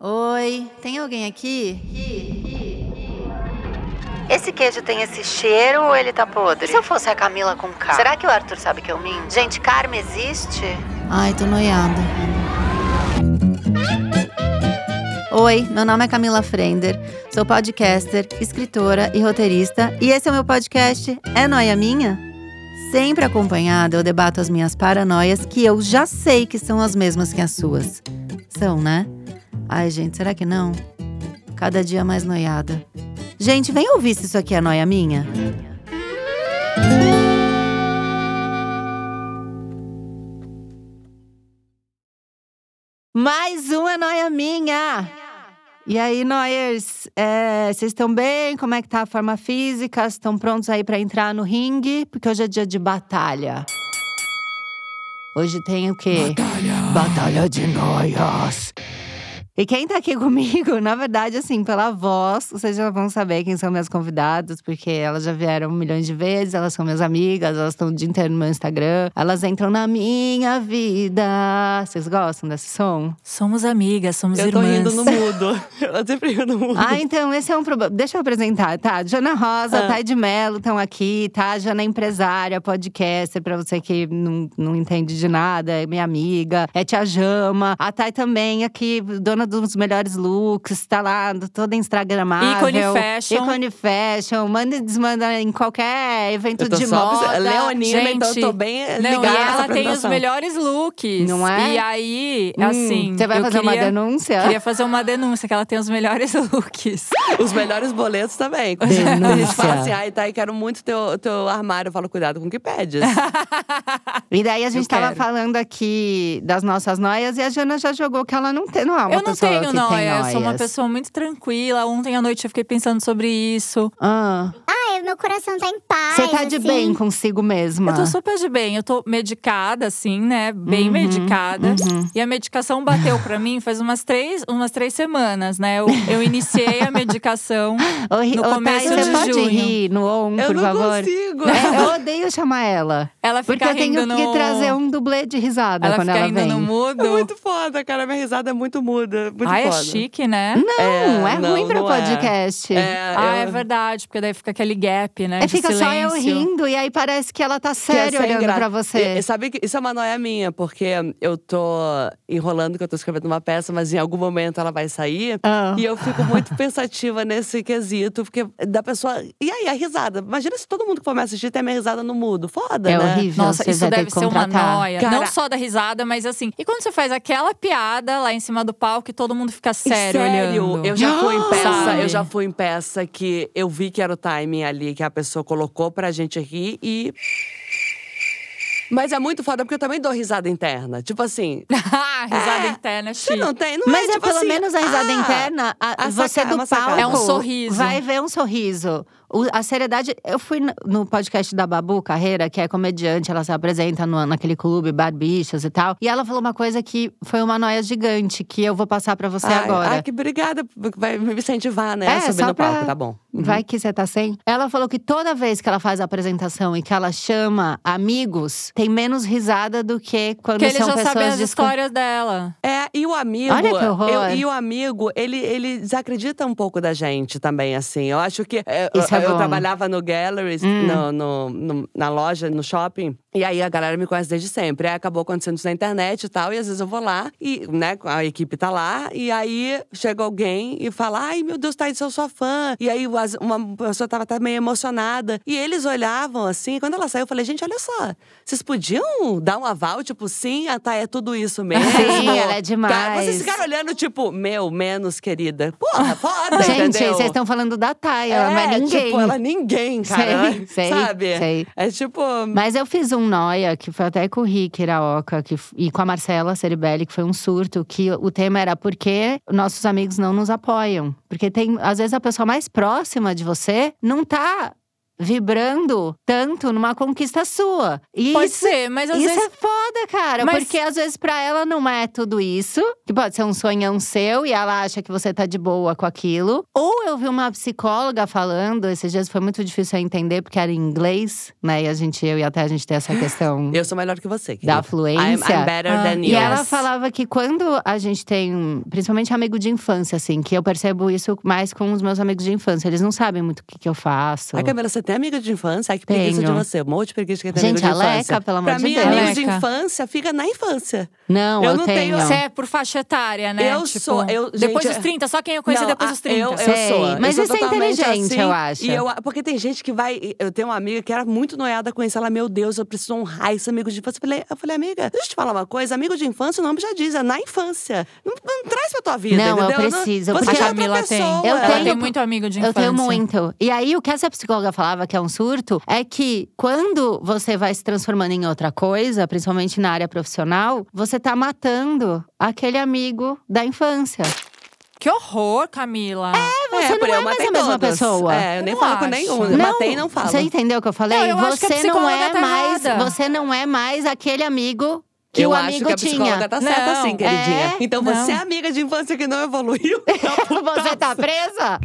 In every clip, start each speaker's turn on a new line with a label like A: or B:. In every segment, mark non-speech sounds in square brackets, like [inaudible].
A: Oi, tem alguém aqui?
B: Esse queijo tem esse cheiro ou ele tá podre? Se eu fosse a Camila com K, será que o Arthur sabe que eu minto? Gente, Carme existe?
A: Ai, tô noiada. Oi, meu nome é Camila Frender, sou podcaster, escritora e roteirista, e esse é o meu podcast É Noia Minha? Sempre acompanhada, eu debato as minhas paranoias, que eu já sei que são as mesmas que as suas. São, né? Ai, gente, será que não? Cada dia mais noiada. Gente, vem ouvir se isso aqui é noia minha. Mais um é noia minha! E aí, noiers, é, vocês estão bem? Como é que tá a forma física? Estão prontos aí pra entrar no ringue? Porque hoje é dia de batalha. Hoje tem o quê? Batalha, de noias. E quem tá aqui [laughs] comigo, na verdade, assim, pela voz, vocês já vão saber quem são minhas convidadas, porque elas já vieram milhões de vezes, elas são minhas amigas, elas estão o dia inteiro no meu Instagram, elas entram na minha vida. Vocês gostam desse som?
C: Somos amigas, somos
D: Eu tô
C: irmãs.
D: rindo no mudo. [laughs] Ela sempre rindo no mudo.
A: Ah, então esse é um problema. Deixa eu apresentar, tá? Jana Rosa,
D: Ah.
A: Thay de Mello estão aqui, tá? Jana é empresária, podcaster, pra você que não, não entende de nada, é minha amiga, é tia Jama. A Thay também é aqui, dona dos melhores looks, tá lá toda instagramável.
C: Ícone fashion.
A: Ícone fashion, manda e desmanda em qualquer evento
D: eu tô
A: de
D: só
A: moda.
D: Leonina, então eu
C: gente.
D: tô bem
A: é
C: Não,
D: ligada.
C: e
D: nessa
C: ela tem os
D: apresentação.
C: melhores looks.
A: Não é?
C: E aí,
A: Hum,
C: assim.
A: Você vai
C: eu
A: fazer uma
C: queria-
A: denúncia?
C: Queria fazer uma denúncia, que ela tem os melhores [laughs] looks.
D: Os melhores
C: [laughs]
D: boletos também. Quando
A: Denúncia.
D: eles falam assim, ai, Thay, quero muito teu, teu armário. Eu falo, cuidado com o
C: [laughs]
D: que pedes.
A: E daí a gente
C: Eu
A: tava
C: quero.
A: falando aqui das nossas noias e a Jana já jogou que ela não tem. Não é uma
C: eu não
A: pessoa
C: tenho
A: que tem
C: noia, eu sou uma
A: noias.
C: pessoa muito tranquila. Ontem à noite eu fiquei pensando sobre isso.
A: Ah,
E: Ai, meu coração tá em paz.
A: você tá de
E: assim.
A: bem consigo mesma.
C: Eu tô super de bem, eu tô medicada, assim, né? Bem
A: Uhum,
C: medicada. E a medicação bateu pra mim faz umas três, umas três semanas, né? Eu, eu iniciei a medicação.
A: Ô, ri-
C: no
A: ô, Thay,
C: começo
A: você
C: de
A: pode
C: junho.
A: rir no on,
D: eu
A: por
D: não
A: favor?
D: consigo.
A: É, eu
C: [laughs]
A: odeio chamar ela.
C: Ela
A: Porque
C: fica
A: eu tenho
C: rindo no…
A: que trazer um dublê de risada
C: Ela
A: quando
C: fica
A: ela
C: rindo
A: vem.
C: no
D: [laughs] É
C: mudo.
D: muito foda, cara. Minha risada é muito muda. Muito
C: Ai, é
D: foda.
C: chique, né?
A: Não, é,
D: É, não,
A: ruim pra
D: não é.
A: podcast.
D: É,
C: Ah, é
D: eu-
C: verdade, porque daí fica aquele gap, né?
A: É,
C: de
A: fica só eu
C: silêncio.
A: rindo e aí parece que ela tá
D: Que essa
A: séria
D: é
A: olhando
D: ingrata.
A: pra você.
D: E- e sabe que isso é uma noia minha, porque eu tô enrolando que eu tô escrevendo uma peça, mas em algum momento ela vai sair.
A: Ah.
D: E eu fico muito pensativa nesse quesito, porque da pessoa. E aí, a risada? Imagina se todo mundo que for me assistir tem a minha risada no mudo. Foda,
A: É
D: né?
A: horrível,
C: Nossa,
A: você
C: isso
A: vai ter
C: deve
A: que
C: ser uma
A: contratar.
C: noia.
D: Cara-
C: Não só da risada, mas assim. E quando você faz aquela piada lá em cima do palco e todo mundo fica sério, olhando?
D: eu já fui em
A: [gasps]
D: peça,
C: Sabe?
D: eu já fui em peça que eu vi que era o timing ali que a pessoa colocou pra gente rir e Mas é muito foda porque eu também dou risada interna. Tipo assim,
C: [laughs] Ah, risada
D: É.
C: interna,
D: você
C: chique.
D: não tem, não
A: Mas
D: é,
A: é,
D: tipo
A: pelo
D: assim,
A: menos a risada
D: ah,
A: interna, a-
D: a
A: você
D: saca-
A: do
D: uma sacada.
A: palco…
C: É um sorriso.
A: Vai ver um sorriso. O- a seriedade… Eu fui no- no podcast da Babu Carreira, que é comediante. Ela se apresenta no, naquele clube, Barbichas e tal. E ela falou uma coisa que foi uma noia gigante, que eu vou passar pra você
D: ai,
A: agora.
D: Ai, que obrigada, vai me incentivar, né,
A: É,
D: a subir
A: só
D: no
A: pra-
D: palco, tá bom.
A: Vai que você tá sem. Ela falou que toda vez que ela faz a apresentação e que ela chama amigos, tem menos risada do que quando
C: Porque eles
A: são
C: já
A: pessoas
C: sabem as
A: descon-
C: histórias dela.
D: É, e o amigo.
A: Olha que horror.
D: eu- e o amigo, ele, ele desacredita um pouco da gente também, assim. Eu acho que. é,
A: Isso
D: eu,
A: é
D: eu
A: bom. Hum.
D: trabalhava no Galleries, no- no- no- na loja, no shopping. E aí a galera me conhece desde sempre. Aí acabou acontecendo isso na internet e tal. E às vezes eu vou lá, e, né, a equipe tá lá. E aí chega alguém e fala: Ai, meu Deus, Thaís, eu sou sua fã. E aí as- uma pessoa tava até meio emocionada. E eles olhavam assim. e Quando ela saiu, eu falei: Gente, olha só. Vocês podiam dar um aval, tipo, sim, a Thay é tudo isso mesmo.
A: Sim, ela é demais.
D: Cara, Tipo, tá, vocês ficaram olhando, tipo, meu, menos, querida.
A: [laughs]
D: Porra, foda,
A: Gente,
D: entendeu?
A: vocês estão falando da Thay, ela
D: é,
A: não é ninguém.
D: Tipo, ela é ninguém, cara. [laughs]
A: Sei, sei,
D: sabe?
A: sei.
D: É tipo.
A: Mas eu fiz um noia, que foi até com o Rick Iraoka que, f- e com a Marcela Ceribelli, que foi um surto, que o tema era por que nossos amigos não nos apoiam. Porque tem, às vezes, a pessoa mais próxima de você não tá vibrando tanto numa conquista sua. E
C: Pode
A: isso,
C: ser, mas às
A: isso
C: vezes.
A: é foda, cara.
C: Mas-
A: Porque às vezes pra ela não é tudo isso. Que pode ser um sonhão seu e ela acha que você tá de boa com aquilo. Ou eu vi uma psicóloga falando, esses dias foi muito difícil eu entender, porque era em inglês, né? E a gente, eu e até a gente tem essa questão.
D: Eu sou melhor que você. querida.
A: Da fluência.
D: I'm, I'm better
C: Ah.
D: than you.
A: E ela
C: Yes.
A: falava que quando a gente tem, principalmente amigo de infância, assim, que eu percebo isso mais com os meus amigos de infância. Eles não sabem muito o que, que eu faço.
D: Ai, Camila, você tem amiga de infância? Ai, que preguiça de
A: Tenho.
D: você. Um monte de preguiça que tem
A: Gente,
D: amigo de
A: Aleca,
D: infância.
A: pelo amor
D: pra
A: de
D: mim,
A: Deus.
D: amigos de
C: Aleca.
D: infância fica na infância.
A: Não,
D: Eu
A: eu,
D: não tenho-
C: Você é por faixa etária, né?
D: Eu
C: Tipo,
D: sou- eu-
C: depois
D: gente, é-
C: dos 30, só quem eu conheci
D: Não,
C: depois
D: a-
C: dos 30.
D: Eu, eu
A: Sei,
D: sou.
A: mas
D: eu
A: isso
D: sou
A: é
D: totalmente
A: inteligente,
D: assim,
A: eu acho.
D: E eu, porque tem gente que vai. Eu tenho uma amiga que era muito noiada com isso. Ela, meu Deus, eu preciso honrar esse amigo de infância. Eu falei, eu falei, amiga, deixa eu te falar uma coisa. Amigo de infância, o nome já diz, é na infância. Não, não traz pra tua vida.
A: Não, eu
D: entendeu?
A: preciso,
D: Você
A: porque-
D: já é
C: a
D: outra
C: Camila tem.
D: pessoa.
A: Eu
C: ela
A: tenho-
C: tem muito amigo de
A: Eu
C: infância.
A: tenho muito. E aí, o que essa psicóloga falava que é um surto é que quando você vai se transformando em outra coisa, principalmente na área profissional, você tá matando aquele amigo da infância.
C: Que horror, Camila.
A: você não
D: porque
A: é
D: eu matei
A: mais a mesma
D: todas.
A: pessoa.
D: É, eu nem
C: Não
D: falo com
C: acho.
D: nenhum. Eu matei e não falo.
A: Você entendeu o que eu falei?
C: Não, eu acho
A: você
C: que a
A: não
C: psicóloga
A: é
C: tá
A: mais,
C: errada.
A: você não é mais aquele amigo que
D: eu
A: o
D: acho
A: amigo
D: que a psicóloga
A: tinha. [laughs]
D: tá [laughs] certa
C: Não.
D: assim, queridinha.
A: É?
D: Então
C: Não.
D: você é amiga de infância que
A: [laughs]
D: não evoluiu. então
A: Você tá presa?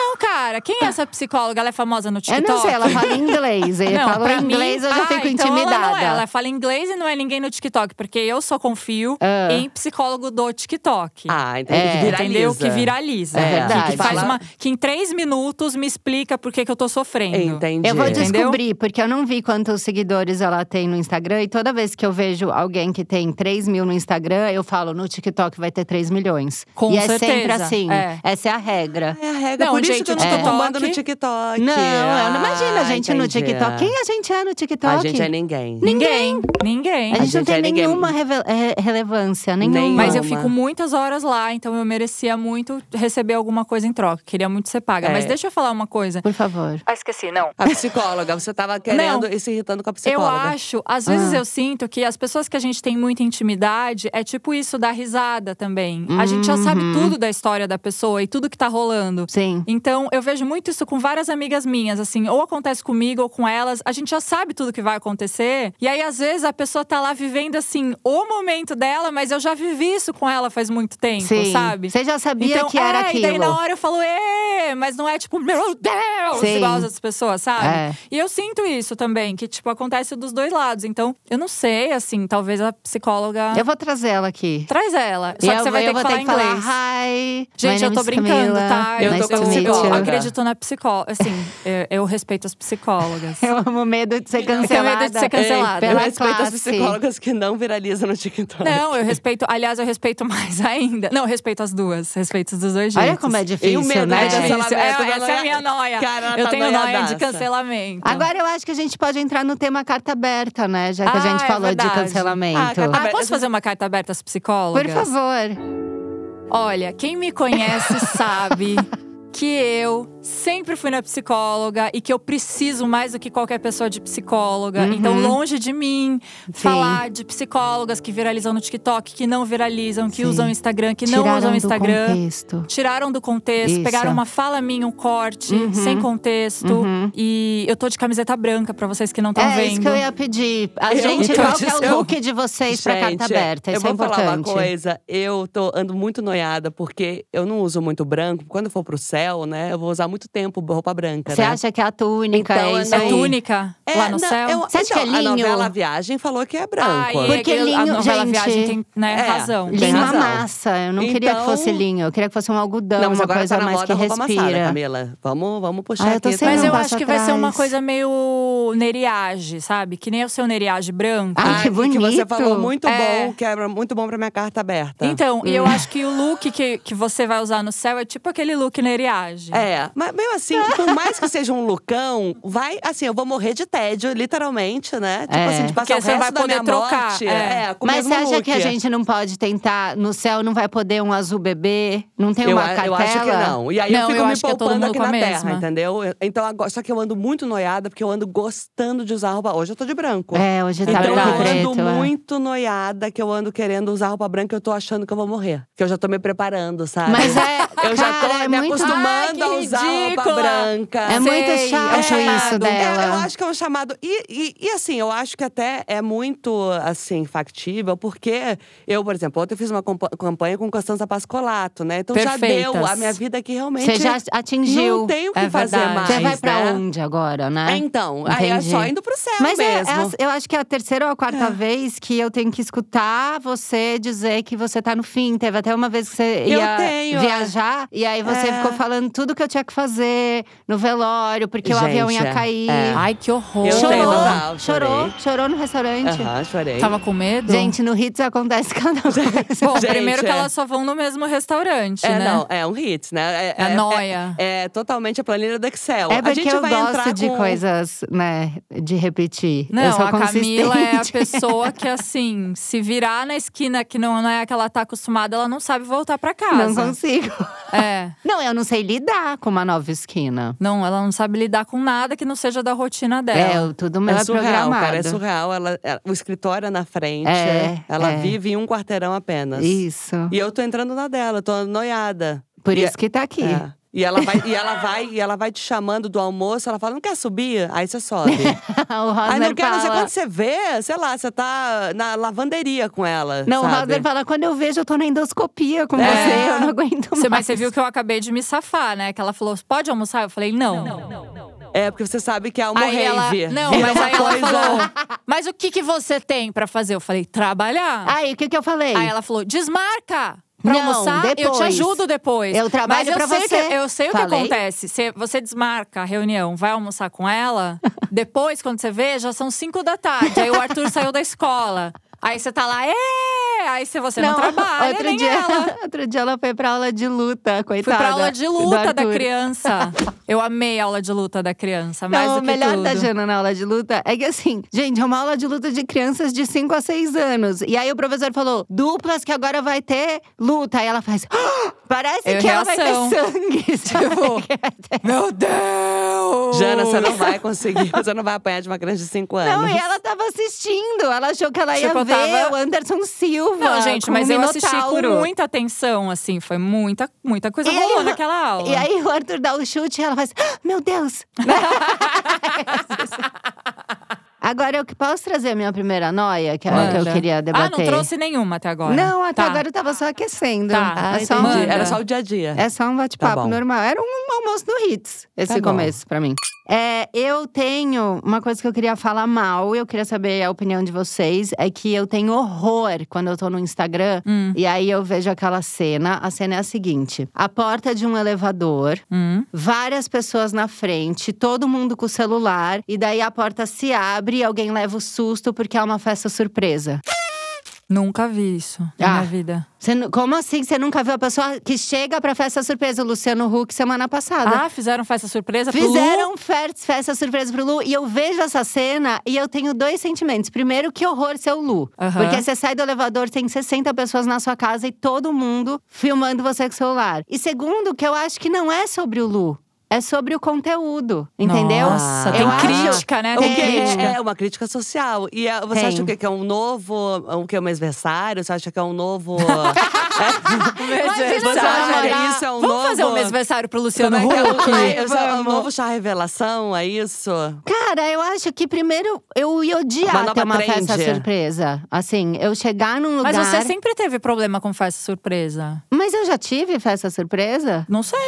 C: Não, cara, quem é essa psicóloga? Ela é famosa no
A: Eu
C: TikTok?
A: não sei, ela fala inglês. Ele
C: Não,
A: falou
C: pra mim,
A: inglês, eu já
C: ah,
A: fico
C: então
A: intimidada.
C: Ela, não é. ela fala inglês e não é ninguém no TikTok, porque eu só confio
A: Ah.
C: em psicólogo do TikTok.
D: Ah, entendeu?
A: É.
D: que viraliza.
C: Entendeu? Que viraliza.
D: É
C: Que-
A: verdade.
C: Que, faz
D: Fala-
C: uma, que em três minutos me explica por que, que eu tô sofrendo.
D: Entendi.
A: Eu vou
C: Entendeu?
A: descobrir, porque eu não vi quantos seguidores ela tem no Instagram. E toda vez que eu vejo alguém que tem 3 mil no Instagram, eu falo, no TikTok vai ter 3 milhões.
C: Com
A: e é
C: certeza,
A: sempre assim.
C: é.
A: Essa é a regra.
D: É a regra,
C: Não,
D: por isso
C: gente,
D: que eu
C: o
D: não tô
C: TikTok-
D: bombando no TikTok.
A: Não, eu não imagino a
D: Ah,
A: gente no
D: entendi.
A: TikTok. Quem a gente é no TikTok?
D: A gente é ninguém.
C: Ninguém. Ninguém.
A: A gente não
D: gente
A: tem
D: é ninguém.
A: nenhuma revel- eh, relevância, nenhuma.
D: Nenhuma.
C: Mas eu
D: Toma.
C: fico muitas horas lá, então eu merecia muito receber alguma coisa em troca. Queria muito ser paga.
D: É.
C: Mas deixa eu falar uma coisa.
A: Por favor.
C: Ah, esqueci, não.
D: A psicóloga, você tava querendo e se irritando com a
C: Eu
D: psicóloga.
C: acho, às vezes eu sinto que as pessoas que a gente tem muita intimidade é tipo isso da risada também. A gente já sabe tudo da história da pessoa e tudo que tá rolando.
A: Sim.
C: Então, eu vejo muito isso com várias amigas minhas, assim, ou acontece comigo ou com elas, a gente já sabe tudo que vai acontecer. E aí, às vezes, a pessoa tá lá vivendo, assim, o momento dela, mas eu já vivi isso com ela faz muito tempo,
A: Sim.
C: sabe?
A: Você já sabia
C: então,
A: que era
C: é,
A: aquilo.
C: E daí, na hora, eu falo, é, mas não é tipo, meu Deus,
A: Sim.
C: igual as outras pessoas, sabe?
A: É.
C: E eu sinto isso também, que, tipo, acontece dos dois lados. Então, eu não sei, assim, talvez a psicóloga.
A: Eu vou trazer ela aqui.
C: Traz ela.
A: E
C: Ah. Só
A: eu-
C: que você vai
A: eu
C: ter que
A: vou
C: falar
A: ter que
C: inglês.
A: falar hi.
C: Gente,
A: my
C: eu
A: name
C: tô
A: is
C: brincando,
A: Camila.
C: tá?
D: Eu
A: nice
D: tô
A: to
D: com
A: meet you."
D: psicóloga.
C: Eu acredito na psicóloga. Assim, eu, eu respeito as psicólogas.
A: [laughs] Eu amo medo de ser
C: medo de ser
A: cancelada.
C: cancelada.
D: Eu
A: Pela
D: respeito
A: é classe.
D: as psicólogas que não viralizam no TikTok.
C: Não, eu respeito. Aliás, eu respeito mais ainda. Não, eu respeito as duas. Respeito dos dois jeitos.
A: Olha como é
D: E o
A: difícil,
D: medo
A: né?
D: de
C: É
D: cancelamento.
C: difícil. É,
D: da
C: essa é a minha noia.
D: [laughs] Cara, ela
C: eu
D: tá
C: tenho noia
D: noiadaça.
C: de cancelamento.
A: Agora eu acho que a gente pode entrar no tema carta aberta, né? Já que a
C: Ah,
A: gente
C: é
A: falou de
C: verdade.
A: cancelamento.
D: Ah, carta
C: Ah, posso fazer uma carta aberta às psicólogas?
A: Por favor.
C: Olha, quem
A: [laughs]
C: me conhece sabe que eu sempre fui na psicóloga e que eu preciso mais do que qualquer pessoa de psicóloga.
A: Uhum.
C: Então, longe de mim falar de psicólogas que viralizam no TikTok, que não viralizam, que
A: Sim.
C: usam Instagram, que não
A: Tiraram
C: usam
A: do
C: Instagram.
A: contexto.
C: Tiraram do contexto,
A: Isso. Uhum.
C: pegaram uma fala minha, um corte, sem contexto. E eu tô de camiseta branca, pra vocês que não estão
A: é
C: vendo.
A: isso que eu ia pedir. A
D: Eu
A: gente,
D: tô
A: qual que é
D: dizendo-
A: o look de vocês pra carta
D: Gente,
A: aberta?
D: eu
A: Isso
D: vou
A: é importante.
D: falar uma coisa. Eu tô ando muito noiada porque eu não uso muito branco. Quando eu for pro céu, né, eu vou usar muito tempo roupa branca,
A: Você
D: né?
A: acha que é a túnica?
D: Então, eu
A: é isso
D: não-
A: aí?
C: É túnica lá no
D: não,
C: céu.
D: eu- então,
A: Você acha que é
D: A
A: linho?
D: novela Viagem falou que é
C: Ah,
D: branco.
C: e
A: Porque
C: eu- a
A: linho,
C: novela
A: gente,
C: Viagem tem né,
D: é,
C: razão.
D: tem
A: Linho
C: razão.
D: razão.
A: amassa. Eu não queria que
D: Então-
A: fosse linho. Eu queria que fosse um algodão,
D: não, mas
A: uma
D: agora
A: coisa
D: tá na
A: mais
D: moda
A: que
D: a roupa amassada,
A: respira.
D: Camila. Vamos, vamos
A: Ah,
D: puxar
A: eu tô
D: aqui. tá?
A: sem
C: Mas
A: Não,
C: eu
A: passo
C: acho que vai ser uma
A: atrás.
C: coisa meio neriage, sabe? Que nem o seu neriage branco.
A: Ai,
D: Ah,
A: que
D: Que você
A: bonito.
D: falou muito
C: É.
D: bom, que era muito bom pra minha carta aberta.
C: Então, e eu acho que o look que, que você vai usar no céu é tipo aquele look neriage.
D: É, mas mesmo assim, por mais que seja um lucão, vai, assim, eu vou morrer de tédio, literalmente, né? Tipo
A: É.
D: assim, de passar
C: Porque
D: o
C: você
D: resto
C: vai
D: da
C: poder
D: minha
C: trocar,
D: morte.
C: é.
D: É, com o
A: Mas
D: mesmo
A: acha
D: look.
A: que a gente não pode tentar? No céu não vai poder um azul bebê? Não tem uma
D: eu, a- eu
A: cartela?
D: acho que não. E aí
C: Não,
D: eu fico
C: eu
D: me
C: acho que é todo
D: poupando
C: mundo
D: aqui
C: com a
D: na terra,
C: mesma.
D: entendeu? Eu- Então agora, só que eu ando muito noiada, porque eu ando gostando de usar roupa. Hoje eu tô de branco.
A: É, hoje tá
D: Então
A: branco e
D: eu
A: preto.
D: ando
A: é.
D: muito noiada que eu ando querendo usar roupa branca, eu tô achando que eu vou morrer. Que eu já tô me preparando, sabe?
A: Mas é-
D: [laughs] eu já tô
A: cara, é
D: me
A: muito-
D: acostumando
C: Ai, que
D: a usar roupa
C: ridícula.
D: branca.
A: É muito
C: Sei,
A: chato
C: é
A: isso
C: chamado.
D: É,
A: dela.
D: eu acho que é um chamado. E, e, e, assim, eu acho que até é muito, assim, factível, porque eu, por exemplo, ontem eu fiz uma compa- campanha com Costanza Pascolato, né? Então já
C: Perfeitas.
D: deu a minha vida que realmente. é,
A: Você já atingiu.
D: Não tem o que
C: É
D: fazer
C: verdade.
D: mais.
A: Você vai pra
D: né?
A: onde agora, né?
D: É, Então, aí é
A: Entendi.
D: só indo pro céu
A: Mas é-
D: mesmo.
A: é a- eu acho que é a terceira ou a quarta vez que eu tenho que escutar você dizer que você tá no fim. Teve até uma vez que você
D: Eu
A: ia
D: tenho,
A: viajar e aí você
D: É.
A: ficou falando tudo que eu tinha que fazer no velório, porque o
D: Gente,
A: avião ia
D: é,
A: cair.
D: é.
C: Ai, que horror.
D: Eu
A: chorou,
D: tenho total,
A: chorou,
D: chorei.
A: chorou no restaurante.
D: Aham, chorei.
C: Tava com medo?
D: [laughs]
A: Gente, no Hits acontece cada coisa.
C: Bom,
D: Gente,
C: primeiro que
D: é.
C: elas só vão no mesmo restaurante,
D: é,
C: né?
D: não, é um hit, né?
C: É nóia.
D: É, é totalmente a planilha do Excel.
A: É
D: a
A: porque
D: gente
A: eu
D: vai
A: gosto
D: entrar
A: de
D: com...
A: coisas, né, de repetir. eu
C: Não,
A: sou
C: a Camila é a
A: consistente. [laughs]
C: pessoa que, assim, se virar na esquina que não é a que ela tá acostumada, ela não sabe voltar pra
A: Não
C: casa.
A: consigo.
C: é.
A: Não, eu não sei lidar com uma nova esquina.
C: Não, ela não sabe lidar com nada que não seja da rotina
A: É,
C: dela.
A: eu- tudo meu
D: É
A: é
D: surreal,
A: programado.
D: cara, é surreal. Ela, ela- o escritório é na frente,
A: É,
D: ela
A: é.
D: vive em um quarteirão apenas.
A: Isso.
D: E eu tô entrando na dela, tô noiada.
A: Por
D: E
A: isso que tá aqui.
D: É. E ela vai, e ela vai, e ela vai te chamando do almoço, ela fala: não quer subir? Aí
A: [laughs]
D: você sobe.
A: [laughs] o
D: Aí
A: Rosner
D: não quer, não sei
A: fala.
D: quando você vê, sei lá, você tá na lavanderia com ela.
A: Não, o
D: sabe?
A: Rosner fala, quando eu vejo, eu tô na endoscopia com
D: É.
A: você, eu não aguento mais.
C: Você- mas você viu que eu acabei de me safar, né? Que ela falou, pode almoçar? Eu falei, não.
D: É, porque você sabe que é uma
C: Aí ela,
D: rave.
C: não,
D: Vira
C: mas
D: uma
C: aí ela
D: coisa-
C: falou, mas o que, que você tem pra fazer? Eu falei, trabalhar.
A: Aí, o que que eu falei?
C: Aí ela falou: desmarca! Pra
A: Não,
C: almoçar, eu
A: depois.
C: te ajudo depois.
A: Eu trabalho
C: Mas eu
A: pra
C: sei
A: você.
C: Que, eu sei o que
A: Falei.
C: acontece. Você, você desmarca a reunião, vai almoçar com
A: [laughs]
C: ela. depois, quando você vê, já são cinco da tarde. Aí o Arthur saiu da escola. Aí você tá lá, é! Aí você, você não, trabalha,
A: outro
C: nem
A: dia,
C: ela.
A: [laughs] Outro dia ela foi pra aula de luta,
C: Fui
A: coitada.
C: pra aula de
A: do
C: luta da
A: Arthur. [laughs]
C: criança. Eu amei a aula de luta da criança, mais
A: Não,
C: do
A: o
C: que
A: melhor
C: tudo.
A: da Jana na aula de luta é que assim, gente, é uma aula de luta de crianças de 5 a 6 anos. E aí o professor falou, duplas que agora vai ter luta. Aí ela faz, [gasps] "Ah, parece
C: Eu,
A: que ela
C: reação. Tipo,
A: vai ter sangue. [laughs] sabe? é assim?
C: Meu Deus!
D: Jana, você não vai conseguir, [laughs] você não vai apanhar de uma criança de 5
A: Não,
D: anos.
A: e ela tava assistindo. Ela achou que ela ia
C: Tipo, eu
A: ver
C: tava-
A: o Anderson Silva.
C: Não, gente,
A: com
C: mas
A: um
C: eu assisti com
A: minotauro.
C: muita atenção, assim. Foi muita, muita coisa
A: E aí,
C: rolou
A: o-
C: naquela aula.
A: E aí o Arthur dá o chute e ela faz, "Ah, meu
C: [laughs]
A: Deus! agora eu que posso trazer a minha primeira noia, que era a que eu
C: Manda.
A: queria
C: Ah, não
A: debater.
C: trouxe nenhuma até agora.
A: Não, até
C: Tá.
A: agora eu tava só aquecendo.
C: Tá,
A: é, só
C: entendi.
A: um,
C: Manda.
D: Era só o dia a dia.
A: é só um bate-papo
D: Tá bom.
A: normal. Era um almoço do Hits, esse
D: Tá bom.
A: começo pra mim. É, eu tenho uma coisa que eu queria falar mal, eu queria saber a opinião de vocês. É que eu tenho horror quando eu tô no Instagram.
C: Hum,
A: E aí eu vejo aquela cena. A cena é a seguinte: a porta de um elevador,
C: hum.
A: várias pessoas na frente, todo mundo com o celular, e daí a porta se abre e alguém leva o susto porque é uma festa surpresa.
C: Nunca vi isso
A: Ah.
C: na minha vida.
A: Você nu- como assim? Você nunca viu a pessoa que chega pra festa surpresa? O Luciano Huck semana passada.
C: Ah, fizeram festa surpresa pro Lu?
A: Fizeram fer- festa surpresa pro Lu e eu vejo essa cena e eu tenho dois sentimentos. Primeiro, que horror ser o Lu.
C: Aham.
A: Porque você sai do elevador, tem 60 pessoas na sua casa e todo mundo filmando você com o celular. E segundo, que eu acho que não é sobre o Lu, é sobre o conteúdo, entendeu?
C: Nossa,
A: eu
C: tem
A: acho-
C: crítica, né?
D: O
C: Tem
D: que
C: crítica.
A: [laughs]
D: é, é uma crítica social. E é- você
A: Tem.
D: acha o quê? Que é um novo. O que é um mêsversário? Você acha que é um novo. É?
C: Imagina
D: Você
C: só,
D: acha
C: Mara.
D: que isso é um
C: Vamos
D: novo.
C: fazer um mesversário pro
D: Como
C: Luciano
D: é que é
C: Huck?
D: o- é, isso é um
A: Vamos.
D: novo chá revelação, é isso?
A: Cara, eu acho que primeiro eu ia odiar
D: Uma nova
A: ter uma
D: trend.
A: festa surpresa. Assim, eu chegar num lugar.
C: Mas você sempre teve problema com festa surpresa.
A: Mas eu já tive festa surpresa?
C: Não sei.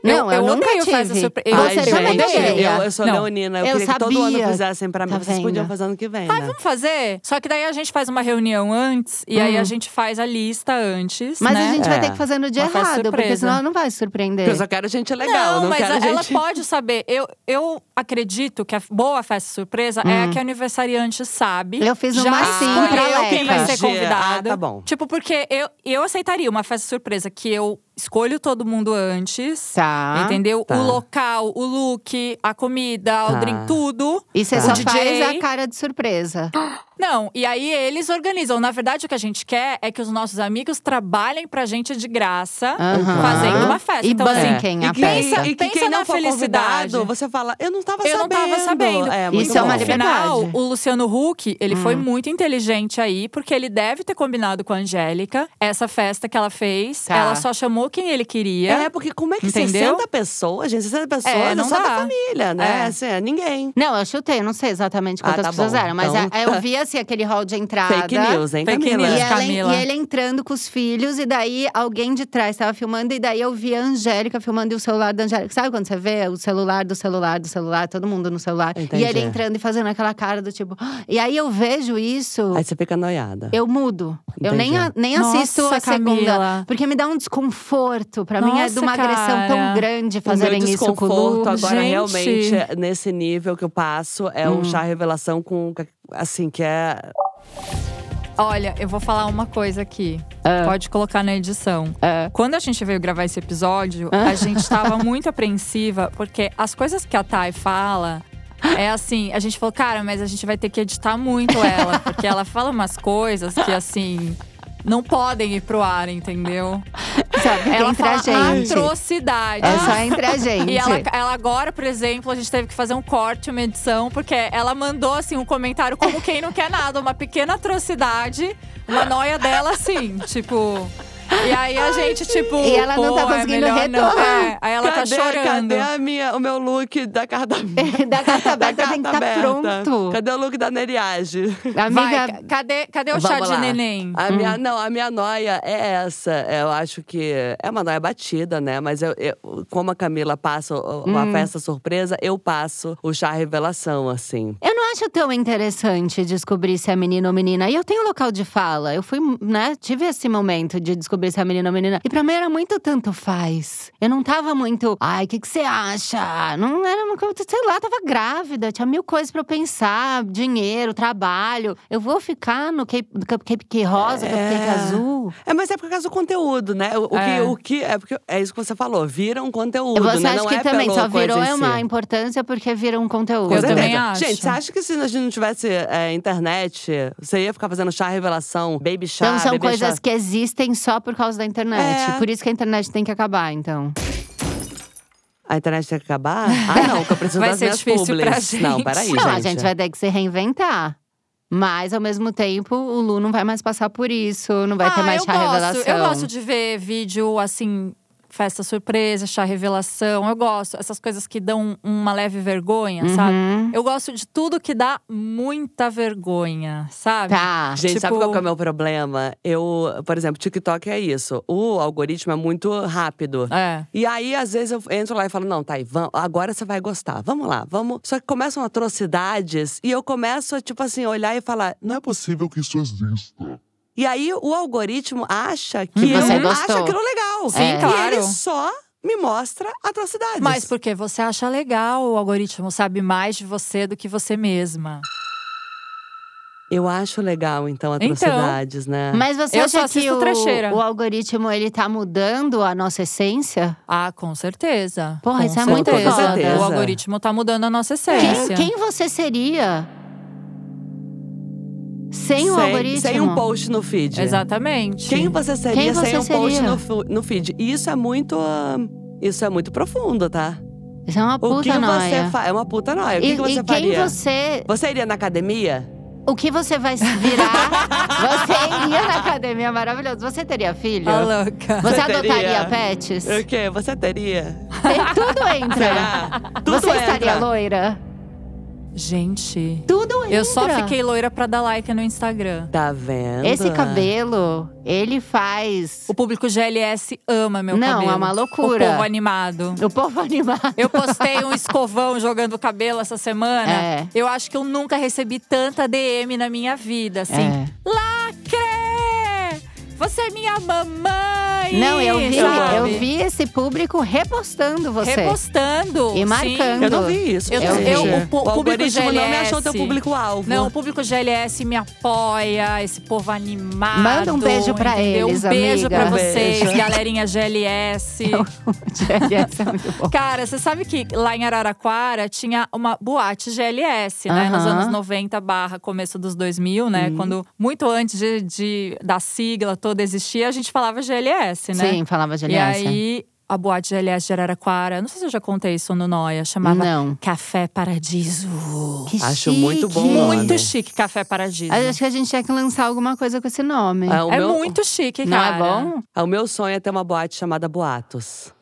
A: Não, eu
C: eu,
A: nunca
C: odeio
A: tive.
C: festa surpresa.
A: Ai,
C: eu
A: Você também
D: gente,
A: odeia.
D: eu, eu sou
C: Não.
D: leonina. Eu,
A: Eu
D: queria que todo
A: sabia.
D: ano fizessem pra mim.
A: Tá
D: Vocês podiam
A: vendo?
D: fazer ano que vem,
C: Ah,
D: né?
C: vamos fazer? Só que daí a gente faz uma reunião antes e aí
A: Hum.
C: a gente faz a lista antes.
A: Mas
C: né?
A: a gente vai
D: É.
A: ter que fazer no dia
C: Uma festa
A: errado, porque
C: surpresa.
A: senão ela não vai se surpreender.
D: Porque eu só quero gente é legal, não,
C: não, mas
D: quero
C: a-
D: gente…
C: ela pode saber. Eu, eu acredito que a boa festa surpresa é a que a aniversariante sabe.
A: Eu fiz
C: já
A: uma assim pra
C: escolheu quem vai
A: Leca.
C: ser convidado.
D: Ah, tá bom.
C: Tipo, porque eu, eu aceitaria uma festa surpresa que eu escolho todo mundo antes.
A: Tá.
C: Entendeu?
D: Tá.
C: O local, o look, a comida,
D: Tá.
C: o drink, tudo.
A: E você
C: O
A: só
C: DJ.
A: faz a cara de surpresa.
C: Não, e aí eles organizam. Na verdade, o que a gente quer é que os nossos amigos trabalhem pra gente de graça,
A: Aham.
C: fazendo uma festa.
A: E
C: então, assim,
A: banquem a
D: e, quem,
A: festa.
D: e que
C: Pensa
D: quem
C: na
D: não for
C: felicidade.
D: convidado, você fala, eu não tava
C: Eu não
D: sabendo.
C: tava sabendo.
D: muito
A: Isso é uma
D: bom.
C: no
A: liberdade. Hum.
C: final, o Luciano Huck, ele foi muito inteligente aí, porque ele deve ter combinado com a Angélica essa festa que ela fez.
A: Tá.
C: Ela só chamou quem ele queria.
D: É, porque como é que
C: Entendeu?
D: 60 pessoas, gente? 60 pessoas
C: É,
D: é,
C: não
D: só
C: dá.
D: da família, né?
C: É.
D: Assim, é ninguém.
A: Não, eu chutei, eu não sei exatamente quantas
D: Ah, tá
A: pessoas
D: bom.
A: eram, mas
D: Então-
A: é- eu vi assim aquele hall de entrada.
D: Fake news, hein,
C: Fake
D: Camila?
A: E,
C: news.
A: ela-
C: Camila.
A: e ele entrando com os filhos, e daí alguém de trás estava filmando, e daí eu vi a Angélica filmando e o celular da Angélica. Sabe quando você vê o celular do celular do celular, todo mundo no celular?
D: Entendi.
A: E ele entrando e fazendo aquela cara do tipo. "Ah!" E aí eu vejo isso.
D: Aí você fica noiada.
A: Eu mudo. Eu nem, a- nem
C: Nossa,
A: assisto a segunda.
C: Camila.
A: Porque me dá um desconforto. Pra mim é de
C: Nossa,
A: uma agressão
C: cara.
A: tão grande fazerem
D: o meu
A: isso com o
D: desconforto
A: Lu.
D: agora,
C: gente.
D: realmente, é- nesse nível que eu passo, é um chá revelação com… Assim, que é…
C: Olha, eu vou falar uma coisa aqui.
A: Ah.
C: Pode colocar na edição. Quando a gente veio gravar esse episódio,
A: Ah.
C: a gente tava muito apreensiva, porque as coisas que a Thay fala. É assim, a gente falou, cara, mas a gente vai ter que editar muito ela, porque ela fala umas coisas que, assim, não podem ir pro ar, entendeu?
A: Sabe? Fica
C: Ela
A: entre
C: fala
A: a gente.
C: atrocidade.
A: É só entre a gente.
C: [laughs] E ela, ela agora, por exemplo, a gente teve que fazer um corte, uma edição, porque ela mandou assim um comentário como quem não quer nada, uma pequena atrocidade, uma noia dela assim,
A: [laughs]
C: tipo. E aí a gente, tipo.
A: E ela não
C: pô,
A: tá
C: é
A: conseguindo
C: melhor não.
A: retornar.
C: É, aí ela
D: cadê,
C: tá chorando.
D: Cadê a minha, o meu look da [laughs] carta…
A: [laughs] da carta
D: da
A: aberta tem que
D: carta
A: estar
D: aberta?
A: pronto.
D: Cadê o look da Neriage?
C: Vai,
A: Amiga,
C: ca- cadê,
A: É
C: cadê o
D: Vamos
C: chá de
D: lá.
C: neném?
D: A minha, não, a minha noia é essa. Eu acho que é uma noia batida, né? Mas eu, eu- como a Camila passa o- uma
A: Hum.
D: festa surpresa, eu passo o chá revelação, assim.
A: Eu não acho tão interessante descobrir se é menino ou menina. E eu tenho local de fala. Eu fui, né? Tive esse momento de descobrir se é menino ou menina. E pra mim era muito tanto faz. Eu não tava muito. Ai, o que, que você acha? Não era uma coisa. Sei lá, tava grávida. Tinha mil coisas pra eu pensar: dinheiro, trabalho. Eu vou ficar no cape- cupcake rosa, cupcake É azul.
D: É, mas é por causa do conteúdo, né? O, o
C: É.
D: que, o que é porque é isso que você falou, vira um conteúdo,
A: Você
D: né?
A: acha
D: não
A: que
D: é
A: também
D: pela
A: só
D: coisa
A: virou
D: em si.
A: uma importância porque vira um conteúdo?
D: Com
C: Eu também
D: certeza.
C: acho.
D: Gente, você acha que se a gente não tivesse é, internet, você ia ficar fazendo chá revelação, baby chá,
A: Então são
D: bebê
A: coisas
D: chá?
A: que existem só por causa da internet.
D: É.
A: Por isso que a internet tem que acabar, então.
D: A internet tem que acabar? Ah, não, que
C: [laughs]
D: eu preciso
C: Vai
D: das
C: ser
D: minhas
C: difícil
D: publis.
C: pra gente.
D: Não, peraí,
A: não,
D: gente.
A: a gente vai ter que se reinventar. Mas, ao mesmo tempo, o Lu não vai mais passar por isso. Não vai ter
C: Ah,
A: mais
C: eu
A: chá
C: gosto.
A: revelação.
C: Eu gosto de ver vídeo assim. Festa surpresa, chá revelação. Eu gosto. Essas coisas que dão uma leve vergonha,
A: Uhum.
C: sabe? Eu gosto de tudo que dá muita vergonha, sabe?
A: Tá.
D: Gente, sabe
C: Tipo-
D: qual que é o meu problema? Eu, por exemplo, TikTok é isso. O algoritmo é muito rápido.
C: É.
D: E aí, às vezes, eu entro lá e falo, não, Thay, vam- agora você vai gostar. Vamos lá, vamos. Só que começam atrocidades e eu começo, a, tipo assim, olhar e falar.
F: Não é possível que isso exista.
D: E aí o algoritmo acha que,
A: Que Uhum. você
D: eu
A: gostou.
D: acho aquilo legal.
C: Sim,
D: e
C: claro.
D: ele só me mostra atrocidades.
C: Mas porque você acha legal, o algoritmo sabe mais de você do que você mesma.
D: Eu acho legal, então,
C: Então.
D: atrocidades, né?
A: Mas você
C: Eu só
A: acha que
C: assisto
A: o,
C: trecheira.
A: o algoritmo, ele tá mudando a nossa essência?
C: Ah, com certeza.
A: Porra,
C: com
A: isso é muito
C: certeza.
A: foda. Com certeza.
C: O algoritmo tá mudando a nossa essência.
A: Quem, quem você seria? Sem, o
D: Sem-
A: algoritmo?
D: Sem um post no feed.
C: Exatamente. Tá
D: Quem você seria
A: Quem você
D: sem um post
A: seria?
D: no, fu- no feed? E isso é muito. ah, isso é muito profundo, tá?
A: Isso é uma
D: O
A: puta
D: que
A: noia.
D: você faz? É uma puta nóia. O que,
A: e
D: que você
A: e quem
D: faria?
A: você
D: Você iria na academia?
A: O que você vai se virar? você iria na academia maravilhoso. Você teria filho?
C: Tá louca.
A: Você
D: Você
A: adotaria
D: teria?
A: pets?
D: O quê?
A: [laughs]
D: Você teria?
A: Tem- Tudo entra.
D: Será? Tudo
A: você
D: entra.
A: estaria loira?
C: Gente,
A: Tudo entra.
C: eu só fiquei loira pra dar like no Instagram.
D: Tá vendo?
A: Esse cabelo, ele faz.
C: O público GLS ama meu
A: Não,
C: cabelo.
A: é uma loucura.
C: O povo animado.
A: O povo animado.
C: Eu postei um escovão [laughs] jogando o cabelo essa semana.
A: É.
C: Eu acho que eu nunca recebi tanta DM na minha vida, assim.
A: É.
C: Lacre! Você é minha mamãe! aí.
A: Não, eu vi,
C: sabe?
A: eu vi esse público repostando você. [laughs]
C: Repostando.
A: E
C: sim.
A: marcando.
D: Eu não vi isso.
C: Eu-
D: gente.
A: eu- o
D: o,
C: pu- público
D: algoritmo não me
C: GLS.
D: achou teu público-alvo.
C: Não, o público GLS me apoia, esse povo animado.
A: Manda um beijo pra
C: entendeu?
A: eles,
C: Um beijo
A: amiga.
C: pra
D: Um
C: vocês,
D: beijo.
A: [laughs]
C: galerinha GLS.
A: Essa é muito boa.
C: Cara, você sabe que lá em Araraquara tinha uma boate GLS, né?
A: Aham.
C: Nos anos 90 barra começo dos 2000, né? Quando, muito antes de, de- da sigla toda existir, a gente falava GLS, [laughs] né?
A: Sim, falava de
C: E
A: aliança.
C: aí, a boate GLS de Araraquara, não sei se eu já contei isso no Noia, chamava
A: Não.
C: Café Paradiso.
A: Que
D: Acho muito bom
A: chique.
D: o nome.
C: Muito chique Café Paradiso.
A: Eu Acho que a gente tinha que lançar alguma coisa com esse nome.
D: Ah, o
C: É
D: meu-
C: muito chique,
A: Não é
C: cara.
A: bom?
D: ah, O meu sonho é ter uma boate chamada Boatos.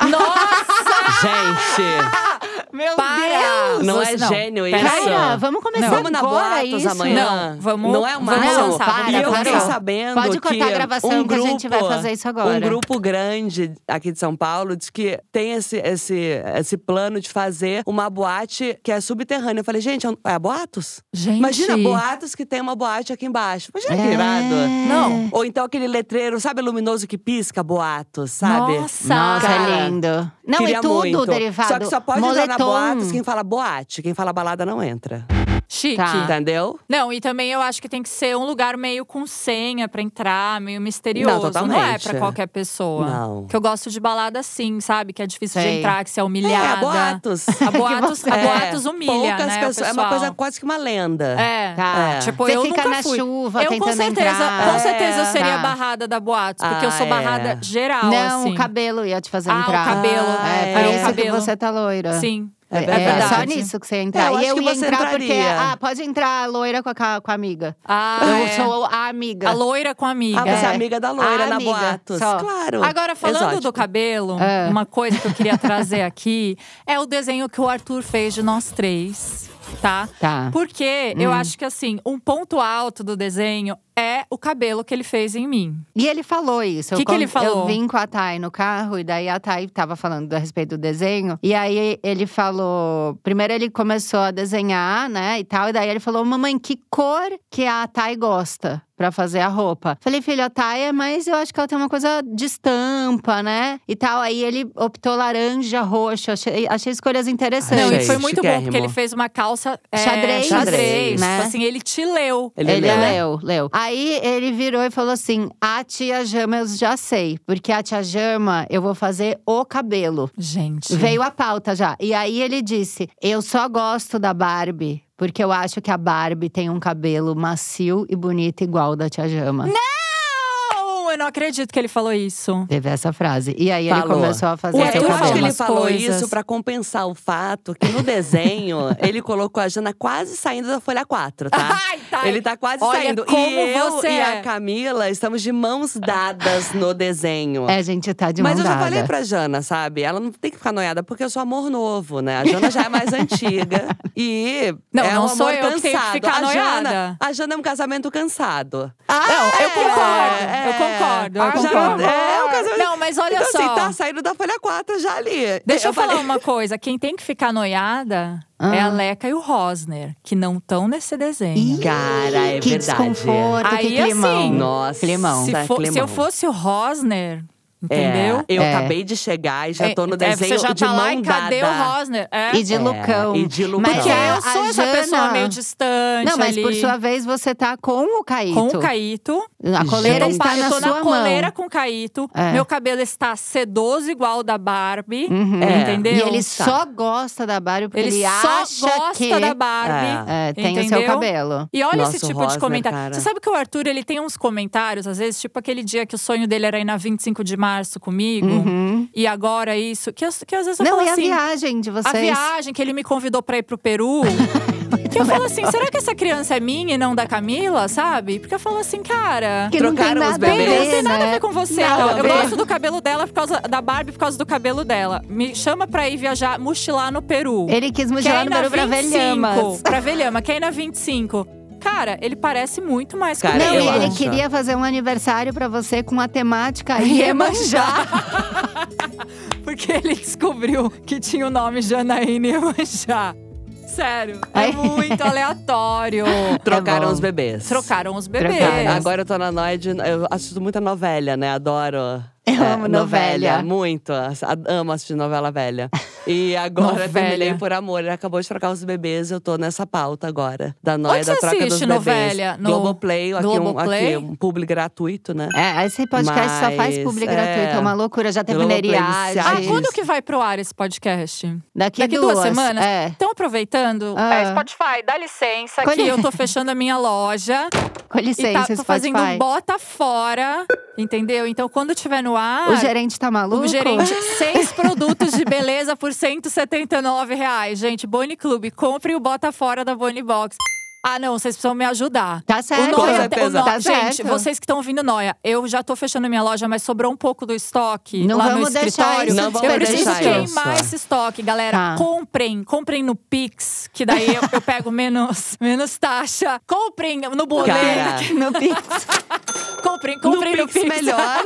C: [laughs] Nossa!
D: Gente!
A: Meu
C: para!
D: Não
C: Você-
D: é gênio isso?
C: pera aí.
A: Cara, vamos começar
D: Vamos na
A: agora
D: Boatos
A: isso.
D: amanhã?
C: Não, vamos-
D: Não é o
C: vamos
D: máximo.
A: lançar, vamos
D: e eu
A: lançar.
D: fiquei sabendo
A: tá Pode cortar a
D: que
A: gravação
D: um
A: que a
D: grupo,
A: gente vai fazer isso agora.
D: Um grupo grande aqui de São Paulo diz que tem esse, esse, esse plano de fazer uma boate que é subterrânea. Eu falei, gente, é um- é a Boatos?
C: Gente.
D: Imagina, boatos que tem uma boate aqui embaixo. Imagina que
A: É.
D: irado.
C: Não.
D: Ou então aquele letreiro, sabe, luminoso que pisca, boatos, sabe?
C: Nossa!
A: Nossa,
D: Cara,
A: é lindo. Não,
D: Queria
A: e tudo
D: muito.
A: derivado.
D: Só que só pode
A: Moletom.
D: entrar na boatos quem fala boate. Quem fala balada não entra.
C: Chique.
D: Ah.
A: Tá.
D: Entendeu?
C: Não, e também eu acho que tem que ser um lugar meio com senha pra entrar, meio misterioso.
D: Não,
C: é
D: totalmente.
C: pra qualquer pessoa.
D: Não.
C: Que eu gosto de balada assim, sabe? Que é difícil
A: Sei.
C: de entrar, que você é humilhada.
D: É, a
C: [laughs]
D: boatos. [laughs]
C: A boatos, a
D: É,
C: boatos humilha,
D: poucas
C: né, o
D: pessoas. É uma
C: pessoal.
D: coisa quase que uma lenda.
C: É.
A: Tá.
D: É.
C: Tipo,
A: Você
C: eu
A: fica
C: nunca
A: na
C: fui.
A: chuva
C: eu, com
A: tentando
C: certeza,
A: entrar.
C: Com certeza eu
D: É.
C: seria
A: Tá.
C: barrada da boatos, porque eu sou
D: Ah,
C: barrada
D: é.
C: geral,
A: Não,
C: assim.
A: o cabelo ia te fazer
C: Ah, o
A: entrar.
C: cabelo.
A: É,
D: É,
A: por
D: é o
A: isso
C: cabelo.
A: que você tá loira.
C: Sim.
A: É,
D: É verdade.
A: só nisso que você ia entrar.
D: É, Eu
A: e
D: acho
A: eu
D: que
A: ia
D: você
A: entrar porque…
D: entraria.
A: Ah, pode entrar loira com a, ca- com a amiga.
C: Ah,
A: eu
C: é.
A: sou a amiga.
C: A loira com a amiga.
D: Ah, você é
A: É.
D: amiga da loira
A: Ah,
D: na
A: amiga,
D: boatos.
A: só.
D: Claro.
C: Agora, falando do
D: Exótico.
C: cabelo,
A: É.
C: uma coisa que eu queria trazer aqui [laughs] é o desenho que o Arthur fez de nós três, tá?
A: Tá.
C: Porque
D: Hum.
C: eu acho que, assim, um ponto alto do desenho é o cabelo que ele fez em mim.
A: E ele falou isso. Eu
C: Que que ele
A: con- Eu
C: falou?
A: vim com a Thay no carro, e daí a Thay tava falando a respeito do desenho. E aí ele falou… Primeiro ele começou a desenhar, né, e tal. E daí ele falou, mamãe, que cor que a Thay gosta? Pra fazer a roupa. Falei, filho, a Thay é mais… Eu acho que ela tem uma coisa de estampa, né? E tal. Aí ele optou laranja, roxo. Achei, achei escolhas interessantes.
C: Não, e
D: Gente,
C: foi muito bom, porque
D: chiquérrimo.
C: ele fez uma calça é,
A: Xadrez,
C: xadrez.
A: né?
C: Tipo assim, ele te leu.
D: Ele
A: Ele
D: leu, né?
A: leu, leu. Aí ele virou e falou assim: A tia Jama eu já sei, porque a tia Jama eu vou fazer o cabelo.
C: Gente.
A: Veio a pauta já. E aí ele disse: Eu só gosto da Barbie, porque eu acho que a Barbie tem um cabelo macio e bonito igual o da tia Jama.
D: Né?
C: Não, eu não acredito que ele falou isso.
A: Teve essa frase. E aí ele
D: Falou.
A: começou a fazer
C: O
D: É,
A: seu
C: Arthur
D: eu
C: falou
D: acho que
A: cabelo.
D: ele
C: umas
D: falou
C: coisas.
D: isso pra compensar o fato que
C: [laughs]
D: no desenho ele colocou a Jana quase saindo da folha 4, tá?
C: Ai, tá.
D: Ele tá quase
C: Olha
D: saindo.
C: como
D: e eu
C: você
D: e
C: é.
D: a Camila estamos de mãos dadas no desenho.
A: É, gente, tá de
D: Mas eu
A: mão
D: já
A: dada.
D: falei pra Jana, sabe? Ela não tem que ficar noiada, porque eu sou amor novo, né? A Jana já é
C: [laughs]
D: mais antiga. E
C: Não,
D: é
C: não
D: um
C: sou
D: amor
C: eu que
D: cansado.
C: tenho que ficar
D: a Jana,
C: noiada.
D: a Jana é um casamento cansado. Ah,
C: não, eu concordo.
D: é.
C: Eu concordo. Eu
D: Ah, já-
C: concordo.
D: é, o casamento-
C: Não, mas olha
D: então,
C: só.
D: assim, tá saindo da folha 4 já ali.
C: Deixa eu, falar
D: falei-
C: uma coisa. Quem tem que ficar noiada
A: Ah.
C: é a Leca e o Rosner, que não estão nesse desenho.
D: Cara, é
A: que
D: verdade.
A: desconforto,
C: Aí,
A: que climão.
C: assim,
D: Nossa,
A: Climão.
C: se,
D: tá
C: for- se
D: climão.
C: eu fosse o Rosner, entendeu?
D: É, eu
A: É.
D: acabei de chegar e já tô no
C: É, é,
D: desenho
C: Você já
D: de
C: tá
D: mão
C: lá e cadê o
D: dada.
C: Rosner? É.
A: E de
D: É,
A: Lucão.
D: e de Lucão.
A: Mas é,
C: Porque
A: a-
C: eu sou
A: a
C: essa pessoa
A: Jana-
C: meio distante
A: Não, mas
C: ali.
A: por sua vez, você tá com o Caíto.
C: Com o Caíto.
A: A coleira
D: Então,
C: Então,
A: está
C: pá, eu
A: na
C: tô
A: sua
C: na coleira
A: mão.
C: com o Caíto.
A: É.
C: Meu cabelo está sedoso igual o da Barbie.
D: É.
A: Uhum.
C: Entendeu?
A: E ele
D: Tá.
A: só gosta da Barbie porque
C: Ele
A: ele,
C: só
A: acha
C: gosta
A: que
C: da Barbie.
A: É, tem o seu
C: entendeu?
A: cabelo.
C: E olha
D: Nossa,
C: esse
D: o
C: tipo de
D: Rosner,
C: comentário.
D: cara.
C: Você sabe que o Arthur, ele tem uns comentários, às vezes, tipo aquele dia que o sonho dele era ir na 25 de março comigo. E agora isso. Que, eu- que às vezes eu
A: Uhum. Não,
C: falo
A: e a
C: assim…
A: viagem é de vocês?
C: A viagem que ele me convidou pra ir
A: [laughs]
C: pro Peru. que eu falo assim, será que essa criança é minha e não da Camila, sabe? Porque eu falo assim, cara…
A: Que não tem
D: Trocaram os
A: nada a
D: bebês.
A: ver,
C: Não tem nada a
A: né?
C: ver com você.
A: Nada
C: cara.
A: a
C: Eu
A: ver.
C: gosto do cabelo dela por causa da Barbie por causa do cabelo dela. Me chama pra ir viajar, mochilar no Peru.
A: Ele quis
C: Quer
A: mudar
C: ir
A: o
C: na
A: número pra
C: 25,
A: Velhamas.
C: Pra Velhama, quer ir na 25. Cara, ele parece muito mais
D: Cara,
A: Não,
C: comigo.
A: e
D: eu
A: ele
D: acho.
A: queria fazer um aniversário pra você com a temática
C: é [laughs]
A: Iemanjá.
C: Porque ele descobriu que tinha o nome Janaína Iemanjá. Sério.
A: Ai.
C: É
A: [laughs]
C: muito aleatório. É
D: Trocaram
A: bom.
D: os bebês.
C: Trocaram os bebês.
A: Trocaram.
D: É, Agora eu tô na Noid, eu assisto muita novela, né? Adoro. É,
A: Eu amo novela.
D: Muito. As- a- Amo assistir novela velha.
C: [laughs]
D: E agora
C: Novela.
D: terminei por amor. Ele acabou de trocar os bebês, eu tô nessa pauta agora. Da Noia,
C: Onde
D: da
C: você
D: troca dos
C: assiste
D: bebês.
C: novela? No-
D: Globoplay, aqui,
C: Globoplay?
D: Um, aqui um publi
C: [laughs]
D: gratuito, né?
A: É, esse podcast só faz
D: Mas,
A: publi
D: é.
A: gratuito, é uma loucura. Já teve
D: Pelo
A: Neriade.
D: Globoplay,
C: Ah,
D: Isso.
C: quando que vai pro ar esse podcast?
A: Daqui,
C: Daqui duas, semanas?
A: É.
C: Estão aproveitando?
A: Ah.
C: É, Spotify, dá licença
A: Colhe-
C: que eu tô fechando a minha loja.
A: Com
C: e tá,
A: licença,
C: tô fazendo um
A: é Spotify.
C: bota fora, entendeu? Então quando tiver no ar…
D: Ah,
A: O gerente tá maluco?
C: O gerente,
A: [laughs]
C: seis produtos de beleza por R$ 179 reais. Gente, Boni Clube, compre o Bota Fora da Boni Box. Ah, não, vocês precisam me ajudar.
A: Tá certo.
D: Com
C: Noia,
D: certeza.
C: o Noia-
A: Tá
C: gente,
A: certo.
C: vocês que estão ouvindo Noia, eu já tô fechando minha loja, mas sobrou um pouco do estoque
A: Não
C: lá no
A: vamos deixar
C: escritório.
A: isso
D: Não vamos
C: eu preciso
D: deixar isso.
C: queimar esse estoque, galera.
A: Tá.
C: Comprem, comprem no Pix, que daí eu, eu pego menos, [laughs] menos taxa. Comprem no boleto,
D: Cara.
A: [laughs] No Pix.
C: comprem, comprem no,
D: no
C: [laughs]
D: Pix melhor.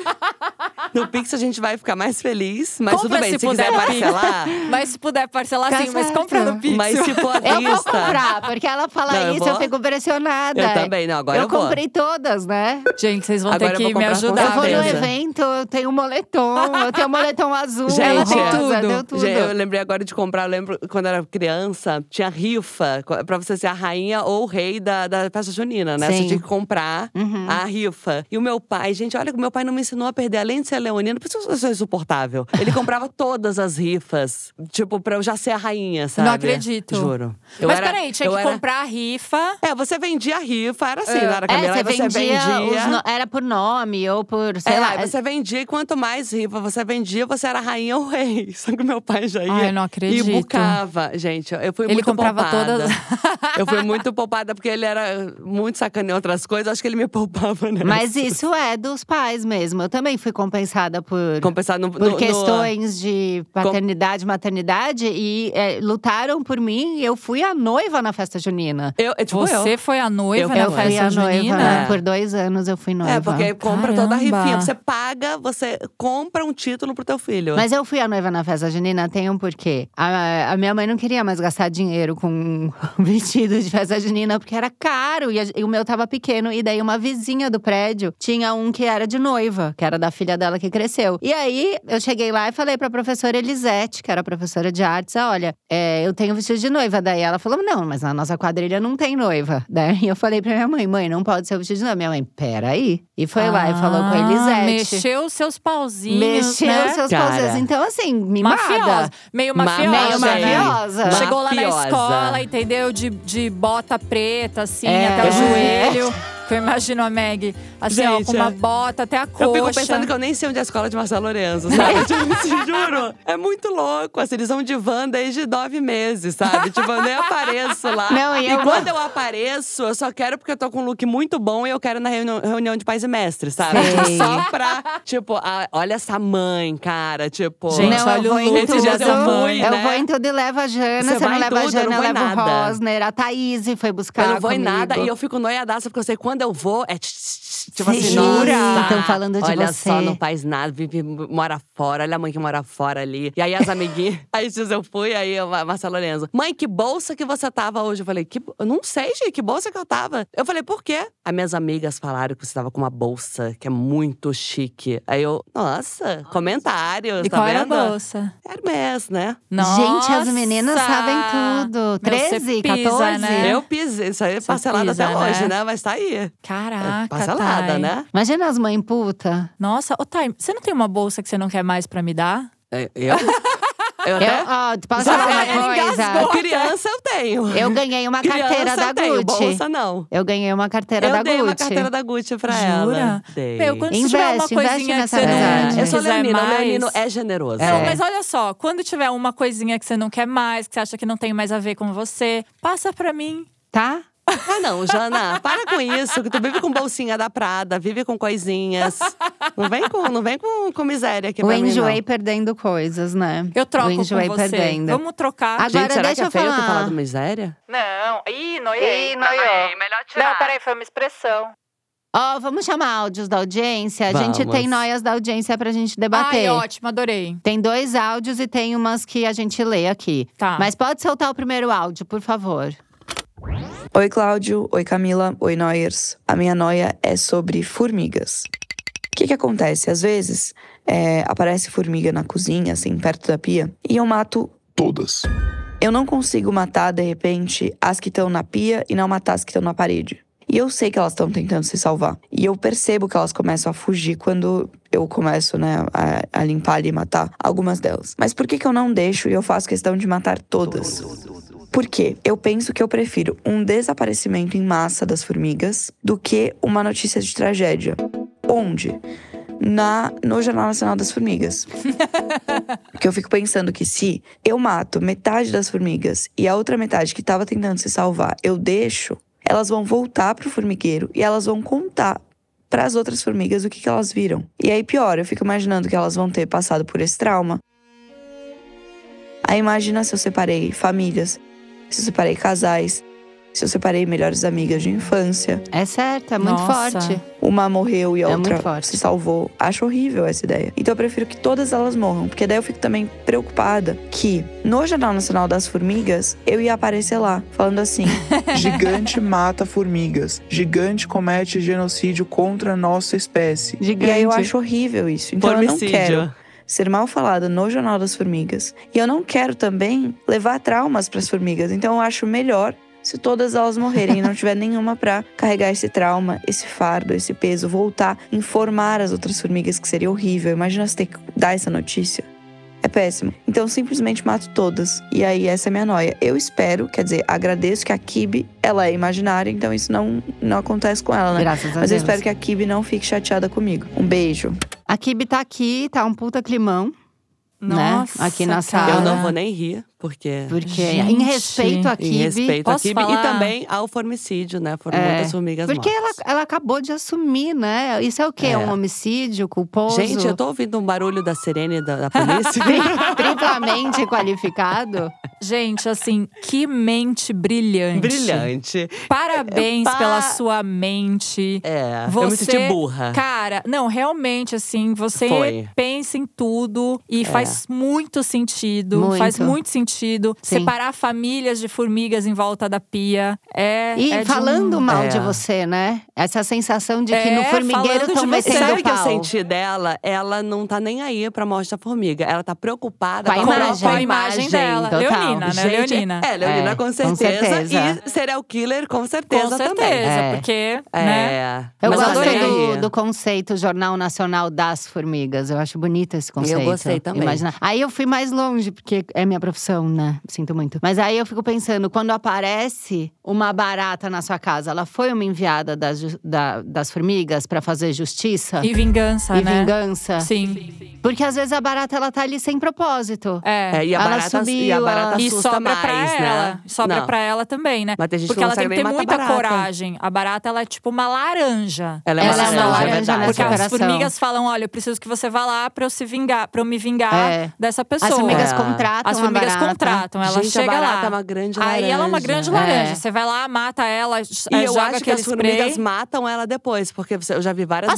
D: No Pix a gente vai ficar mais feliz. Mas
C: Compra
D: tudo bem,
C: se
D: se, quiser
C: puder, Pix.
D: parcelar…
C: [laughs] Mas se puder parcelar,
A: Tá
C: sim, mas
A: certo.
C: compra no Pix.
D: Mas se for
A: Eu vou
D: lista-
A: comprar, porque ela fala
D: Não, eu
A: isso, eu,
D: vou.
A: fico pressionada.
D: Eu também, não, agora eu vou.
A: comprei todas, né?
C: [laughs] Gente, vocês vão
D: Agora
C: ter
D: eu
C: que
D: vou
C: me
D: comprar
C: ajudar.
D: com
A: eu vou no
D: certeza.
A: evento, eu tenho um moletom, eu tenho um moletom
D: [laughs]
A: azul,
D: Gente,
A: ela tem
D: Rosa,
A: tudo.
C: deu
A: Deu tudo.
D: Gente, eu lembrei agora de comprar, eu lembro quando eu era criança, tinha rifa co- pra você ser a rainha ou o rei da, da festa junina, né?
A: Sim. Uhum.
D: Você tinha que comprar a rifa. E o meu pai, gente, olha que o meu pai não me ensinou a perder, além de ser leonino, por isso eu sou insuportável. Ele comprava [laughs] todas as rifas, tipo, pra eu já ser a rainha, sabe?
C: Não acredito.
D: Juro. Eu
C: Mas
D: era-
C: peraí, tinha
D: eu
C: que
D: era-
C: comprar a rifa.
D: É, você vendia a rifa, era assim, na hora
A: É,
D: Camila,
A: você
D: Aí
A: vendia, os no- era por nome ou por, sei
D: é,
A: lá.
D: aí você vendia e quanto mais rifa você vendia, você era rainha ou rei. [laughs] Só que meu pai já ia.
C: Ai, eu não acredito.
D: E bucava. Gente, eu fui
C: Ele
D: muito
C: comprava
D: poupada.
C: todas.
D: [laughs] eu fui muito poupada, porque ele era muito sacana em outras coisas. Acho que ele me poupava, né? [laughs]
A: Mas isso é dos pais mesmo. Eu também fui compensada por,
D: Compensar no, no-
A: por
D: no-
A: questões de paternidade, maternidade. E é, lutaram por mim e eu fui a noiva na festa junina.
D: Eu, é, tipo
C: Você
D: eu.
C: foi a noiva
D: Eu
C: na
A: eu
D: fui
A: fui
C: festa
A: a noiva,
C: junina?
A: né?
D: É.
A: Por dois anos eu fui noiva.
D: É, porque compra toda a
C: Caramba.
D: rifinha. Você paga, você compra um título pro teu filho.
A: Mas eu fui a noiva na festa junina, tem um porquê. A, a minha mãe não queria mais gastar dinheiro com [laughs] um vestido de festa junina, porque era caro e, a- e o meu tava pequeno. E daí, uma vizinha do prédio tinha um que era de noiva, que era da filha dela que cresceu. E aí, eu cheguei lá e falei pra professora Elisete, que era professora de artes, "Ah, olha, é, eu tenho vestido de noiva. Daí ela falou: não, mas na nossa quadrilha não tem noiva. Daí eu falei pra minha mãe: mãe, não pode ser o vestido de noiva. Minha mãe, peraí. E foi lá e falou com a
C: Ah,
A: Elisete.
C: Mexeu os seus pauzinhos,
A: Mexeu
C: né?
A: seus
D: Cara.
A: pauzinhos. Então, assim, mimada.
C: Mafiosa. Meio mafiosa.
A: Meio
C: né?
A: mafiosa.
C: Chegou lá na
D: Mafiosa.
C: escola, entendeu? De, de bota preta, assim,
A: É.
C: até
A: É. [laughs]
C: o joelho. Que eu imagino a Meg, assim, ó,
D: Gente,
C: com uma
D: é.
C: bota até a coxa.
D: Eu fico pensando que eu nem sei onde é a escola de Marcelo Lourenço,
A: [laughs]
D: sabe? tipo, assim, juro. É muito louco. Assim, eles vão de van desde nove meses, sabe? Tipo, eu nem apareço lá.
A: Não, e eu-
D: quando eu apareço, eu só quero porque eu tô com um look muito bom e eu quero ir na reunião, reunião de pais e mestres, sabe?
A: Sei.
D: Tipo, só pra, tipo, ah, olha essa mãe, cara. Tipo,
C: Gente,
A: não,
C: olha
A: eu
C: o
A: vou em
C: look.
A: tudo.
D: Esses dias eu fui,
A: eu
D: né?
A: vou em tudo e levo a Jana. Você,
D: Você
A: não
D: vai em
A: leva a
D: tudo, eu
A: Jana,
D: não
A: eu
D: vou em
A: levo o
D: nada.
A: Rosner. A Thaís foi buscar
C: Tá
D: eu não vou em
A: comigo.
D: nada e eu fico noiadaça porque eu sei quando eu vou é. tch, tch, tch, Tipo
A: Você
D: assim,
A: jura?
D: nossa,
C: Então,
A: Tão falando de
D: olha só,
A: você.
D: não faz nada, vive, mora fora, olha a mãe que mora fora ali. E aí as amiguinhas. [laughs] aí esses dias eu fui, aí a Marcela Lorenzo. Mãe, que bolsa que você tava hoje? Eu falei, que, bo- eu não sei, gente, que bolsa que eu tava. Eu falei, por quê? As minhas amigas falaram que você tava com uma bolsa que é muito chique. Aí eu, nossa, comentários,
C: E
D: tá
C: qual era a
D: vendo?
C: bolsa?
D: Hermes, né?
A: Gente, as meninas
C: Nossa!
A: sabem tudo.
C: Meu,
A: 13,
C: você pisa,
A: 14?
C: né?
D: Eu pisei, isso aí é
C: Você
D: parcelado
C: pisa,
D: até hoje,
C: né?
D: né? Mas tá aí.
C: Caraca,
D: parcelada,
C: Thay.
D: né?
A: Imagina as mães puta.
C: Nossa, ô Thay, você não tem uma bolsa que você não quer mais pra me dar?
D: É, Eu?
A: Eu,
D: Eu até.
A: ó, posso
D: Já
A: falar
D: era,
A: uma
D: engasgou.
A: coisa?
D: Criança eu tenho.
A: Eu ganhei uma
D: Criança
A: carteira da
D: eu tenho,
A: Gucci.
D: Bolsa não.
A: Eu ganhei uma carteira
D: eu
A: da
D: dei
A: Gucci.
D: uma carteira da Gucci pra
C: Jura?
D: ela. Dei.
C: Meu, quando você tiver uma
A: Investe, investe
C: coisinha que
A: nessa
C: você não,
A: amizade.
C: não
D: Eu sou
C: quiser
D: leonino,
C: mais…
D: leonino é generoso.
A: É.
C: Não, mas olha só, quando tiver uma coisinha que você não quer mais, que você acha que não tem mais a ver com você, passa pra mim.
A: Tá?
D: Ah não, Jana, para com isso. Que tu vive com bolsinha da Prada, vive com coisinhas. Não vem com, não vem com, com miséria aqui
A: Eu
D: pra mim, não.
A: enjoei perdendo coisas, né?
C: Eu troco
A: Eu enjoei
C: com você.
A: perdendo.
C: Vamos trocar.
A: Agora
D: Gente, será
A: deixa
D: que é
A: eu
D: feio eu ter
A: falar.
D: falado miséria?
G: Não. Ih,
A: Tá,
G: noiei.
B: Ih, noiou.
G: Não, peraí, foi uma expressão.
A: Ó, vamos chamar áudios da audiência? A gente
D: Vamos.
A: tem noias da audiência pra gente debater.
C: Ai, ótimo, adorei.
A: Tem dois áudios e tem umas que a gente lê aqui.
C: Tá.
A: Mas pode soltar o primeiro áudio, por favor.
G: Oi, Cláudio. Oi, Camila. Oi, Noyers. A minha noia é sobre formigas. O que, que acontece? Às vezes, é, aparece formiga na cozinha, assim, perto da pia, e eu mato.
F: Todas.
G: Eu não consigo matar, de repente, as que estão na pia e não matar as que estão na parede. E eu sei que elas estão tentando se salvar. E eu percebo que elas começam a fugir quando eu começo, né, a, a limpar ali e matar algumas delas. Mas por que, que eu não deixo e eu faço questão de matar todas? Por quê? Eu penso que eu prefiro um desaparecimento em massa das formigas do que uma notícia de tragédia. Onde? Na, no Jornal Nacional das Formigas. Porque eu fico pensando que se eu mato metade das formigas e a outra metade que estava tentando se salvar, eu deixo, elas vão voltar pro formigueiro e elas vão contar para as outras formigas o que, que elas viram. E aí pior, eu fico imaginando que elas vão ter passado por esse trauma. Aí imagina se eu separei famílias, se eu separei casais, se eu separei melhores amigas de infância.
A: É certo, é muito
C: Nossa.
A: forte.
G: Uma morreu e a
A: É muito
G: outra
A: forte.
G: se salvou. Acho horrível essa ideia. Então eu prefiro que todas elas morram, porque daí eu fico também preocupada que no Jornal Nacional das Formigas eu ia aparecer lá,
A: [laughs]
G: falando assim:
H: Gigante mata formigas. Gigante comete genocídio contra a nossa espécie.
A: Gigante.
G: e aí eu acho horrível isso. Então eu não quero
D: Formicídio.
G: ser mal falada no Jornal das Formigas. E eu não quero também levar traumas pras formigas. Então eu acho melhor. Se todas elas morrerem e não tiver [laughs] nenhuma pra carregar esse trauma, esse fardo, esse peso, voltar, informar as outras formigas que seria horrível. Imagina você ter que dar essa notícia. É péssimo. Então eu simplesmente mato todas. E aí essa é a minha noia. Eu espero, quer dizer, agradeço que a Kibe, ela é imaginária, então isso não, não acontece com ela, né?
A: Graças a Deus.
G: Mas eu espero que a Kibe não fique chateada comigo. Um beijo.
A: A Kibi tá aqui, tá um puta climão.
C: Nossa,
A: Né? Aqui na sala.
D: Eu
C: cara.
D: não vou nem rir, porque.
A: Porque
C: Gente.
A: em respeito à
D: Em
A: Kibi…
D: respeito à
C: Posso
D: Kibe e
C: falar?
D: também ao formicídio, né? Foram
A: É.
D: muitas formigas
A: Porque ela,
D: mortas.
A: ela acabou de assumir, né? Isso é o quê?
D: É.
A: Um homicídio
C: é
A: culposo?
D: Gente, eu tô ouvindo um barulho da sirene da, da polícia.
C: [laughs]
A: [laughs] Triplamente qualificado?
C: Gente, assim, que mente brilhante.
D: [laughs] Brilhante.
C: Parabéns
D: Epa.
C: pela sua mente.
D: É, eu me
C: Você-
D: senti burra.
C: Cara, não, realmente, assim, você
D: Foi.
C: pensa em tudo e faz muito sentido.
A: Muito.
C: Faz muito sentido.
A: Sim.
C: Separar famílias de formigas em volta da pia é.
A: E
C: é de um-
A: falando mal
D: É.
A: de você, né? Essa sensação de que
C: É,
A: no formigueiro
C: falando de
A: estão
C: você.
A: metendo
D: Sabe o que eu
A: pau.
D: senti dela? Ela não tá nem aí pra morte da formiga. Ela tá
A: Com
D: preocupada
A: a
D: com a
A: imagem.
C: com
D: própria
C: a imagem dela.
A: total.
C: Leonina, né?
D: Gente,
C: Leonina.
D: É, Leonina
A: É,
D: com,
A: com
D: certeza.
A: certeza.
D: E serial killer com certeza
C: Com certeza,
D: também.
A: É.
C: porque.
D: É.
C: Né?
A: Eu
D: Mas
A: gosto
D: adorei.
A: do, do conceito Jornal Nacional das Formigas. Eu acho bonito esse conceito.
D: gostei também.
A: Imagina. Aí eu fui mais longe, porque é minha profissão, né? Sinto muito. Mas aí eu fico pensando, quando aparece uma barata na sua casa, ela foi uma enviada das, ju- da- das formigas pra fazer justiça
C: E vingança,
A: e
C: né?
A: vingança?
C: Sim.
A: Porque às vezes a barata, ela tá ali sem propósito.
C: É.
D: É, e a
A: Ela
D: barata, e a
A: subiu,
D: barata
A: ela-
C: E
D: assusta
C: sobra
D: mais,
C: pra
D: né?
C: ela. Sobra
D: Não.
C: pra ela também, né?
D: Mas tem gente que
C: Porque
D: não
C: ela tem que ter
D: consegue nem matar
C: muita
D: barata.
C: coragem. A barata, ela é tipo uma laranja.
D: Ela é
A: Ela
D: uma
A: é
D: laranja,
A: uma
D: é
A: laranja
D: verdade.
A: nessa
C: Porque as
A: coração.
C: formigas falam: olha, eu preciso que você vá lá pra eu se vingar, pra eu me vingar
A: É.
C: dessa pessoa.
A: As formigas
D: É.
A: contratam
C: As formigas
A: a barata.
C: contratam, Então ela
D: Gente, a
C: chega
D: barata
C: lá.
D: é uma grande
C: Aí ela é uma grande
D: laranja.
C: laranja.
A: É.
C: Você vai lá, mata ela,
D: E eu
C: joga
D: acho que
C: aquele
D: as formigas
C: spray.
D: matam ela depois, porque você- eu já vi várias
C: As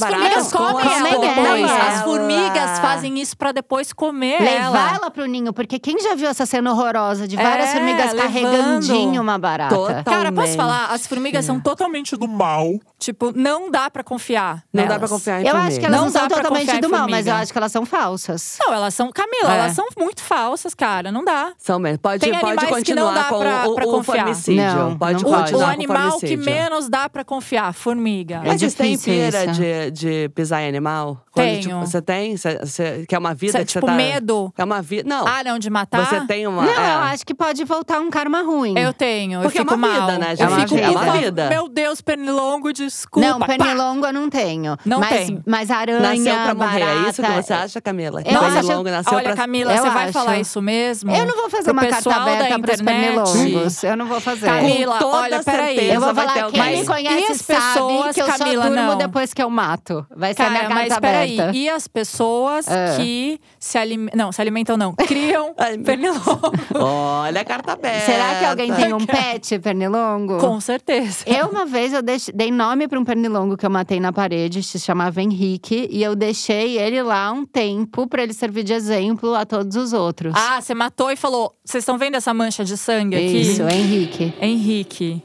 C: formigas
D: baratas com
C: comem
D: as
C: ela
A: comem
C: depois.
A: ela.
C: As formigas fazem isso pra depois comer
A: Levar
C: É ela.
A: ela pro ninho, porque quem já viu essa cena horrorosa de várias
C: É,
A: formigas
C: levando.
A: carregandinho uma barata?
D: Total.
C: Cara, posso
D: Totalmente.
C: falar? As formigas são totalmente do mal. Tipo, não dá pra confiar.
D: Não dá
C: nelas.
D: pra confiar em
A: Eu
D: formiga.
A: acho que elas
C: Não
A: não,
C: dá
A: são
C: pra
A: totalmente
C: confiar
A: do
C: em
A: mal, mas eu
C: formiga.
A: acho que elas são falsas.
C: Não, elas são. Camila,
D: É.
C: elas são muito falsas, cara. Não dá.
D: São mesmo. Pode,
C: Tem
D: pode
C: animais que não
D: continuar
C: dá
D: com
C: pra-
D: o,
C: pra
D: o
C: confiar.
D: formicídio.
A: Não,
D: pode
A: não
C: O,
A: pode.
D: continuar
C: o
D: com
C: animal que
D: formicídio.
C: menos dá pra confiar, formiga.
A: É
D: Mas vocês têm
A: difícil
D: pira
A: isso.
D: de, de pisar em animal? Quando,
C: Tenho.
D: tipo, você tem? Você, você- que é uma vida
C: Cê-
D: que
C: tipo,
D: você tá…
C: medo.
D: É uma vida… Não.
C: Ah, não, de matar?
D: Você tem uma…
A: Não,
D: é.
A: eu acho que pode voltar um karma ruim.
C: Eu tenho,
D: Porque é
C: eu fico
D: uma vida,
C: mal.
D: né, gente?
A: É
C: Eu
A: uma
C: fico
A: vida.
C: por
A: É uma
C: favor,
D: vida.
C: Meu Deus, pernilongo, desculpa.
A: não,
C: pá.
A: pernilongo eu não tenho.
C: Não
A: mas,
C: tenho.
A: Mas aranha,
D: Nasceu pra morrer,
A: barata…
D: é isso que você acha, Camila?
A: Eu
D: Pernilongo
A: acho-
D: nasceu
C: Olha,
D: pra…
C: Camila,
A: Eu
C: você vai
A: acho.
C: falar isso mesmo?
A: é, Eu não vou fazer
C: Pro
A: uma carta
C: pessoal da
A: aberta pros
C: internet?
A: pernilongos. Eu não vou fazer.
C: Camila,
D: Com toda
C: olha, peraí.
D: certeza
A: eu vou
D: vai
A: falar,
D: ter
A: quem
D: alguém.
A: me
C: Mas e
A: conhece
C: as
A: sabe
C: pessoas,
A: que eu
C: Camila,
A: só durmo
C: não.
A: depois que eu mato. Vai ser é a minha
C: Cara,
A: carta
C: mas
A: aberta. certa.
C: E as pessoas
A: É.
C: que se alimentam. Não, se alimentam não.
D: [laughs]
C: Criam
D: Ai,
A: [laughs]
D: meu-
C: pernilongo.
D: Olha a carta aberta.
A: Será que alguém tem um pet pernilongo?
C: é, tá. Com certeza.
A: Eu, uma vez, eu deixe- dei nome para um pernilongo que eu matei na parede, se chamava Henrique, e eu deixei ele lá um tempo para ele servir de exemplo a todos os outros.
C: Ah, você matou e falou: vocês estão vendo essa mancha de sangue aqui?
A: Isso, Henrique.
C: Henrique.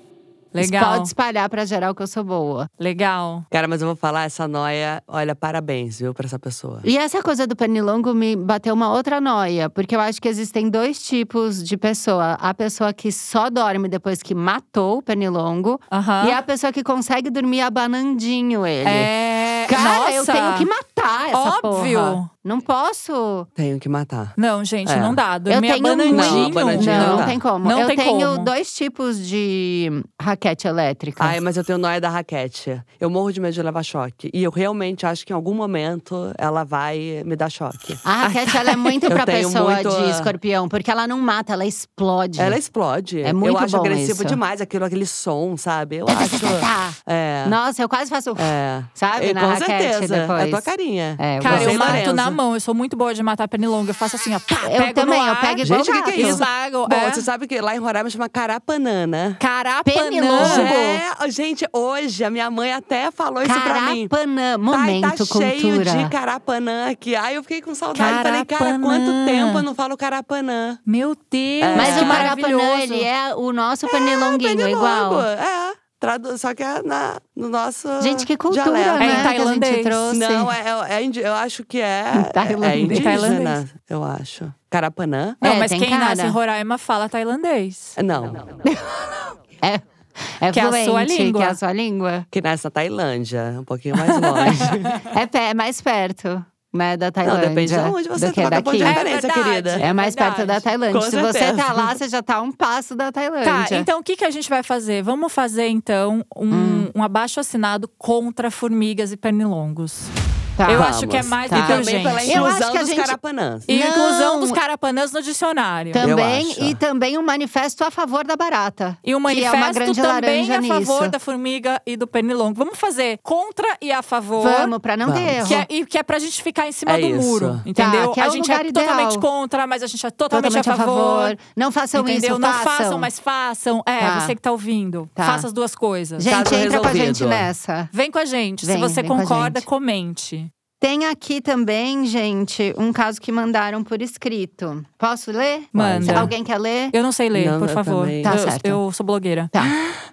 A: Isso
C: Legal.
A: Pode espalhar para geral que eu sou boa.
C: Legal.
D: Cara, mas eu vou falar, essa noia, olha, parabéns, viu, pra essa pessoa.
A: E essa coisa do pernilongo me bateu uma outra noia, porque eu acho que existem dois tipos de pessoa: a pessoa que só dorme depois que matou o pernilongo
C: Aham.
A: e a pessoa que consegue dormir abanandinho ele.
C: Ah. É.
A: Cara,
C: Nossa.
A: eu tenho que matar essa
C: Óbvio.
A: porra. Não posso.
D: Tenho que matar.
C: Não, gente,
D: É.
C: não dá. Dormir
A: eu tenho um
C: abanandinho.
D: Não, abanandinho
A: Não,
D: não
A: não
D: dá.
A: tem como.
C: Não
A: eu
C: tem
A: tenho
C: como.
A: dois tipos de raquete elétrica.
D: Ai, mas eu tenho noia da raquete. Eu morro de medo de levar choque. E eu realmente acho que em algum momento ela vai me dar choque.
A: a raquete,
D: [laughs]
A: ela é muito
D: Eu
A: pra
D: tenho
A: pessoa
D: muito
A: de
D: a-
A: escorpião, porque ela não mata, ela explode.
D: Ela explode.
A: É muito
D: Eu acho
A: bom
D: agressivo
A: isso.
D: demais aquilo, aquele som, sabe? Eu acho. É.
A: Nossa, eu quase faço.
D: É.
A: tá Sabe,
D: E
A: na
D: com
A: raquete
D: certeza.
A: depois.
D: É tua carinha.
A: É, eu
C: Cara,
A: gosto.
C: eu
D: Sem
C: mato
D: Lorenzo.
C: na mão. Eu sou muito boa de matar pernilongo. Eu faço assim, ó. Pá,
A: Tá, Eu
C: pego
A: também,
C: no
A: eu
C: ar,
A: pego igual
D: Gente, o que, que é
A: gato.
D: isso?
C: Esmago,
D: Bom,
A: Né?
C: é.
D: você sabe que lá em Roraima chama carapanana.
A: Pernilongo.
C: Carapanã.
D: É, gente, hoje a minha mãe até falou isso pra mim.
A: Carapanã,
D: Ai,
A: momento
D: tá cheio
A: cultura.
D: de carapanã aqui. Ai, eu fiquei com saudade. Falei, cara,
C: Carapanã.
D: quanto tempo eu não falo carapanã?
C: Meu Deus,
A: Mas
C: que
A: o Marapanã,
C: maravilhoso.
A: ele é o nosso pernilonguinho,
D: Pernilongo,
A: igual.
D: É, tradu- só que é na, no nosso
A: Gente, que cultura,
D: dialeto.
A: né?
C: É em
A: Que a
C: tailandês.
A: gente trouxe.
D: Não, é, é- é indi- eu acho que é,
A: [laughs]
D: é
A: Tailandês.
D: indígena,
C: Tailandês.
D: eu acho. Carapanã?
C: Não,
A: É,
C: mas
A: tem
C: quem
A: cara.
C: nasce em Roraima fala tailandês.
D: Não,
A: É, é
C: Que é a
A: fluente,
C: sua língua.
A: que é a sua língua.
D: que nasce na Tailândia, um pouquinho mais
A: [laughs]
D: longe.
A: É, pé, é mais perto, né, da
D: Não,
A: Tailândia.
D: depende de onde
A: do
D: você
A: que
D: tá, tá
A: daqui.
D: de
C: É
D: referência,
C: verdade.
D: querida.
A: É mais
C: Verdade.
A: perto da Tailândia.
D: Com
A: Se você
D: certeza.
A: tá lá, você já tá a um passo da
C: Tá,
A: Tailândia.
C: então o que, que a gente vai fazer? Vamos fazer, então, um,
A: Hum.
C: um abaixo assinado contra formigas e pernilongos.
A: Tá.
C: Eu
D: Vamos.
C: acho que é mais
A: Tá.
C: do que
A: Então,
D: Também
C: urgente.
D: pela
A: Eu acho
D: inclusão
A: que a
D: dos
A: gente-
D: carapanãs.
C: E Inclusão
A: Não.
C: dos carapanãs no dicionário.
D: Eu acho.
A: Também, e também um manifesto a favor da barata.
C: E o manifesto
A: que é uma grande
C: também
A: laranja
C: a favor
A: nisso.
C: da formiga e do pernilongo. Vamos fazer contra e a favor.
A: Vamos, pra não ter erro.
C: Que é, e que é pra gente ficar em cima
D: É
C: do
D: isso.
C: muro, entendeu?
A: que é
C: a
A: o
C: gente
A: lugar
C: é
A: ideal.
C: totalmente contra, mas a gente é totalmente,
A: Totalmente
C: a favor.
A: Não façam
C: entendeu?
A: isso,
C: Então, Não
A: façam.
C: façam, mas façam. É,
A: Tá.
C: você que tá ouvindo.
A: Tá.
C: Faça as duas coisas.
A: Gente, entra
D: Caso
A: com a gente
D: resolvido.
A: nessa.
C: Vem com a gente. Se
A: Vem,
C: você
A: vem com a
C: concorda,
A: gente.
C: comente.
A: Tem aqui também, gente, um caso que mandaram por escrito. Posso ler?
C: Manda.
A: Alguém quer ler?
C: Eu não sei ler,
D: Não,
C: por
D: eu
C: favor.
D: também.
A: Tá
C: eu,
A: certo.
C: eu sou blogueira.
A: Tá.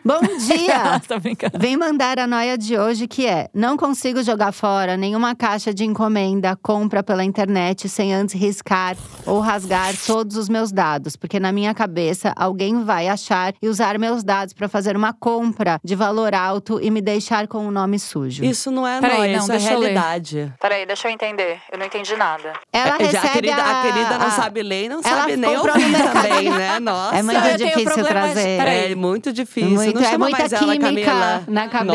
A: Bom
C: [laughs]
A: dia!
C: tá brincando.
A: Vem mandar a noia de hoje que é: não consigo jogar fora nenhuma caixa de encomenda, compra pela internet sem antes riscar ou rasgar todos os meus dados, porque na minha cabeça alguém vai achar e usar meus dados para fazer uma compra de valor alto e me deixar com o nome sujo.
D: Isso não é
C: Peraí,
D: nóia,
C: não,
D: isso é
C: deixa eu ler.
D: realidade.
B: Peraí, deixa eu entender. Eu não entendi nada.
A: Ela
D: É, já
A: recebe
D: a, querida, a querida não
A: a-
D: sabe ler e não
A: ela
D: sabe nem
A: comprou
D: ouvir
A: no mercado.
D: também, né?
A: [laughs]
D: Nossa.
A: É muito
C: Eu tenho
A: difícil
C: problemas-
A: trazer.
C: Peraí.
D: É muito difícil.
A: Muito-
D: não
A: é
D: chama
A: muita
D: mais ela,
A: química
D: Camila.
A: na cabeça.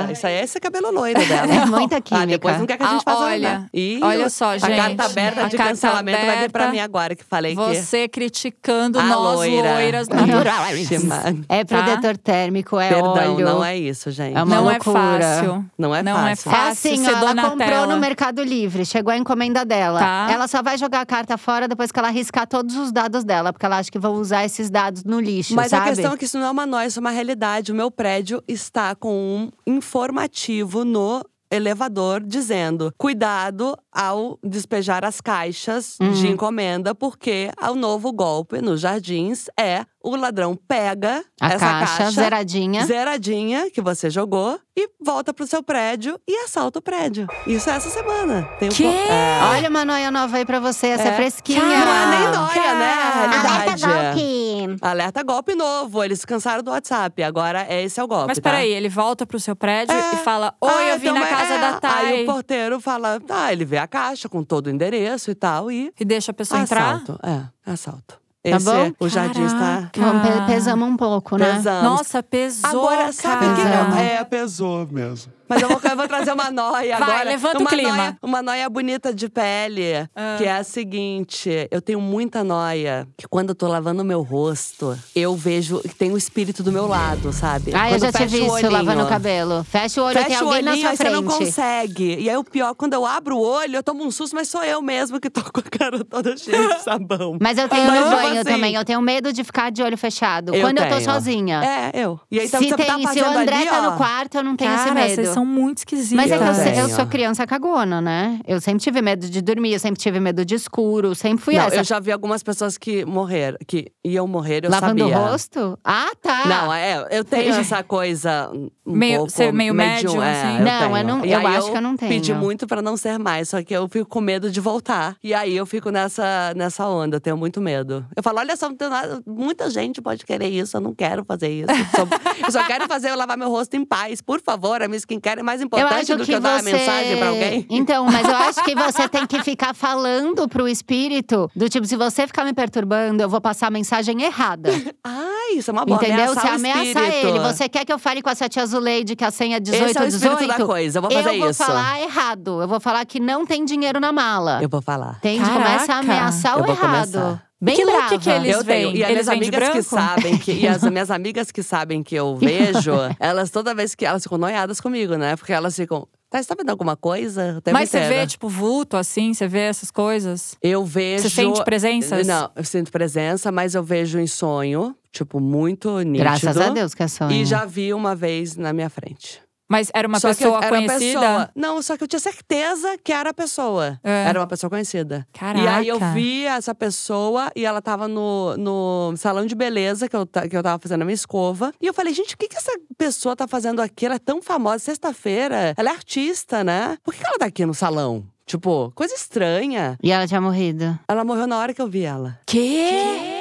D: Nossa, isso aí é esse cabelo loiro dela.
A: É muita
D: Ah, depois
A: química.
D: não quer que a gente
C: Ah,
D: faça
C: olha,
D: nada. Ih,
C: olha só, gente.
D: A carta aberta
C: A
D: de
C: carta
D: cancelamento vai vir pra
C: aberta.
D: mim agora, que falei que…
C: Você criticando
D: A
C: nós
D: loira.
C: loiras naturais.
D: Ixi, mano.
A: É
C: Tá?
A: protetor térmico, é
D: Perdão,
A: óleo.
D: não é isso, gente.
A: É uma
C: Não
A: loucura.
C: é fácil.
D: Não é
C: Não é
D: fácil.
A: É
C: fácil
A: assim, ó,
C: ser
A: ela
C: dona
A: comprou
C: tela.
A: no Mercado Livre, chegou a encomenda dela.
C: Tá.
A: Ela só vai jogar a carta fora depois que ela riscar todos os dados dela, porque ela acha que vão usar esses dados no lixo,
D: Mas
A: sabe?
D: a questão é que isso não é uma nóia, isso é uma realidade. O meu prédio está com um informativo no elevador dizendo: cuidado ao despejar as caixas de
A: Uhum.
D: encomenda, porque o novo golpe nos jardins é o ladrão pega
A: A
D: essa
A: caixa,
D: caixa,
A: zeradinha.
D: zeradinha que você jogou e volta pro seu prédio e assalta o prédio. Isso é essa semana. Tem um
C: Quê?
D: po- é.
A: Olha uma noia nova aí pra você, essa é,
D: É.
A: fresquinha.
D: Não é nem nóia, né? É a
E: Alerta
D: realidade.
E: golpe.
D: Alerta golpe novo. Eles cansaram do WhatsApp. Agora é esse é o golpe.
C: Mas
D: tá?
C: peraí, ele volta pro seu prédio
D: É.
C: e fala: Oi,
D: Ah,
C: eu vim
D: então
C: na
D: é-
C: casa
D: é.
C: da Thay.
D: Aí o porteiro fala, "Tá, ah, ele vê a caixa com todo o endereço e tal, e
C: E deixa a pessoa entrar. Tá
D: assalto. É, assalto. Esse
A: bom?
D: é- o jardim está.
C: Caraca.
A: Vamos, pe- pesamos um pouco, né?
D: Pesamos.
C: Nossa, pesou,
D: Agora, sabe o que
C: cara.
D: que-
H: É, pesou mesmo.
D: Mas eu vou, eu vou trazer uma noia
C: Vai,
D: agora.
C: levanta o
D: uma
C: clima. Ah.
D: Noia, uma noia bonita de pele, que é a seguinte: eu tenho muita noia que quando eu tô lavando meu rosto, eu vejo que tem o espírito do meu lado, sabe?
A: Ah, eu
D: Quando
A: já
D: fecho
A: tive
D: o
A: isso
D: olhinho.
A: lavando o cabelo. Fecha o olho, tem
D: Fecha o
A: alguém
D: olhinho,
A: na
D: aí
A: sua
D: você
A: frente.
D: não consegue. E aí o pior, quando eu abro o olho, eu tomo um susto, mas sou eu mesma que tô com a cara toda cheia de sabão.
A: Mas eu tenho
D: Mas,
A: no
D: tipo
A: banho
D: assim,
A: também. Eu tenho medo de ficar de olho fechado.
D: eu
A: Quando eu tô
D: tenho.
A: sozinha.
D: É, eu. E aí, então,
A: se,
D: você
A: tem,
D: tá
A: se o
D: fazendo
A: André
D: ali,
A: tá
D: ó,
A: no quarto, eu não tenho
C: Cara,
A: esse
C: vocês
A: medo.
C: são muito esquisitos.
A: Mas é que eu, se- eu
D: tenho.
A: sou criança cagona, né? Eu sempre tive medo de dormir, eu sempre tive medo de escuro, sempre fui
D: Não,
A: essa.
D: eu já vi algumas pessoas que morreram, que iam morrer, eu
A: Lavando
D: sabia.
A: o rosto? Ah, tá!
D: Não, é, eu tenho essa coisa um
C: Meio-
D: pouco…
C: ser meio
D: médium,
C: médium,
D: é,
C: assim?
D: eu
A: Não,
D: tenho.
A: eu não-
D: E
A: eu
D: aí
A: acho que eu não
D: pedi
A: tenho.
D: muito pra não ser mais, só que eu fico com medo de voltar. E aí, eu fico nessa, nessa onda, eu tenho muito medo. Eu falo, olha só, não tenho nada, muita gente pode querer isso, eu não quero fazer isso. Só- eu só quero fazer eu lavar meu rosto em paz. Por favor, a minha skincare é mais
A: Eu
D: importante
A: acho
D: do
A: que,
D: que, eu dar
A: você.
D: uma mensagem pra alguém.
A: [laughs] Então, mas eu acho que você tem que ficar falando pro espírito do tipo, se você ficar me perturbando, eu vou passar a mensagem
D: [laughs]
A: errada.
D: Ai, isso é uma boa,
A: entendeu?
D: ameaçar
A: Você
D: o
A: ameaça
D: espírito.
A: ele. Você é quer que eu fale com a Sete Azuleide que a senha é
D: Esse é o
A: 1818?
D: espírito da coisa, eu vou fazer
A: eu vou
D: isso.
A: falar errado. Eu vou falar que não tem dinheiro na mala.
D: Eu vou falar.
A: Entende? Começa a
C: Caraca.
A: ameaçar
D: Eu
A: o
D: vou
A: errado.
D: começar.
A: Bem
C: Que look
A: brava.
C: que ele- Eles
D: eu tenho.
C: vêm-
D: E as
C: eles
D: minhas
C: vêm de
D: amigas que
C: branco?
D: sabem que.
C: [laughs]
D: E as minhas amigas que sabem que eu vejo, elas toda vez que. Elas ficam noiadas comigo, né? Porque elas ficam. Tá, você tá vendo alguma coisa? O tempo
C: Mas você
D: inteiro.
C: vê, tipo, vulto, assim? Você vê essas coisas?
D: Eu vejo.
C: Você sente presenças?
D: Não, eu sinto presença, mas eu vejo em sonho, tipo, muito nítido.
A: Graças a Deus que é sonho.
D: E já vi uma vez na minha frente.
C: Mas era uma
D: Só que
C: pessoa
D: eu- era uma
C: conhecida?
D: pessoa- Não, só que eu tinha certeza que era a pessoa.
C: É.
D: Era uma pessoa conhecida.
C: Caraca.
D: E aí eu vi essa pessoa e ela tava no, no salão de beleza que eu, ta- que eu tava fazendo a minha escova. E eu falei, gente, o que, que essa pessoa tá fazendo aqui? Ela é tão famosa, sexta-feira. Ela é artista, né? Por que que ela tá aqui no salão? Tipo, coisa estranha.
A: E ela tinha morrido.
D: Ela morreu na hora que eu vi ela.
C: Quê?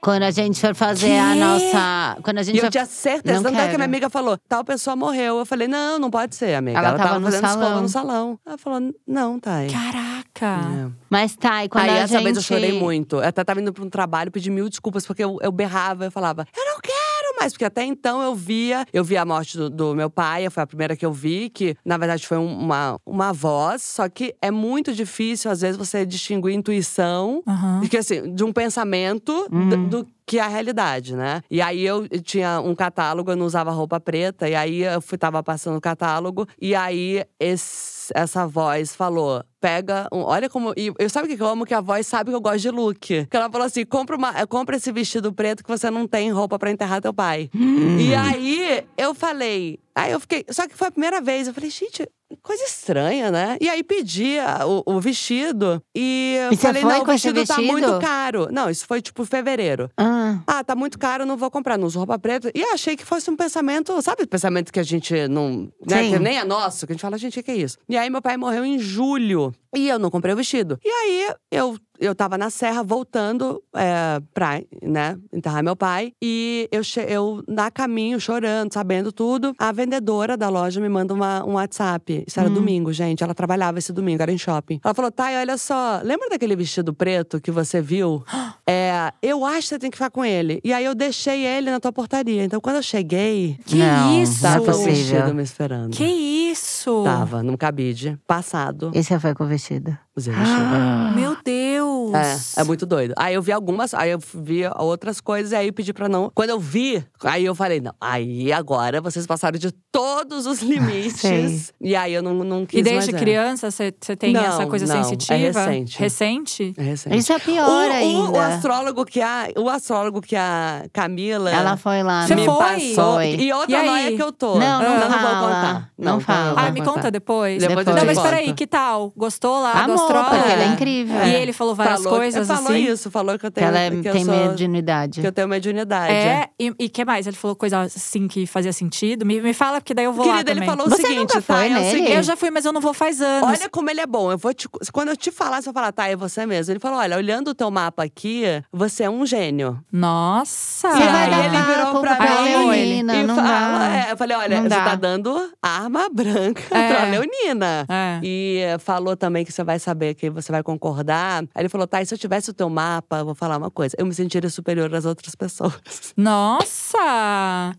A: Quando a gente for fazer a
C: Quê?
A: nossa. Quando a gente
D: E eu
A: for...
D: tinha certeza.
A: Não
D: Tanto é que a
A: quero.
D: minha amiga falou, tal pessoa morreu. Eu falei, não, não pode ser, amiga.
A: Ela
D: Ela,
A: tava
D: tava,
A: no
D: fazendo escova
A: salão.
D: no salão. Ela falou, não, Thay.
C: Caraca.
D: É.
A: Mas tá, e quando
D: Aí,
A: a
D: essa
A: gente.
D: vez eu chorei muito. Eu até tava indo pra um trabalho, pedi mil desculpas, porque eu, eu berrava, eu falava, eu não quero mais. Porque até então eu via, eu via a morte do, do meu pai, foi a primeira que eu vi, que na verdade foi um- uma, uma voz. Só que é muito difícil, às vezes, você distinguir intuição
C: Aham.
D: de que, assim, de um pensamento d- do que a realidade, né? E aí eu tinha um catálogo, eu não usava roupa preta, e aí eu fui, tava passando o catálogo, e aí esse- essa voz falou. Pega um. Olha como. E eu sabe o que que eu amo? Que a voz sabe que eu gosto de look. Que ela falou assim: compra, uma, eh, compra esse vestido preto que você não tem roupa pra enterrar teu pai.
A: Hum.
D: E aí eu falei. Aí eu fiquei. Só que foi a primeira vez. Eu falei, gente, coisa estranha, né? E aí pedi a- o, o vestido. E eu
A: E você
D: falei,
A: foi
D: não, o
A: com esse
D: vestido, tá
A: vestido?
D: muito caro. Não, isso foi tipo fevereiro.
A: Ah,
D: Ah, tá muito caro, não vou comprar, não uso roupa preta. E achei que fosse um pensamento, sabe, pensamento que a gente não. Né,
A: Sim.
D: que nem é nosso, que a gente fala, gente, o que é isso? E aí meu pai morreu em julho e eu não comprei o vestido. E aí eu. Eu tava na serra voltando é, pra né, enterrar meu pai. E eu, che- eu, na caminho, chorando, sabendo tudo, a vendedora da loja me manda uma- um WhatsApp. Isso era
A: Hum.
D: domingo, gente. Ela trabalhava esse domingo, era em shopping. Ela falou: Thay, olha só, lembra daquele vestido preto que você viu?
A: [gasps]
D: É, eu acho que você tem que ficar com ele. E aí eu deixei ele na tua portaria. Então quando eu cheguei,
C: Que
A: Não,
C: isso?
A: não é
D: tava o
A: possível.
D: vestido me esperando.
C: Que isso?
D: Tava num cabide, passado,
A: esse foi com o vestido.
D: usei o vestido.
C: Meu Deus.
D: É, é muito doido. Aí eu vi algumas, aí eu vi outras coisas, e aí eu pedi pra não. Quando eu vi, aí eu falei, não, aí agora vocês passaram de todos os
A: Ah, Sei.
D: limites. E aí eu não, não quis
C: E desde
D: mais, é.
C: criança você você tem
D: Não,
C: essa coisa
D: não, é
C: sensitiva?
D: recente.
C: Recente?
D: É recente.
A: Isso é pior
D: O, o,
A: ainda.
D: o astrólogo que a, o astrólogo que a Camila.
A: Ela foi lá.
C: Você
A: né?
D: me
C: foi?
D: passou.
A: Foi.
D: E
C: E
D: outra
C: aí?
D: noia que eu tô.
A: Não, não
D: não vou
A: fala.
D: contar.
A: Não fala.
D: não vou
C: Ah, me
A: contar.
C: conta depois.
D: Depois eu
A: Depois.
D: te
C: Não, mas
D: conto.
C: peraí, que tal? Gostou lá?
A: Amor,
C: Gostou?
A: porque ele é
D: É.
A: incrível.
C: E ele falou várias
D: Falou-
C: coisas
D: falou
C: assim?
D: isso, falou que eu
A: Que
D: tenho
A: ela é-
D: que eu
A: tem
D: sou-
A: mediunidade.
D: que eu tenho mediunidade.
C: É, e, e que mais? Ele falou coisa assim que fazia sentido? Me, me fala, porque daí eu vou lá
D: Querida, ele
C: também.
D: falou
A: Você
D: o seguinte,
A: nunca
D: tá?
A: foi
D: é o
A: nele?
D: seguinte,
C: Eu já fui, mas eu não vou faz anos.
D: Olha como ele é bom. Eu vou te, quando eu te falar, você vai falar, tá, é você mesmo. Ele falou: olha, olhando o teu mapa aqui, você é um gênio.
C: Nossa!
A: Você
D: E
A: Ah, vai
D: aí
A: dar
D: ele
A: papo
D: virou pra
A: pra
D: mim
A: Leonina,
D: e
A: não
D: fala,
A: dá.
D: é, eu falei, olha,
A: Não
D: você
A: dá.
D: tá dando arma branca
C: É.
D: pra Leonina.
C: É.
D: E eh, falou também que você vai saber que você vai concordar. Aí ele falou: Thay, se eu tivesse o teu mapa, eu vou falar uma coisa. Eu me sentiria superior às outras pessoas.
C: Nossa!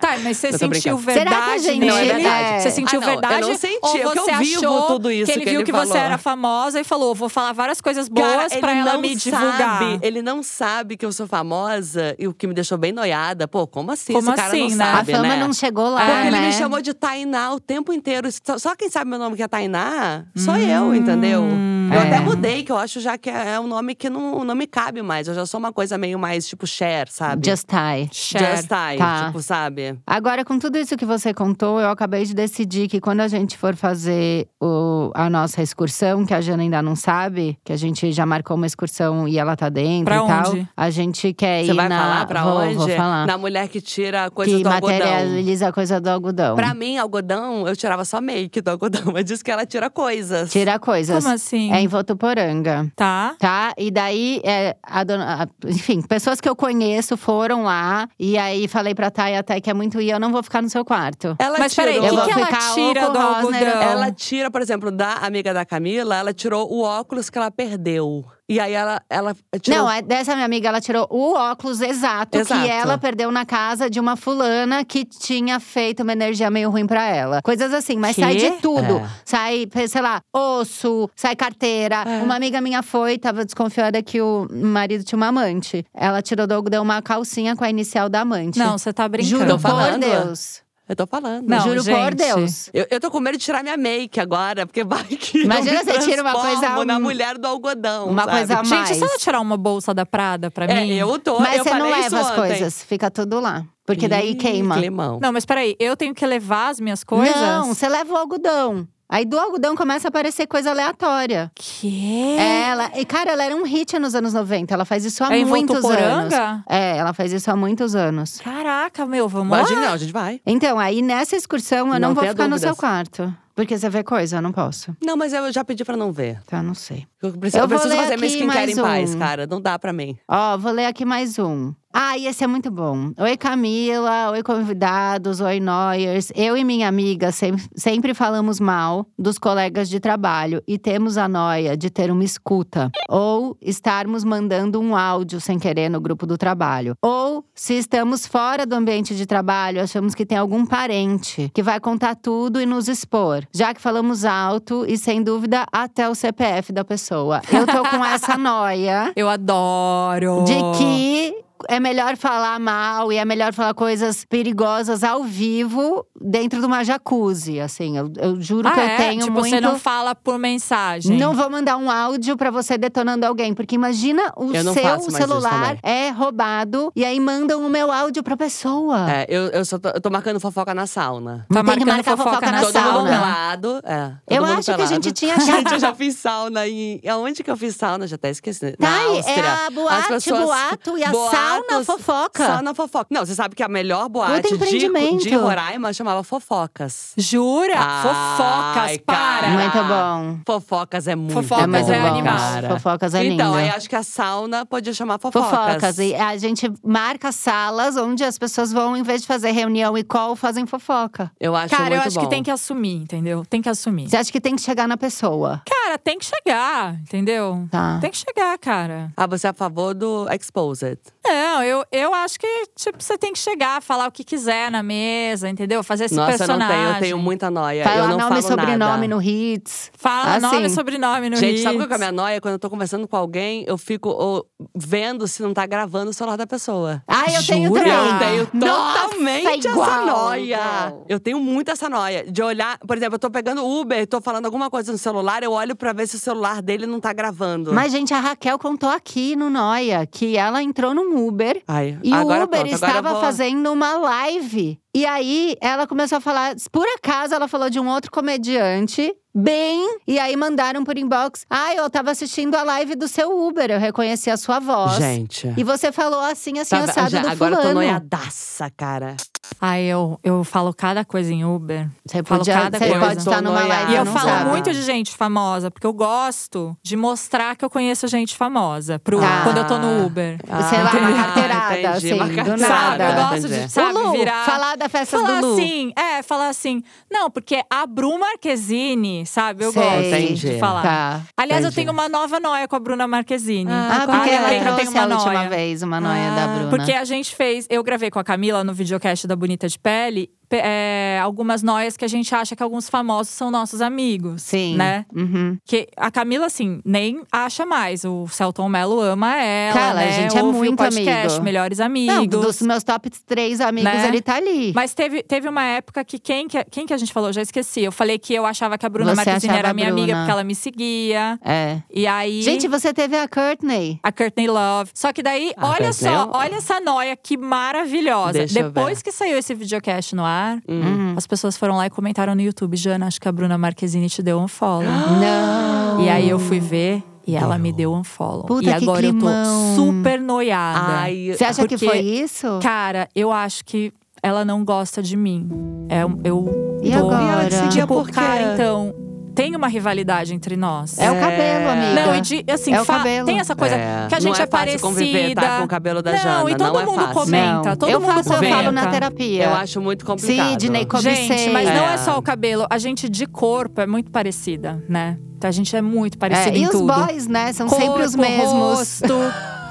C: Tá, mas você
D: Eu tô
C: sentiu
D: brincando.
C: verdade
A: Será que a gente-
C: nele?
D: Não, é verdade.
C: Você sentiu
D: Ah, não, eu
C: verdade?
D: não senti,
C: ou
D: é que eu
C: você
D: vivo
C: achou
D: tudo isso
C: que ele
D: que
C: viu
D: ele
C: que você
D: falou.
C: era famosa e falou, vou falar várias coisas boas
D: ele
C: pra ela
D: não
C: me divulgar.
D: sabe- ele não sabe que eu sou famosa e o que me deixou bem noiada. Pô, como assim?
C: Como
D: Esse cara
C: assim,
D: não
C: né?
A: A
D: sabe,
A: fama
D: né?
A: não chegou lá,
D: Porque ele
A: né?
D: me chamou de Tainá o tempo inteiro. Só, só quem sabe meu nome que é Tainá sou eu, entendeu?
C: Hum,
D: Eu
A: É.
D: até mudei, que eu acho já que é um nome que não, não me cabe mais. Eu já sou uma coisa meio mais tipo Cher, sabe?
A: Just Tie.
C: Cher.
D: Just I,
A: Tá.
D: tipo, sabe?
A: Agora, com tudo isso que você contou, eu acabei de decidir que quando a gente for fazer o- a nossa excursão, que a Jana ainda não sabe, que a gente já marcou uma excursão e ela tá dentro
C: Pra
A: e tal.
C: onde?
A: A gente quer
D: Você
A: ir
D: vai
A: na…
D: falar pra
A: vou,
D: onde?
A: Vou falar.
D: Na mulher que tira a coisa
A: que
D: do algodão.
A: materializa a coisa do algodão.
D: Pra mim, algodão, eu tirava só make do algodão. [laughs] Mas diz que ela tira coisas.
A: Tira coisas.
C: Como assim?
A: É em Votuporanga.
C: Tá?
A: Tá? E daí, é, a dona- a- enfim, pessoas que eu conheço foram lá. E aí falei pra Thay, a Thay quer muito ir, eu não vou ficar no seu quarto.
D: Ela
C: Mas peraí, o
D: tirou-
A: Eu vou
C: que, que
A: ficar né?
C: ela tira
A: ou
C: do
A: com Rosner,
C: algodão?
A: ou-
D: Ela tira, por exemplo, da amiga da Camila, ela tirou o óculos que ela perdeu. E aí ela, ela tirou.
A: Não, é dessa minha amiga, ela tirou o óculos exato,
D: Exato.
A: que ela perdeu na casa de uma fulana que tinha feito uma energia meio ruim pra ela. Coisas assim, mas
C: Quê?
A: sai de tudo.
D: É.
A: Sai, sei lá, osso, sai carteira.
D: É.
A: Uma amiga minha foi, tava desconfiada que o marido tinha uma amante. Ela tirou do algodão uma calcinha com a inicial da amante.
C: Não, você tá brincando.
A: Juro
D: Tô
A: por
D: falando.
A: Deus.
D: Eu tô falando.
C: Não,
A: Juro por
C: gente.
A: Deus.
D: Eu, eu tô com medo de tirar minha make agora, porque vai que. eu
A: Imagina
D: me
A: você tira uma coisa-
D: transformo na mulher do algodão.
A: Uma
D: sabe?
A: coisa-
C: Gente,
A: mais.
C: se ela tirar uma bolsa da Prada pra
D: É,
C: mim…
D: eu tô.
A: Mas
D: eu
A: você não
D: falei isso
A: leva as
D: ontem.
A: coisas, fica tudo lá. Porque daí
D: Ih,
A: queima.
D: Climão.
C: Não, mas peraí, eu tenho que levar as minhas coisas?
A: Não, você leva o algodão. Aí do algodão começa a aparecer coisa aleatória.
C: Que?
A: Ela, e cara, ela era um hit nos anos 90. Ela faz isso há
C: É em
A: muitos anos.
C: Votuporanga?
A: É, ela faz isso há muitos anos.
C: Caraca, meu, vamos
D: Mas,
C: lá?
D: não, a gente vai.
A: Então, aí nessa excursão eu não,
D: Não
A: vou
D: tenha
A: ficar no seu
D: dúvidas.
A: quarto. Porque você vê coisa, eu não posso.
D: Não, mas eu já pedi pra não ver.
A: Tá, não sei.
D: Eu preciso,
A: Eu vou
D: preciso
A: ler
D: fazer minha
A: aqui
D: skincare em
A: mais
D: paz,
A: um.
D: cara. Não dá pra mim.
A: Ó, vou ler aqui mais um. Ah, e esse é muito bom. Oi, Camila. Oi, convidados. Oi, Noyers. Eu e minha amiga sem- sempre falamos mal dos colegas de trabalho e temos a noia de ter uma escuta. Ou estarmos mandando um áudio sem querer no grupo do trabalho. Ou, se estamos fora do ambiente de trabalho, achamos que tem algum parente que vai contar tudo e nos expor, já que falamos alto e, sem dúvida, até o CPF da pessoa. Eu tô com essa noia
C: Eu adoro!
A: de que é melhor falar mal e é melhor falar coisas perigosas ao vivo dentro de uma jacuzzi, assim. Eu, eu juro
C: ah,
A: que eu
C: é?
A: tenho
C: tipo,
A: muito.
C: você não fala por mensagem.
A: Não vou mandar um áudio pra você detonando alguém, porque imagina o
D: Eu não faço
A: seu
D: mais isso
A: celular
D: também.
A: é roubado e aí mandam o meu áudio pra pessoa.
D: É, eu, eu, só tô, eu tô marcando fofoca na sauna.
A: Tem
C: Tá
A: que
C: marcando
A: marcar
C: fofoca,
A: fofoca
C: na
A: na
D: Todo mundo
A: sauna.
D: pelado. É, todo
A: Eu
D: mundo
A: acho que a
D: pelado.
A: gente tinha que-
D: [laughs] Gente, eu já fiz sauna em. Aonde que eu fiz sauna? Já até esqueci.
A: Tá
D: na
A: aí,
D: Áustria.
A: é a boate,
D: As pessoas...
A: boato e a sauna, fofoca.
D: Sauna fofoca. Não, você sabe que a melhor boate de,
A: empreendimento. Ah,
D: de Roraima chamava Fofocas.
C: Jura?
D: Ai,
C: Fofocas, para!
D: cara.
A: Muito bom.
D: Fofocas é muito
C: Fofocas
D: bom,
C: é
D: cara.
C: animal.
A: Fofocas é
D: Então,
A: lindo.
D: aí acho que a sauna podia chamar Fofocas.
A: Fofocas. E a gente marca salas onde as pessoas vão, em vez de fazer reunião e call, fazem fofoca.
D: Eu acho
C: Cara,
D: muito
C: eu acho
D: bom.
C: que tem que assumir, entendeu? Tem que assumir.
A: Você acha que tem que chegar na pessoa,
C: Cara, tem que chegar, entendeu?
A: tá?
C: Tem que chegar, cara.
D: Ah, você é a favor do Exposed.
C: Não, eu, eu acho que, tipo, você tem que chegar, falar o que quiser na mesa, entendeu? Fazer esse
D: Nossa, eu não
C: personagem.
D: tenho. um Eu tenho muita noia.
A: Fala
D: eu não
A: nome e
D: falo nada.
A: sobrenome no Hits.
C: Fala
A: Assim.
C: nome e sobrenome no
D: Gente,
C: Hits.
D: sabe qual que é a minha noia? Quando eu tô conversando com alguém, eu fico ô, vendo se não tá gravando o celular da pessoa.
A: Ah, eu tenho
C: Jura?
A: também.
D: Eu tenho
A: Nossa, é
D: totalmente essa
A: igual.
D: noia. Eu tenho muito essa noia. De olhar, por exemplo, eu tô pegando Uber, tô falando alguma coisa no celular, eu olho pra ver se o celular dele não tá gravando.
A: Mas, gente, a Raquel contou aqui no Noia que ela entrou num Uber.
D: Ai,
A: E
D: agora
A: o Uber
D: pronto, agora eu
A: estava
D: vou-
A: fazendo uma live. E aí, ela começou a falar… Por acaso, ela falou de um outro comediante. Bem… E aí, mandaram por inbox. Ah, eu tava assistindo a live do seu Uber. Eu reconheci a sua voz.
D: Gente.
A: E você falou assim, assim,
D: tá-
A: assado
D: já-
A: do
D: agora eu tô
A: fulano.
D: noiadaça, cara.
C: Ai, eu, eu falo cada coisa em Uber.
A: Você,
C: Falo
A: podia,
C: cada
A: você
C: coisa.
A: pode estar numa
D: Tô
A: live
D: noiada.
C: E
A: você
C: eu
A: Ah, não
C: falo
A: sabe.
C: muito de gente famosa, porque eu gosto de mostrar que eu conheço gente famosa pro,
A: Tá.
C: quando eu tô no Uber.
A: Sei lá, uma carteirada,
D: Ah, entendi,
A: assim,
D: uma
A: do
D: carteirada,
A: nada.
C: Sabe, eu gosto de
D: entendi.
A: Ô,
C: sabe,
A: Lu,
C: virar.
A: falar Obrigada, festas
C: falar
A: do Lu.
C: assim, é, falar assim. Não, porque a Bruna Marquezine, sabe? Eu
A: Sei.
C: gosto de
D: Entendi.
C: falar.
A: Tá.
C: Aliás, eu
D: Entendi.
C: tenho uma nova noia com a Bruna Marquezine.
A: Ah, porque
C: eu
A: ela
C: tenho- eu tenho
A: trouxe a
C: uma
A: última
C: noia.
A: vez uma noia da Bruna.
C: Ah, Porque é a gente fez. Eu gravei com a Camila no videocast da Bonita de Pele pe- é, algumas noias que a gente acha que alguns famosos são nossos amigos.
A: Sim.
C: Né?
A: Uhum.
C: Que a Camila, assim, nem acha mais. O Celton Mello ama ela.
A: Cara, a
C: né?
A: gente é
C: Ouve
A: muito
C: o podcast,
A: amigo.
C: melhores
A: Não,
C: amigos.
A: dos meus top três amigos,
C: Né?
A: ele tá ali.
C: Mas teve, teve uma época que quem, que quem que a gente falou? Já esqueci. Eu falei que eu achava que a Bruna
A: Você
C: Marquezine
A: achava
C: era
A: a
C: minha
A: Bruna.
C: amiga porque ela me seguia.
A: É.
C: E aí.
A: Gente, você teve a Courtney.
C: A Courtney Love. Só que daí,
D: Ah,
C: olha
D: Courtney
C: só,
A: é
D: Love.
C: olha essa noia que maravilhosa.
D: Deixa eu
C: Depois
D: ver.
C: que saiu esse videocast no ar,
A: Uhum.
C: as pessoas foram lá e comentaram no YouTube: Jana, acho que a Bruna Marquezine te deu um follow.
A: Não.
C: e aí eu fui ver e ela me deu um follow.
A: Puta,
C: e
A: que
C: agora eu
A: climão.
C: tô super noiada.
D: Ai,
A: Você acha que
C: Porque-
A: foi isso?
C: Cara, eu acho que ela não gosta de mim. É, eu
A: E
C: tô-
A: agora?
D: E ela é decidia
C: Tipo,
D: por quê?
C: cara, então, tem uma rivalidade entre nós.
A: É o cabelo, amiga.
C: Não, e de, assim,
A: É o
C: fa-
A: cabelo.
C: tem essa coisa que a gente
D: não é,
C: é,
D: fácil
C: parecida.
D: conviver, tá? Com o cabelo da
C: não,
D: Jana.
C: e todo
D: não é
C: mundo
D: fácil.
C: comenta, todo
A: eu
C: mundo
A: faço, eu
C: comenta.
A: falo na terapia.
D: Eu acho muito complicado.
A: Sidney, co-
C: Gente, mas não é
D: É.
C: só o cabelo. A gente de corpo é muito parecida, né? Então, A gente é muito
A: é,
C: parecida em
A: e os
C: tudo.
A: boys, né? São
C: Corpo,
A: sempre os mesmos.
C: rosto,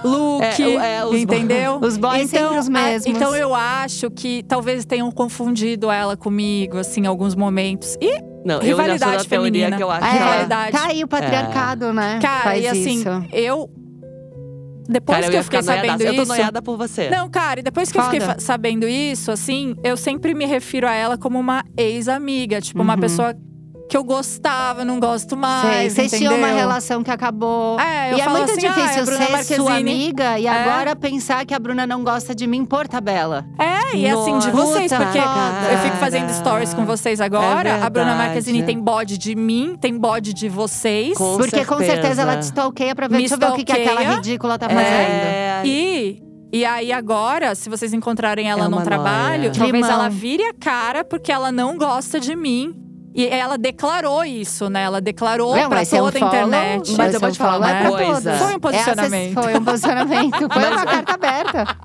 C: look,
D: [laughs] É, o- é, os bo-
C: entendeu?
A: [laughs] os boys sempre os
C: a-
A: mesmos.
C: então eu acho que talvez tenham confundido ela comigo, assim, em alguns momentos. E
D: Não, eu ainda sou da
C: rivalidade
D: teoria
C: feminina.
D: que eu acho
A: É,
D: que ela…
C: rivalidade.
A: Tá aí o patriarcado, né?
C: Cara,
A: Faz
C: e assim,
A: isso.
C: eu. Depois
D: Cara, eu
C: que eu
D: ia
C: fiquei
D: ficar
C: sabendo
D: noiadaça. Eu tô
C: isso.
D: noiada por você.
C: Não, cara, e depois que eu fiquei
A: É. Foda.
C: fa- sabendo isso, assim, eu sempre me refiro a ela como uma ex-amiga, tipo, uma
A: Uhum.
C: pessoa que eu gostava, não gosto
A: Sei,
C: mais.
A: Vocês tinham uma
C: entendeu?
A: relação que acabou.
C: É, eu
A: e é
C: falo
A: muito
C: assim, ah, é
A: difícil
C: a Bruna
A: ser sua
C: Marquezine.
A: amiga e
C: É.
A: agora pensar que a Bruna não gosta de mim por tabela.
C: É, e assim, de
D: Nossa,
C: vocês, porque
A: cara.
C: eu fico fazendo stories com
A: É
C: vocês agora. a Bruna
D: verdade.
C: Marquezine tem bode de mim, tem bode de vocês.
D: Com
A: Porque com certeza
D: certeza.
A: ela te stalkeia pra ver,
C: Me
A: deixa eu ver o que, que aquela
C: stalkeia.
A: ridícula tá
D: É,
A: fazendo.
C: E, e aí agora, se vocês encontrarem ela
D: É
C: num
D: uma
C: trabalho,
D: noia.
C: talvez
A: Climão.
C: ela vire a cara porque ela não gosta de mim. E ela declarou isso, né? Ela declarou
A: Não,
C: pra
A: vai ser um
C: toda a internet.
A: follow,
D: Mas
A: vai
D: eu
A: ser
D: vou
A: um
D: te falar
A: follow,
D: uma
A: é pra
D: coisa.
A: todos.
C: Foi um posicionamento.
A: Essa foi um
C: [laughs]
A: posicionamento. Foi uma carta aberta.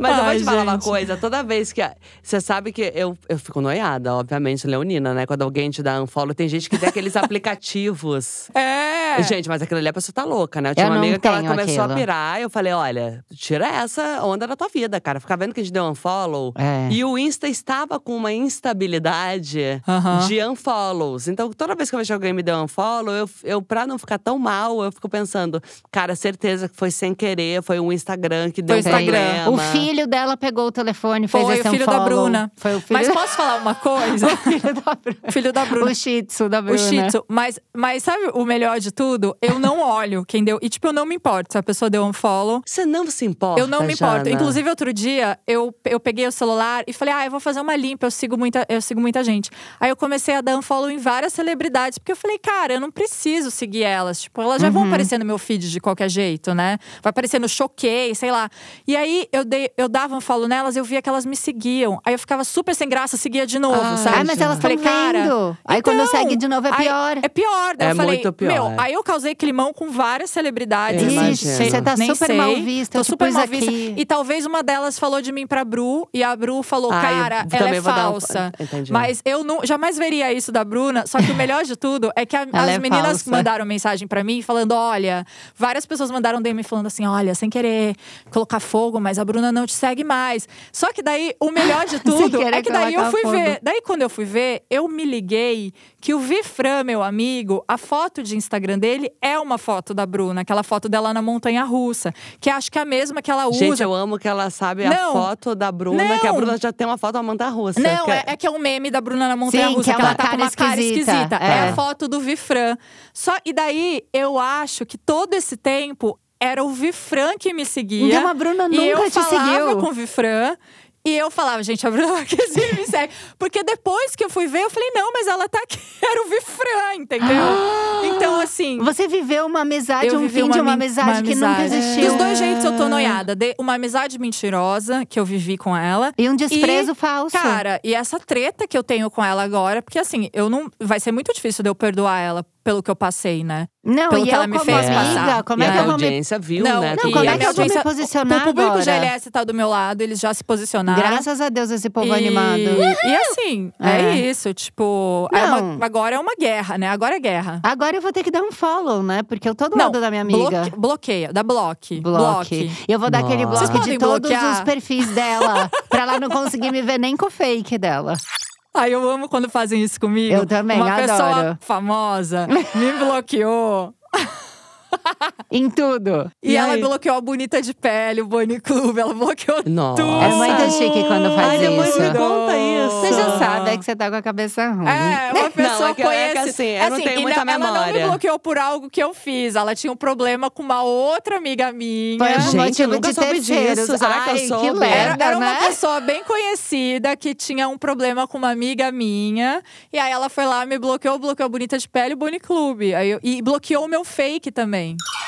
D: Mas eu vou
C: Ai,
D: te falar uma
C: gente.
D: coisa. Toda vez que… a- Você sabe que eu, eu fico noiada, obviamente, leonina, né? Quando alguém te dá um follow. Tem gente que
C: [laughs]
D: tem aqueles aplicativos.
C: É!
D: Gente, mas aquilo ali a pessoa tá louca, né? Eu tinha
A: Eu
D: uma
A: não
D: amiga que ela
A: tenho
D: começou
A: aquilo.
D: a pirar. Eu falei, olha, tira essa onda da tua vida, cara. Ficar vendo que a gente deu um follow.
A: É.
D: E o Insta estava com uma instabilidade
C: Aham.
D: de unfollows. Então, toda vez que eu vejo alguém me deu unfollow, eu, eu, pra não ficar tão mal, eu fico pensando, cara, certeza que foi sem querer, foi um Instagram que deu
C: Foi [laughs]
D: um
C: Instagram.
D: problema.
A: O filho dela pegou o telefone, fez
C: Foi
A: esse
C: o filho da
A: unfollow.
C: Bruna.
A: Foi o filho
C: Mas
A: da- [laughs]
C: posso falar uma coisa?
A: filho da Bruna.
C: O filho da Bruna.
A: O shih tzu né? da Bruna.
C: O Shih Tzu. Mas, mas sabe o melhor de tudo? Eu não olho quem deu. E, tipo, eu não me importo se a pessoa deu um follow.
D: Você não se importa,
C: Eu não me importo.
D: Jana?
C: Inclusive, outro dia, eu, eu peguei o celular e falei, ah, eu vou fazer uma limpa, eu sigo, muita, eu sigo muita gente. Aí eu comecei a dar unfollow em várias celebridades, porque eu falei, cara, eu não preciso seguir elas. Tipo, elas já vão
A: Uhum.
C: aparecer no meu feed de qualquer jeito, né? Vai aparecer no Choquei, sei lá. E aí eu, dei, eu dava unfollow nelas, eu via que elas me seguiam. Aí eu ficava super sem graça, seguia de novo,
D: Ai,
C: sabe?
A: Ai, Ah, mas elas estão
C: Falei, cara,
A: vendo. Aí quando
C: então,
A: segue de novo é
C: aí-
A: pior.
C: é pior. Daí
D: É
C: eu falei,
D: muito pior,
C: meu,
D: é.
C: aí eu causei climão com várias celebridades.
D: Eu
C: assim,
A: Ixi,
D: imagino.
A: você tá
C: nem
A: super
C: sei.
A: mal vista.
C: Tô
A: eu te
C: super
A: pus
C: mal
A: aqui.
C: vista. E talvez uma delas falou de mim pra Bru, e a Bru falou,
D: Ah, eu
C: cara, ela
D: também
C: é
D: vou dar um-
C: falsa.
D: Entendi.
C: Mas eu não, jamais veria isso da Bruna. Só que o melhor de tudo é que a-
A: Ela
C: as
A: é
C: meninas
A: falsa.
C: mandaram mensagem pra mim falando: olha, várias pessoas mandaram DM falando assim: olha, sem querer colocar fogo, mas a Bruna não te segue mais. Só que daí, o melhor
A: [laughs]
C: de tudo
A: querer
C: é que daí eu
A: colocar
C: fui
A: fogo.
C: ver. Daí, quando eu fui ver, eu me liguei que o Vifran, meu amigo, a foto de Instagram dele é uma foto da Bruna, aquela foto dela na montanha russa, que acho que é a mesma que ela usa.
D: Gente, eu amo que ela sabe
C: Não.
D: a foto da Bruna,
C: Não.
D: que a Bruna já tem uma foto da Manta Russa.
C: Não,
D: que-
C: é, é que é um meme da Bruna na Montanha
A: Sim,
C: Russa,
A: que é
C: que, ela
A: uma
C: tá com uma
A: cara
C: cara
A: esquisita.
C: esquisita. É.
A: É.
C: a foto do Vifran. Só, e daí, eu acho que todo esse tempo era o Vifran que me seguia.
A: Então a Bruna nunca
C: e eu
A: te
C: falava
A: seguiu.
C: com o Vifran. E eu falava, gente, a Bruna Marquezine me segue. Porque depois que eu fui ver, eu falei, não, mas ela tá aqui. [laughs] Era o Vifran, entendeu?
A: [gasps]
C: então, assim.
A: Você viveu uma amizade,
C: Eu
A: um
C: vivi
A: fim de uma
C: min-
A: amizade
C: uma
A: que nunca
C: amizade.
A: existiu.
C: Dos dois jeitos eu tô noiada. De uma amizade mentirosa que eu vivi com ela.
A: E um desprezo
C: E,
A: falso.
C: Cara, e essa treta que eu tenho com ela agora, porque assim, eu não. Vai ser muito difícil de eu perdoar ela pelo que eu passei, né?
A: Não,
C: Pelo
A: e
C: que
A: eu
C: ela me
A: como
C: fez
A: amiga,
C: passar.
A: como é
D: e
A: que
D: a
A: eu vou me…
D: audiência viu,
C: não,
D: né?
A: Não,
D: tudo
A: como
C: e
A: é
C: a
A: que
C: minha
A: eu vou me
C: audiência-
A: posicionar
C: O público
A: agora?
C: GLS tá do meu lado, eles já se posicionaram.
A: Graças a Deus esse povo
C: E-
A: animado.
C: E assim, é,
A: É.
C: isso. Tipo, é uma-
A: Não.
C: agora é uma guerra, né? Agora é guerra.
A: Agora eu vou ter que dar um follow, né? Porque eu tô do
C: Não,
A: lado da minha amiga.
C: Bloque- bloqueia, dá bloque.
A: Bloque. Eu vou dar aquele
D: Nossa.
A: bloco
C: Vocês
A: de
C: podem
A: todos
C: bloquear?
A: os perfis
C: [laughs]
A: dela. pra ela não conseguir me ver nem com o fake dela.
C: Ai, eu amo quando fazem isso comigo.
A: Eu também,
C: Uma
A: adoro. [laughs]
C: pessoa famosa me bloqueou.
A: Em tudo.
C: E, ela
D: aí?
C: bloqueou a Bonita de Pele, o Bonnie Club. Ela bloqueou
D: Nossa.
C: tudo.
A: É muito chique quando faz
C: é
D: Ai, depois
A: isso.
D: me conta isso.
A: Você já sabe, é que você tá com a cabeça ruim.
C: É, uma
D: [laughs]
C: pessoa
D: é que- é que
C: conhece-
D: assim, eu não tenho
C: e
D: muita
C: Ela não me
D: memória.
C: bloqueou por algo que eu fiz. Ela tinha um problema com uma outra amiga minha.
A: Foi um
D: Gente, eu
A: motivo
D: nunca
A: de
D: soube
A: terceiros.
D: disso. Será que eu
A: Ai, que
D: soube?
C: Era,
A: merda,
C: era uma
A: né?
C: pessoa bem conhecida que tinha um problema com uma amiga minha. E aí ela foi lá, me bloqueou, bloqueou a Bonita de Pele e o Bonnie Clube. Aí eu- e bloqueou o meu fake também.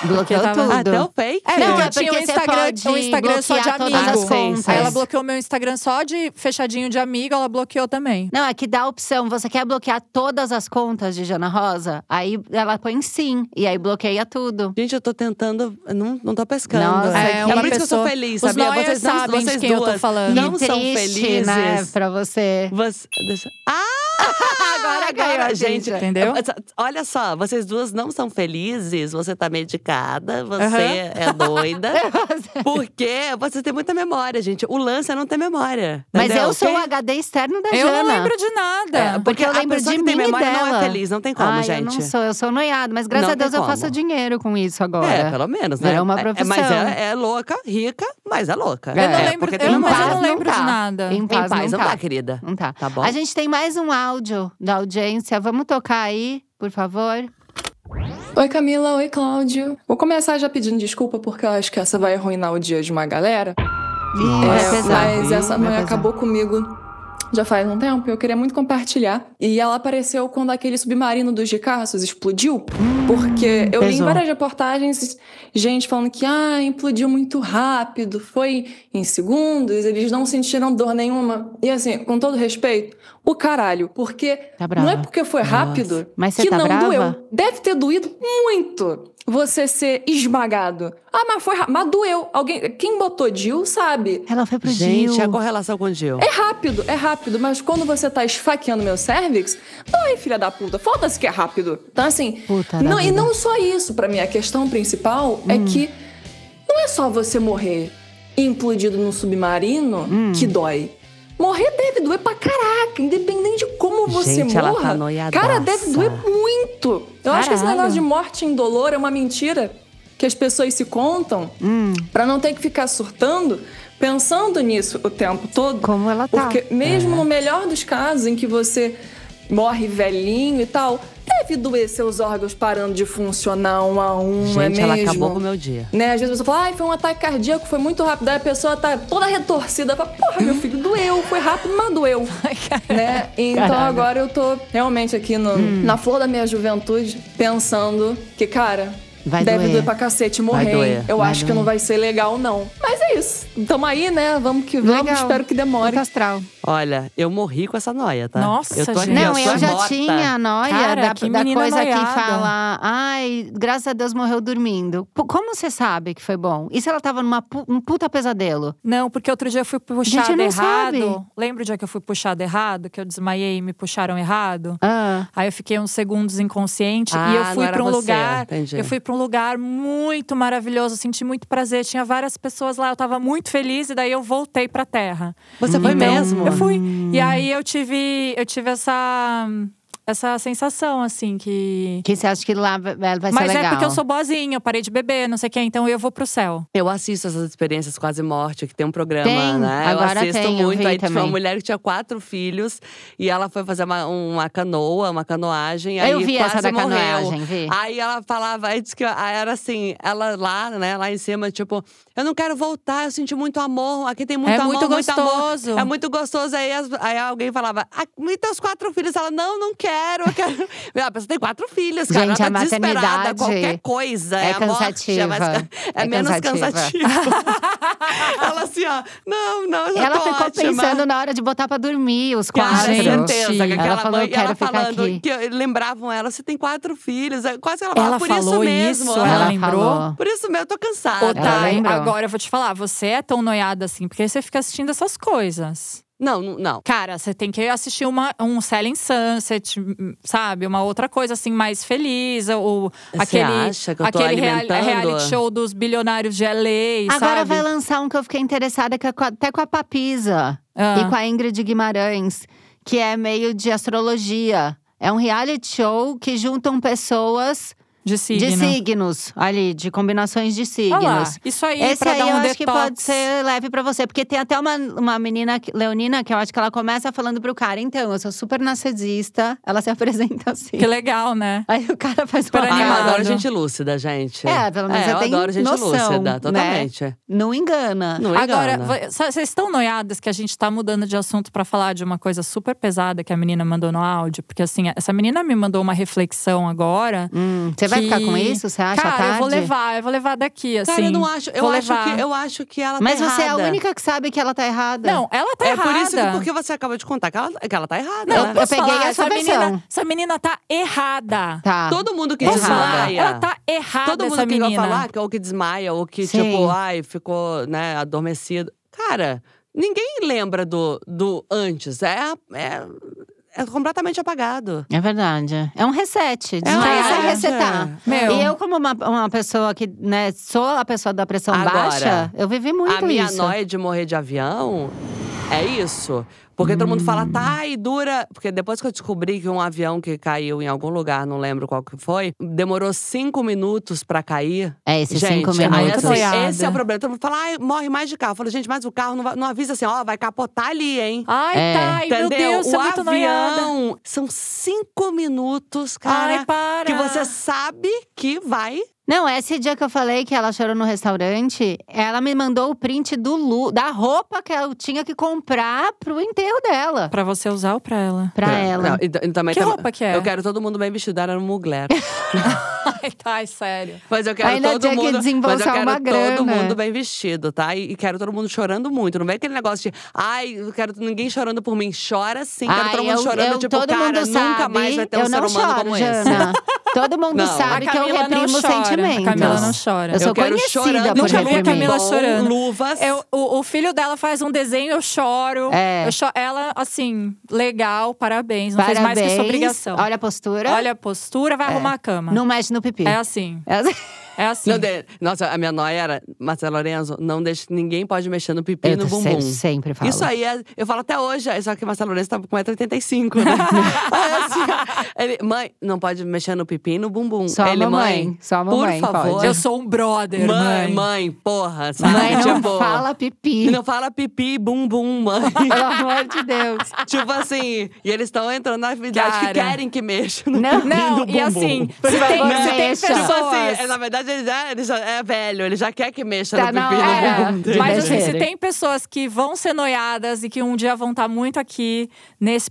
A: Bloqueou
C: Eu tava-
A: tudo.
D: Até o Ah, fake.
C: É,
A: Não,
C: porque
A: é
C: eu tinha um
A: porque você
C: Instagram,
A: pode
C: um Instagram só de
A: bloquear todas
C: amigo.
D: as contas.
C: Aí ela bloqueou meu Instagram só de fechadinho de amigo, ela bloqueou também.
A: Não, é que dá a opção. Você quer bloquear todas as contas de Jana Rosa? Aí ela põe sim. E aí bloqueia tudo.
D: Gente, eu tô tentando, eu não, não tô pescando.
A: Nossa, É, que-
D: é
A: uma
D: por isso que eu sou
C: pessoa-
D: feliz,
C: Os
D: sabia?
C: Noia
D: vocês não,
C: sabem de
D: vocês
C: quem eu tô
D: duas
C: falando.
D: não
A: que
D: são
A: é triste,
D: felizes.
A: né? Pra você.
D: Você- deixa- Ah!
A: Agora ganhou a gente.
D: [laughs]
C: Entendeu?
D: eu- Olha só, vocês duas não são felizes, você tá medicada, você
C: Aham.
D: é doida. porque você tem muita memória, gente. O lance é não ter memória.
A: Mas
D: entendeu?
A: eu sou
D: Quem-
A: o HD externo da
C: Eu
A: Jana.
C: não lembro de nada.
D: É, porque
A: Porque eu
D: a
A: lembro
D: pessoa
A: de
D: que tem
A: mim e
D: memória não
A: dela.
D: é feliz, não tem como,
A: Ai,
D: gente.
A: Eu não sou, eu sou noiada. Mas graças
D: Não
A: a Deus
D: tem
A: eu faço
D: como.
A: dinheiro com isso agora.
D: É, pelo menos, né?
A: Virou uma
D: É- É, mas
A: profissão.
D: é, é louca, rica, mas é louca.
A: Eu não
D: É,
C: lembro-
D: porque
C: eu
D: tem
C: não-
D: uma
C: mas eu
D: paz.
C: não lembro de nada.
A: Em
C: Em
A: paz,
D: Em paz
A: não,
D: não
A: tá.
D: dá, querida.
A: Não tá.
D: Tá bom?
A: A gente tem mais um áudio da audiência. Vamos tocar aí, por favor?
I: Oi Camila, oi Cláudio. Vou começar já pedindo desculpa porque eu acho que essa vai arruinar o dia de uma galera.
A: Ih,
D: Vai
I: É,
D: pesar,
I: mas
D: hein?
I: essa
A: Vai
I: mulher
A: pesar.
I: acabou comigo já faz um tempo. Eu queria muito compartilhar. E ela apareceu quando aquele submarino dos Ricardos explodiu.
A: Hum,
I: Porque eu li em
D: pesou.
I: várias reportagens gente falando que ah, implodiu muito rápido, foi em segundos, eles não sentiram dor nenhuma. E assim, com todo respeito, o caralho, porque
A: Tá brava.
I: não é porque foi rápido
A: Mas você
I: que
A: tá
I: não
A: brava?
I: doeu. Deve ter doído muito você ser esmagado. Ah, mas foi rápido. Mas doeu. Alguém, quem botou Jill sabe.
A: Ela foi pro
D: Gente,
A: Gil.
D: a correlação com o Gil.
I: É rápido, é rápido, mas quando você tá esfaqueando meu cervix, dói, filha da puta. Foda-se que é rápido. Então, assim.
A: Puta da
I: não, e
A: vida.
I: não só isso, pra mim. A questão principal é que não é só você morrer implodido num submarino que dói. Morrer deve doer pra caraca, independente de como você
D: Gente,
I: morra.
D: ela tá noiadaça.
I: cara, deve doer muito. Eu acho que esse
A: Caralho.
I: negócio de morte em dolor é uma mentira que as pessoas se contam
D: Hum.
I: pra não ter que ficar surtando, pensando nisso o tempo todo.
A: Como ela tá.
I: Porque
D: É.
I: mesmo no melhor dos casos em que você morre velhinho e tal, deve doer seus órgãos parando de funcionar um a um, é
D: Gente,
I: mesmo?
D: ela acabou com o meu dia.
I: Né? Às vezes você fala, ai, foi um ataque cardíaco, foi muito rápido. Aí a pessoa tá toda retorcida. Fala, porra, meu filho, doeu. Foi rápido,
A: [laughs]
I: mas doeu. né? Então agora eu tô realmente aqui no-
A: Hum.
I: na flor da minha juventude, pensando que, cara,
A: Vai
I: deve
A: doer.
I: doer pra cacete morrer. hein?
D: doer,
I: Eu
A: vai
I: acho que
A: doer.
I: não vai ser legal, não. Mas é isso. Tamo aí, né? Vamos que vamos.
A: Legal. Tá
I: Espero que demore.
A: Muito astral.
D: Olha, eu morri com essa noia, tá?
C: Nossa,
D: eu tô aqui,
C: gente.
A: Não,
D: eu, tô
A: eu já
D: morta.
A: tinha a noia
C: Cara,
A: da,
C: que
A: da
C: menina
A: coisa que
C: noiada.
A: fala, ai, graças a Deus morreu dormindo. Pô, Como você sabe que foi bom? E se ela tava num um puta pesadelo?
C: Não, porque outro dia eu fui
A: Gente,
C: puxada
A: não
C: errado.
A: sabe.
C: Lembra o dia que eu fui puxada errado? Que eu desmaiei e me puxaram errado?
A: Ah,
C: Aí eu fiquei uns segundos inconsciente
D: Ah,
C: e eu
D: não
C: fui
D: era
C: pra um
D: você,
C: lugar.
D: entendi.
C: Eu fui pra um lugar muito maravilhoso, senti muito prazer, tinha várias pessoas lá, eu tava muito feliz e daí eu voltei pra terra.
D: Você foi mesmo?
C: Então,
D: Hum.
C: Eu fui. E aí eu tive, eu tive essa essa sensação assim que
A: que você acha que lá vai, vai ser
C: mas
A: legal?
C: é porque eu sou boazinha, eu parei de beber, não sei o que, então eu vou pro céu.
D: Eu assisto essas experiências quase morte, que tem um programa,
A: Tem,
D: né?
A: agora
D: eu assisto
A: tem, eu
D: muito.
A: vi
D: Aí tinha
A: também.
D: uma mulher que tinha quatro filhos e ela foi fazer uma, uma canoa, uma canoagem.
A: Eu
D: aí
A: vi
D: quase
A: essa da
D: morreu. Ah,
A: canoagem, vi.
D: Aí ela falava, aí disse que aí era assim, ela lá, né, lá em cima, tipo, eu não quero voltar, eu senti muito amor, aqui tem muito
C: É
D: amor,
C: muito
D: amor.
C: gostoso.
D: É muito gostoso. Aí, as- aí alguém falava, "Ah, e teus quatro filhos? Ela, não, não quero, eu quero. [laughs] Meu, a pessoa tem quatro filhos, cara.
A: Gente,
D: ela tá
A: a
D: desesperada,
A: maternidade
D: qualquer coisa.
A: é
D: a morte, é, mais-
A: cansativa.
D: [laughs] é
A: É
D: menos
A: cansativa.
D: cansativo.
A: [laughs]
D: [laughs] ela assim, ó, não, não, eu já
A: Ela
D: tô
A: ficou
D: ótima.
A: pensando na hora de botar pra dormir os
D: Cara,
A: quatro.
D: certeza. Que
A: Ela
D: aquela
A: falou,
D: mãe,
A: "Eu quero
D: ela
A: ficar
D: falando
A: aqui."
D: que lembravam ela, você tem quatro filhos. é, Quase ela,
C: Ela
D: por
C: falou
D: isso mesmo.
C: isso,
D: ela-
C: ela lembrou?
A: falou.
D: Por isso mesmo, eu tô cansada.
C: Ô,
A: Ah,
C: Thay,
A: tá. lembrou.
C: agora eu vou te falar, você é tão noiada assim, porque você fica assistindo essas coisas.
D: Não, não, não.
C: Cara, você tem que assistir uma, um Selling Sunset, hum, sabe? Uma outra coisa assim, mais feliz. Ou
D: Você
C: aquele,
D: acha que eu tô
C: aquele reali-
D: alimentando?
C: reality show dos bilionários de LA,
A: Agora
C: sabe?
A: vai lançar um que eu fiquei interessada, que é com a- até com a Papisa
C: Ah.
A: e com a Ingrid Guimarães, que é meio de astrologia. É um reality show que juntam pessoas
C: de signo.
A: de signos ali, de combinações de signos.
C: Olha lá, isso aí
A: Esse
C: pra
A: aí
C: dar um
A: eu
C: detox.
A: acho que pode ser leve pra você. Porque tem até uma, uma menina, que- Leonina, que eu acho que ela começa falando pro cara. Então, eu sou super narcisista. Ela se [laughs] apresenta assim.
C: Que legal, né?
A: Aí o cara [laughs] faz uma
C: Super
D: Ah, eu
A: cara.
C: animado.
D: adoro gente lúcida, gente.
A: É, pelo menos
D: é,
A: você
D: eu
A: tem
D: adoro gente
A: noção,
D: lúcida,
A: né?
D: totalmente.
A: Não engana.
D: Não
C: Agora,
D: engana.
C: vo- sa- vocês estão noiadas que a gente tá mudando de assunto pra falar de uma coisa super pesada que a menina mandou no áudio? Porque assim, essa menina me mandou uma reflexão agora.
A: Hum, você vai
C: que-
A: ficar com isso? Você acha
C: Cara,
A: tarde?
C: eu vou levar, eu vou levar daqui, assim.
D: Cara, eu não acho. Eu
C: vou
D: acho,
C: levar.
D: que, eu acho que ela
A: Mas
D: tá
A: você é a
D: errada.
A: única que sabe que ela tá errada.
C: Não, ela tá
D: É
C: errada.
D: por isso que porque você acabou de contar que ela, que ela tá errada.
C: Não,
D: né?
A: eu
C: posso
A: peguei
C: falar,
A: essa versão.
C: menina, essa menina tá errada.
A: Tá.
D: Todo mundo que
A: Posso
D: desmaia.
A: falar?
C: Ela tá errada,
D: Todo mundo
C: essa
D: que vai
C: menina.
D: falar, que- ou que desmaia, ou que,
A: Sim.
D: tipo, ai, ficou, né, adormecido. Cara, ninguém lembra do, do antes. É, é, é completamente apagado.
A: É verdade. É um reset.
D: É um
A: Desmaiar é,
D: reset,
A: resetar.
D: é.
C: Meu.
A: E eu, como uma, uma pessoa que, né, sou a pessoa da pressão
D: Agora,
A: baixa, eu vivi muito
D: a minha
A: isso.
D: noia de morrer de avião é isso. Porque todo mundo
A: Hum.
D: fala, tá, e dura. Porque depois que eu descobri que um avião que caiu em algum lugar, não lembro qual que foi, demorou cinco minutos pra cair.
A: É, esses
D: gente,
A: cinco
D: aí,
A: minutos.
D: assim,
C: Noiada.
D: esse é o problema. Todo mundo fala, ai, morre mais de carro. Eu falo, gente, mas o carro não, vai- não avisa assim, ó, vai capotar ali, hein?
C: Ai,
A: É.
C: Thay, meu
D: Entendeu?
C: Deus,
D: o
C: você é muito noiada.
D: avião são cinco minutos,
C: Ai,
D: cara.
C: para.
D: que você é sabe que vai.
A: Não, esse dia que eu falei que ela chorou no restaurante, ela me mandou o print do lu, da roupa que eu tinha que comprar pro enterro dela.
C: Pra você usar ou pra ela?
A: Pra
D: Não,
A: ela.
D: e, e também
C: Que
D: tava-
C: roupa que é?
D: Eu quero todo mundo bem vestido, era no
A: [laughs]
D: Mugler.
C: [laughs] Ai, Thay, sério.
D: Mas eu quero
A: Ainda
D: todo
A: tinha que
D: mundo. mas eu
A: desembolsar
D: quero
A: uma
D: todo
A: grana.
D: mundo bem vestido, tá? E, e quero todo mundo chorando muito. Não vem aquele negócio de, ai, eu quero ninguém chorando por mim. Chora sim, quero
A: Ai,
D: todo mundo
A: eu-
D: chorando,
A: eu-
D: tipo,
A: todo
D: cara,
A: mundo
D: nunca
A: sabe,
D: mais vai ter um
A: eu
D: ser
A: não
D: humano
A: choro,
D: como esse.
A: Jana. Todo mundo
D: Não.
A: sabe
C: A
A: que eu
C: Camila não
A: reprimo
C: chora. A
A: sentimentos.
C: Camila não chora.
A: Eu sou
D: eu quero
A: conhecida
D: chorando,
A: por
C: Nunca vi a
A: reprimir.
C: Camila
D: Bom,
C: chorando.
D: luvas.
C: Eu- o, o filho dela faz um desenho, eu choro.
A: É.
C: Eu cho- Ela, assim, legal, parabéns. Não
A: Parabéns.
C: fez mais que sua obrigação.
A: Olha a postura.
C: Olha a postura, vai arrumar a cama.
A: Não mexe no pipi.
C: É assim,
D: [laughs]
A: É assim.
C: é assim.
D: Não de- Nossa, a minha noia era, Marcelo Lorenzo, não deixe, ninguém pode mexer no pipi e
A: Eu
D: no
A: tô
D: bumbum.
A: se- sempre falo.
D: Isso aí, é- eu falo até hoje, é só que o Marcelo Lourenço tá com 1,85m,
A: [laughs]
D: né? Aí, assim, ele, mãe, não pode mexer no pipi e no bumbum.
A: Só a
D: ele,
A: mamãe,
D: mãe,
A: só a mamãe
D: por favor.
A: pode.
C: Eu sou um brother,
D: mãe,
C: mãe.
D: mãe, porra, sabe?
A: Mãe, não
D: tipo,
A: fala pipi.
D: [laughs] Não fala pipi, bumbum, mãe. [laughs]
A: Pelo amor de Deus.
D: tipo assim, e eles estão entrando na idade
C: Cara.
D: que querem que mexa no
A: Não,
D: pipi
C: Não,
D: no bumbum.
C: e assim,
A: Por
C: se tem,
A: favor,
C: se tem
A: deixa.
D: Tipo
C: pessoas…
D: assim, é, na verdade, ele já, ele já é velho, ele já quer que mexa
A: Tá
D: no
A: na
D: pipi e
A: hora.
D: no
C: É,
D: bumbum.
A: de
C: mas assim, se
A: mexer.
C: tem pessoas que vão ser noiadas e que um dia vão estar muito aqui nesse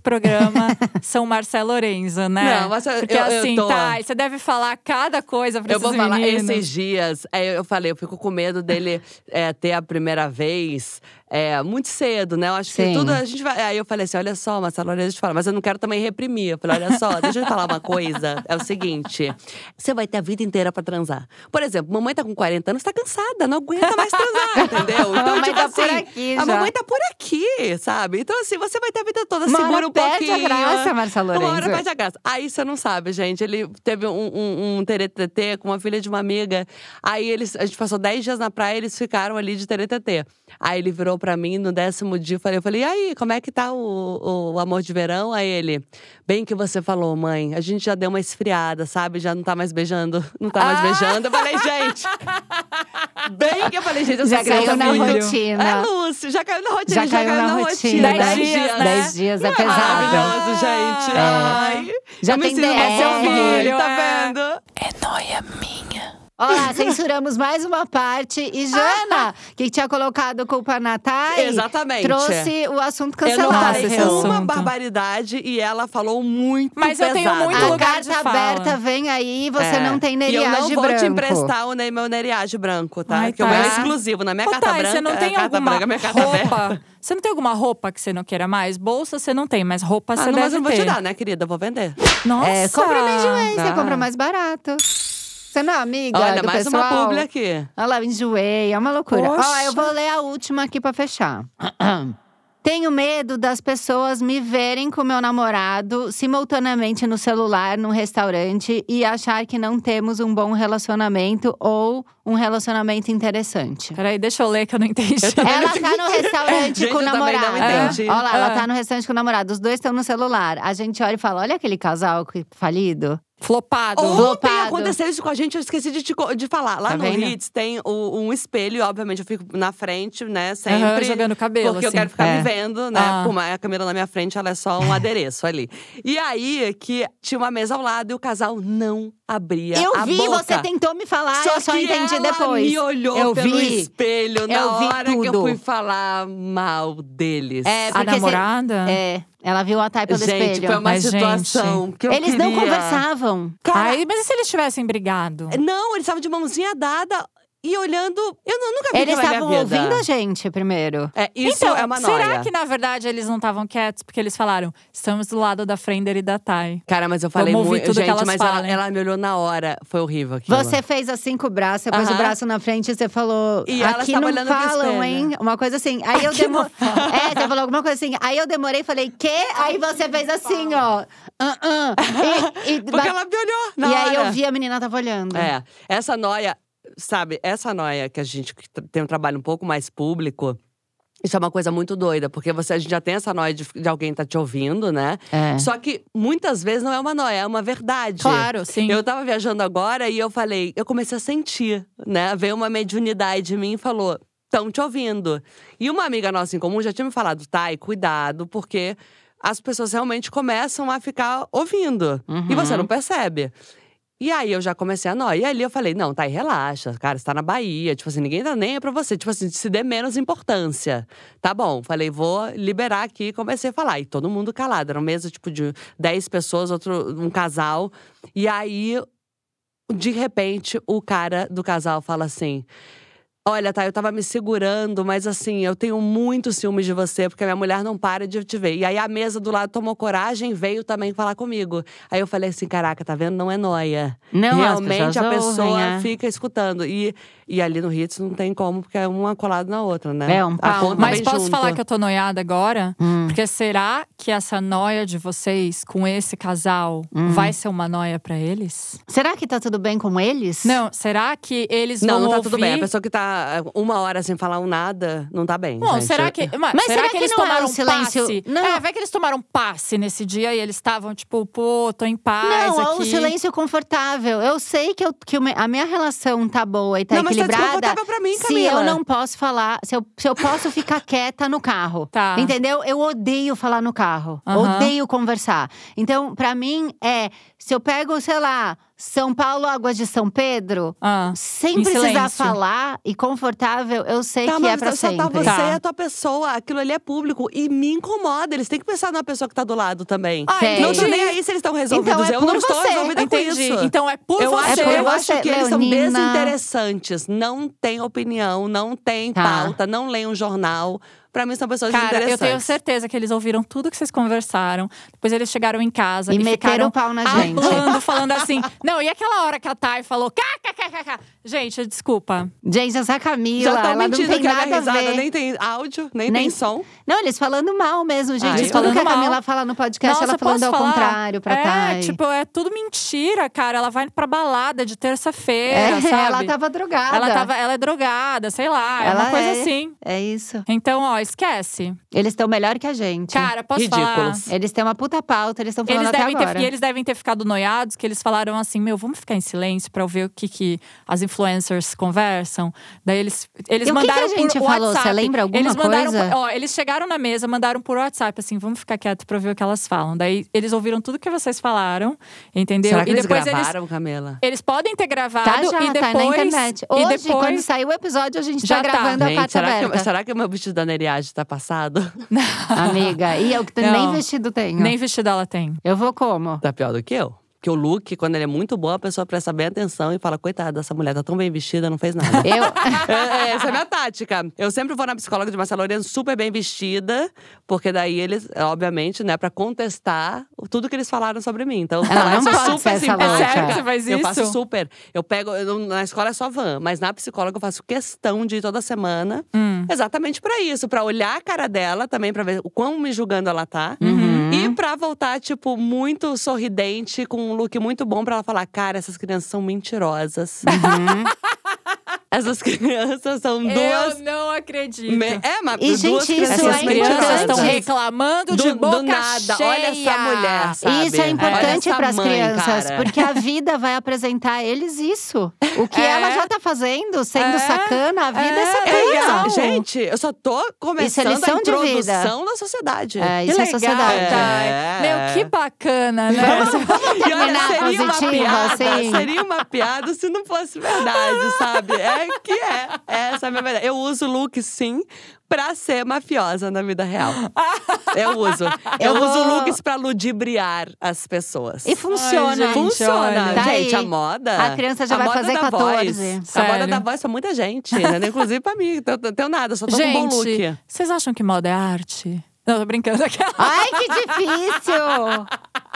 A: [laughs]
C: programa, são Marcelo Lorenza, né?
D: Não, mas eu-
C: Porque
D: eu- eu
C: assim,
D: tô-
C: tá, e você deve falar cada coisa pra
D: Eu
C: esses
D: vou falar,
C: meninos.
D: esses dias, é, eu falei, eu fico com medo dele é, ter a primeira vez é, muito cedo, né? Eu acho que
A: Sim.
D: tudo a gente vai. Aí eu falei assim: olha só, Marcelo, olha, deixa eu te falar, mas eu não quero também reprimir. Eu falei, olha só, deixa eu te falar uma coisa. É o seguinte: você vai ter a vida inteira pra transar. Por exemplo, mamãe tá com 40 anos, tá cansada, não aguenta mais
A: [laughs]
D: transar, entendeu?
A: A mamãe
D: tipo
A: tá
D: assim,
A: por aqui
D: A
A: já.
D: mamãe tá por aqui, sabe? Então, assim, você vai ter a vida toda,
A: Uma
D: segura
A: hora
D: um
A: perde a
D: pouquinho.
A: graça, Marcelo
D: Uma hora
A: Lorenzo.
D: perde a graça. Aí você não sabe, gente. Ele teve um, um, um teretetê com uma filha de uma amiga. Aí eles, a gente passou 10 dias na praia eles ficaram ali de teretetê. Aí ele virou pra mim no décimo dia. eu Falei, eu falei, e aí, como é que tá o, o amor de verão? Aí ele, bem que você falou, mãe. A gente já deu uma esfriada, sabe? Já não tá mais beijando. Não tá mais beijando. Eu falei, gente. Bem que eu falei, gente, eu
A: Já
D: sou criança
A: caiu na
D: muito-
A: rotina.
D: É, Lúcio, já caiu na
A: Já
D: rotina.
A: caiu na rotina.
D: Dez
A: Dez
D: dias,
C: dias,
D: né?
A: Dez dias é [laughs] pesado. É.
D: Maravilhoso, gente. Ai.
A: Já
D: Eu me
A: tem né?
D: sinto
A: DR.
C: Tá
D: com seu filho,
C: É.
D: tá vendo?
A: Olá, censuramos mais uma parte. E
D: [laughs]
A: Jana, que tinha colocado culpa na Thay,
D: Exatamente.
A: trouxe o assunto
D: Eu não
A: cancelado.
D: falei
C: esse
D: uma
C: assunto.
D: barbaridade e ela falou muito
C: Mas eu tenho
D: pesado.
C: muito
A: A
C: lugar de
A: carta
C: fala.
A: aberta vem aí, você
D: É.
A: não tem
D: E eu não
A: neriage
D: vou
A: branco.
D: te emprestar o ne- meu neriage branco, tá?
C: Ai,
D: que o meu é
C: tá.
D: exclusivo. Na minha
C: Ô,
D: carta
C: Thay,
D: branca… É,
C: você não tem
D: carta
C: alguma
D: branca, minha carta aberta.
C: roupa? [laughs] Você não tem alguma roupa que você não queira mais? Bolsa você não tem, mas roupa
D: Ah,
C: você
D: não,
C: deve
D: mas eu não vou
C: ter.
D: te dar, né, querida? Eu vou vender.
C: Nossa!
A: É, compra mediante, você
D: Ah.
A: compra mais barato. Você não é amiga
D: Olha,
A: do
D: mais
A: pessoal?
D: uma publi aqui.
A: Olha lá, eu enjoei, é uma loucura. Ó,
C: Poxa.
A: eu vou ler a última aqui pra fechar. [clears throat] Tenho medo das pessoas me verem com meu namorado simultaneamente no celular, num restaurante e achar que não temos um bom relacionamento ou um relacionamento
D: [laughs]
A: interessante.
C: Peraí, deixa eu ler que eu não entendi.
A: Ela tá no restaurante
D: Gente,
A: com o
D: eu também não
A: namorado.
D: entendi. É.
A: Olha lá, ela
C: Ah.
A: tá no restaurante com o namorado. Os dois estão no celular. A gente olha e fala: olha aquele casal que- falido.
C: [laughs] Flopado.
A: Ô,
D: Ontem
A: Flopado.
D: aconteceu isso com a gente, eu esqueci de, te co- de falar. Lá
A: Tá
D: no
A: vendo?
D: Hits tem o- um espelho, obviamente eu fico na frente, né, sempre.
C: Aham, jogando cabelo,
D: Porque eu
C: assim.
D: quero ficar
A: É.
D: me vendo, né,
C: Ah.
D: com uma- a câmera na minha frente, ela é só um adereço ali. E aí, que tinha uma mesa ao lado e o casal não abria
A: eu
D: a
A: vi,
D: boca.
A: você tentou me falar, eu só
D: que
A: entendi
D: ela
A: depois.
D: me olhou
A: eu
D: pelo
A: vi.
D: espelho na
A: Eu vi
D: hora que
A: tudo.
D: eu fui falar mal deles.
A: É,
C: A
A: porque cê-
C: namorada?
A: É, ela viu a Thay pelo
D: Gente,
A: espelho.
D: foi uma
C: Mas, gente,
D: situação que eu
A: Eles não
D: queria-
A: conversavam.
D: Cara,
C: Ai, mas e se eles tivessem brigado?
D: não, eles estavam de mãozinha dada e olhando… Eu não- nunca vi
A: Eles
D: isso na minha
A: estavam
D: vida.
A: ouvindo a gente primeiro.
D: É, isso
C: então,
D: é uma noia.
C: será que na verdade eles não estavam quietos? Porque eles falaram, estamos do lado da Frender e da Thay.
D: Cara, mas eu falei
C: Vamos ouvir
D: muito.
C: tudo que
D: Gente,
C: elas
D: mas ela,
C: falem.
D: ela me olhou na hora. Foi horrível aquilo.
A: Você fez assim com o braço, você pôs o
D: Aham.
A: braço na frente e você falou.
D: E ela
A: aqui
D: estava
A: não
D: olhando pro
A: falam,
D: espelho.
A: hein? Uma coisa assim. Aí eu demorei. É, você falou alguma coisa assim. Aí eu demorei e falei, quê? Aí você fez assim, ó. Ah, ah. E, e,
D: [laughs] Porque
A: ba-
D: ela me olhou na
A: e aí
D: hora.
A: eu vi a menina tava olhando.
D: É, essa noia, sabe? Essa noia que a gente que tra- tem um trabalho um pouco mais público… Isso é uma coisa muito doida, porque você, a gente já tem essa noia de, de alguém tá te ouvindo, né?
A: É.
D: Só que muitas vezes não é uma noia, é uma verdade.
C: Claro, sim.
D: Eu tava viajando agora e eu falei, eu comecei a sentir, né? Veio uma mediunidade em mim e falou: estão te ouvindo. E uma amiga nossa em comum já tinha me falado, Thay, cuidado, porque as pessoas realmente começam a ficar ouvindo. E
A: Uhum.
D: você um não percebe. E aí eu já comecei a noia. E ali eu falei, não, Thay, relaxa, cara, você tá na Bahia. Tipo assim, ninguém dá nem é pra você. Tipo assim, se dê menos importância. Tá bom. Falei, vou liberar aqui e comecei a falar. E todo mundo calado. Era um mesa, tipo, de 10 pessoas, outro, um casal. E aí, de repente, o cara do casal fala assim. Olha, tá, eu tava me segurando, mas assim, eu tenho muito ciúmes de você, porque a minha mulher não para de te ver. E aí a mesa do lado tomou coragem e veio também falar comigo. Aí eu falei assim: caraca, tá vendo? Não é noia.
A: Uhum. Não, as pessoas
D: Realmente a pessoa
A: ouvem, é.
D: fica escutando. E, e ali no Hits não tem como, porque é uma colada na outra, né?
A: É, um
D: A
A: pau.
D: conta
C: Mas
D: vem
C: posso
D: junto.
C: falar que eu tô noiada agora?
A: Hum.
C: Porque será que essa noia de vocês com esse casal
D: Hum.
C: vai ser uma noia pra eles?
A: Será que tá tudo bem com eles?
C: Não, será que eles
D: Não,
C: vão
D: não tá
C: ouvir…
D: tudo bem. A pessoa que tá uma hora sem falar um nada, não tá bem.
C: Bom,
D: gente.
C: será que. Mas, será, que, eles
A: não é um
C: tomaram
A: silêncio-
C: passe?
A: não.
C: É, vai que eles tomaram passe nesse dia e eles estavam tipo, pô, tô em paz.
A: Não, é
C: aqui.
A: um silêncio confortável. Eu sei que, eu- que o me- a minha relação tá boa e tá
D: Não, mas tá
A: equilibrada.
D: desconfortável pra mim,
A: se
D: Camila.
A: eu não posso falar, se eu, se eu posso ficar quieta no carro.
C: Tá.
A: Entendeu? Eu odeio falar no carro.
C: Aham.
A: Odeio conversar. Então, pra mim, é. Se eu pego, sei lá, São Paulo, Águas de São Pedro.
C: Ah,
A: Sem
C: em
A: precisar
C: silêncio.
A: falar e confortável, eu sei
D: Tá,
A: que
D: mas
A: é pra
D: só
A: sempre.
D: tá você
C: Tá.
D: e a tua pessoa. Aquilo ali é público. E me incomoda. Eles têm que pensar na pessoa que tá do lado também.
C: Ah,
A: Sei.
D: Não tô
C: entendi.
D: nem aí se eles estão resolvidos.
A: Então é
D: eu não
A: por
D: estou
A: você.
D: resolvida
C: Entendi.
D: com isso.
C: Então é por
D: eu
C: você.
D: acho,
A: por
D: eu
A: você,
D: acho que eles são
A: Leonina.
D: desinteressantes. Não tem opinião, não tem
A: Tá.
D: pauta, não leem um jornal. Pra mim, são pessoas
C: Cara, eu
D: desinteressantes.
C: tenho certeza que eles ouviram tudo que vocês conversaram. Depois eles chegaram em casa
A: E
C: e,
A: meteram
C: ficaram
A: o pau na gente.
C: abando, falando assim. Não, e aquela hora que a Thay falou kkkkk. Gente, desculpa.
A: Gente, essa Camila,
D: Já
A: ela
D: estão
A: não
D: mentindo
A: tem
D: que a
A: nada
D: minha
A: a ver.
D: risada nem tem áudio, nem,
A: Nem-
D: tem som.
A: Não, eles falando mal mesmo, gente.
D: Ah,
A: Eles
D: eles
A: falando que a
C: falando mal.
A: Camila fala no podcast,
C: Nossa,
A: ela falando
C: posso
A: ao
C: falar?
A: contrário pra
C: é,
A: Thay.
C: tipo, é tudo mentira, cara. Ela vai pra balada de terça-feira,
A: É, [laughs]
C: sabe?
A: ela tava drogada.
C: Ela, tava, ela é drogada, sei lá. é
A: Ela
C: uma coisa
A: é.
C: assim.
A: É isso.
C: Então, ó, esquece.
A: Eles estão melhor que a gente.
C: Cara, posso falar?
D: Ridículos.
A: Eles têm uma puta pauta, eles estão falando
C: Eles
A: até
C: devem,
A: agora.
C: ter, e eles devem ter ficado noiados, que eles falaram assim: meu, vamos ficar em silêncio pra eu ver o que, que as influencers conversam. Daí eles, eles
A: E o que que a
C: mandaram
A: gente
C: por
A: falou?
C: WhatsApp.
A: Você lembra alguma
C: eles mandaram,
A: coisa?
C: por- Ó, eles chegaram na mesa, mandaram por WhatsApp assim: vamos ficar quieto pra eu ver o que elas falam. Daí eles ouviram tudo que vocês falaram, entendeu?
D: Será que
C: e
D: eles
C: depois
D: gravaram, Camila?
C: eles podem ter gravado
A: Tá já,
C: e depois
A: tá na internet.
C: e
A: Hoje,
C: depois
A: quando sair o episódio, a gente
C: Já
A: tá
C: tá.
A: gravando a
D: Gente,
A: carta
D: será,
A: aberta.
D: que, será que o meu vestido da Neriade tá passado? [laughs]
A: [laughs]
C: [laughs]
A: Amiga, e eu que t- nem
C: Não.
A: vestido tenho.
C: nem vestido ela tem.
A: Eu vou como?
D: Tá pior do que eu? Porque o look, quando ele é muito bom, a pessoa presta bem atenção e fala: coitada, essa mulher tá tão bem vestida, não fez nada.
A: Eu.
C: [laughs]
D: É, é, essa é a minha tática. Eu sempre vou na psicóloga de Marcelo Lourenço super bem vestida, porque daí eles, obviamente, né, pra contestar o- tudo que eles falaram sobre mim. Então, eu vou
A: Ela
D: lá,
A: não
D: eu sou
A: pode ser
D: super
A: essa
D: simpática.
A: louca. É sério que
C: você faz
D: Eu
C: isso?
D: faço super. Eu pego, eu não- na escola é só van, mas na psicóloga eu faço questão de ir toda semana. Exatamente pra isso, pra olhar a cara dela também, pra ver o quão me julgando ela tá. E pra voltar, tipo, muito sorridente, com um look muito bom pra ela falar: cara, essas crianças são mentirosas. [laughs] Essas crianças são duas.
C: Eu não acredito.
D: me- É, mas
A: E,
D: duas
A: gente, isso
D: crianças.
A: é
C: Essas crianças estão
A: importante.
C: reclamando de
D: Do- do
C: boca
D: nada.
C: cheia.
D: Olha essa mulher, sabe?
A: Isso é
D: Olha
A: importante
D: essa
A: para as
D: mãe,
A: crianças,
D: cara.
A: porque a vida vai apresentar a eles isso. O que
C: É.
A: ela já tá fazendo, sendo
C: É.
A: sacana, a vida é,
C: É.
A: sacana.
D: É,
C: legal.
D: Gente, eu só tô começando
A: é lição
D: a
A: de vida.
D: introdução da sociedade.
A: É,
C: Que
A: isso é
C: legal,
A: sociedade.
C: Thay.
D: É.
C: Meu, que bacana, né?
D: E olha,
A: terminar
D: seria uma
A: positivo,
D: piada,
A: assim?
D: seria uma piada se não fosse verdade, sabe? É que é. Essa é a minha verdade. Eu uso look, sim, pra ser mafiosa na vida real. Eu uso. Eu,
A: [laughs] Eu vou-
D: uso looks pra ludibriar as pessoas.
A: E funciona.
C: Ai, gente,
D: Funciona,
C: olha.
A: Tá
D: gente.
A: aí.
D: A moda.
A: A criança já vai
D: moda
A: fazer
D: da
A: 14.
D: Voz, a
C: Sério.
D: moda da voz pra muita gente, né? inclusive pra mim. Eu não tenho nada, só tô com um bom look.
C: Gente, vocês acham que moda é arte? Não, tô brincando [laughs] aqui.
A: Ai, que difícil!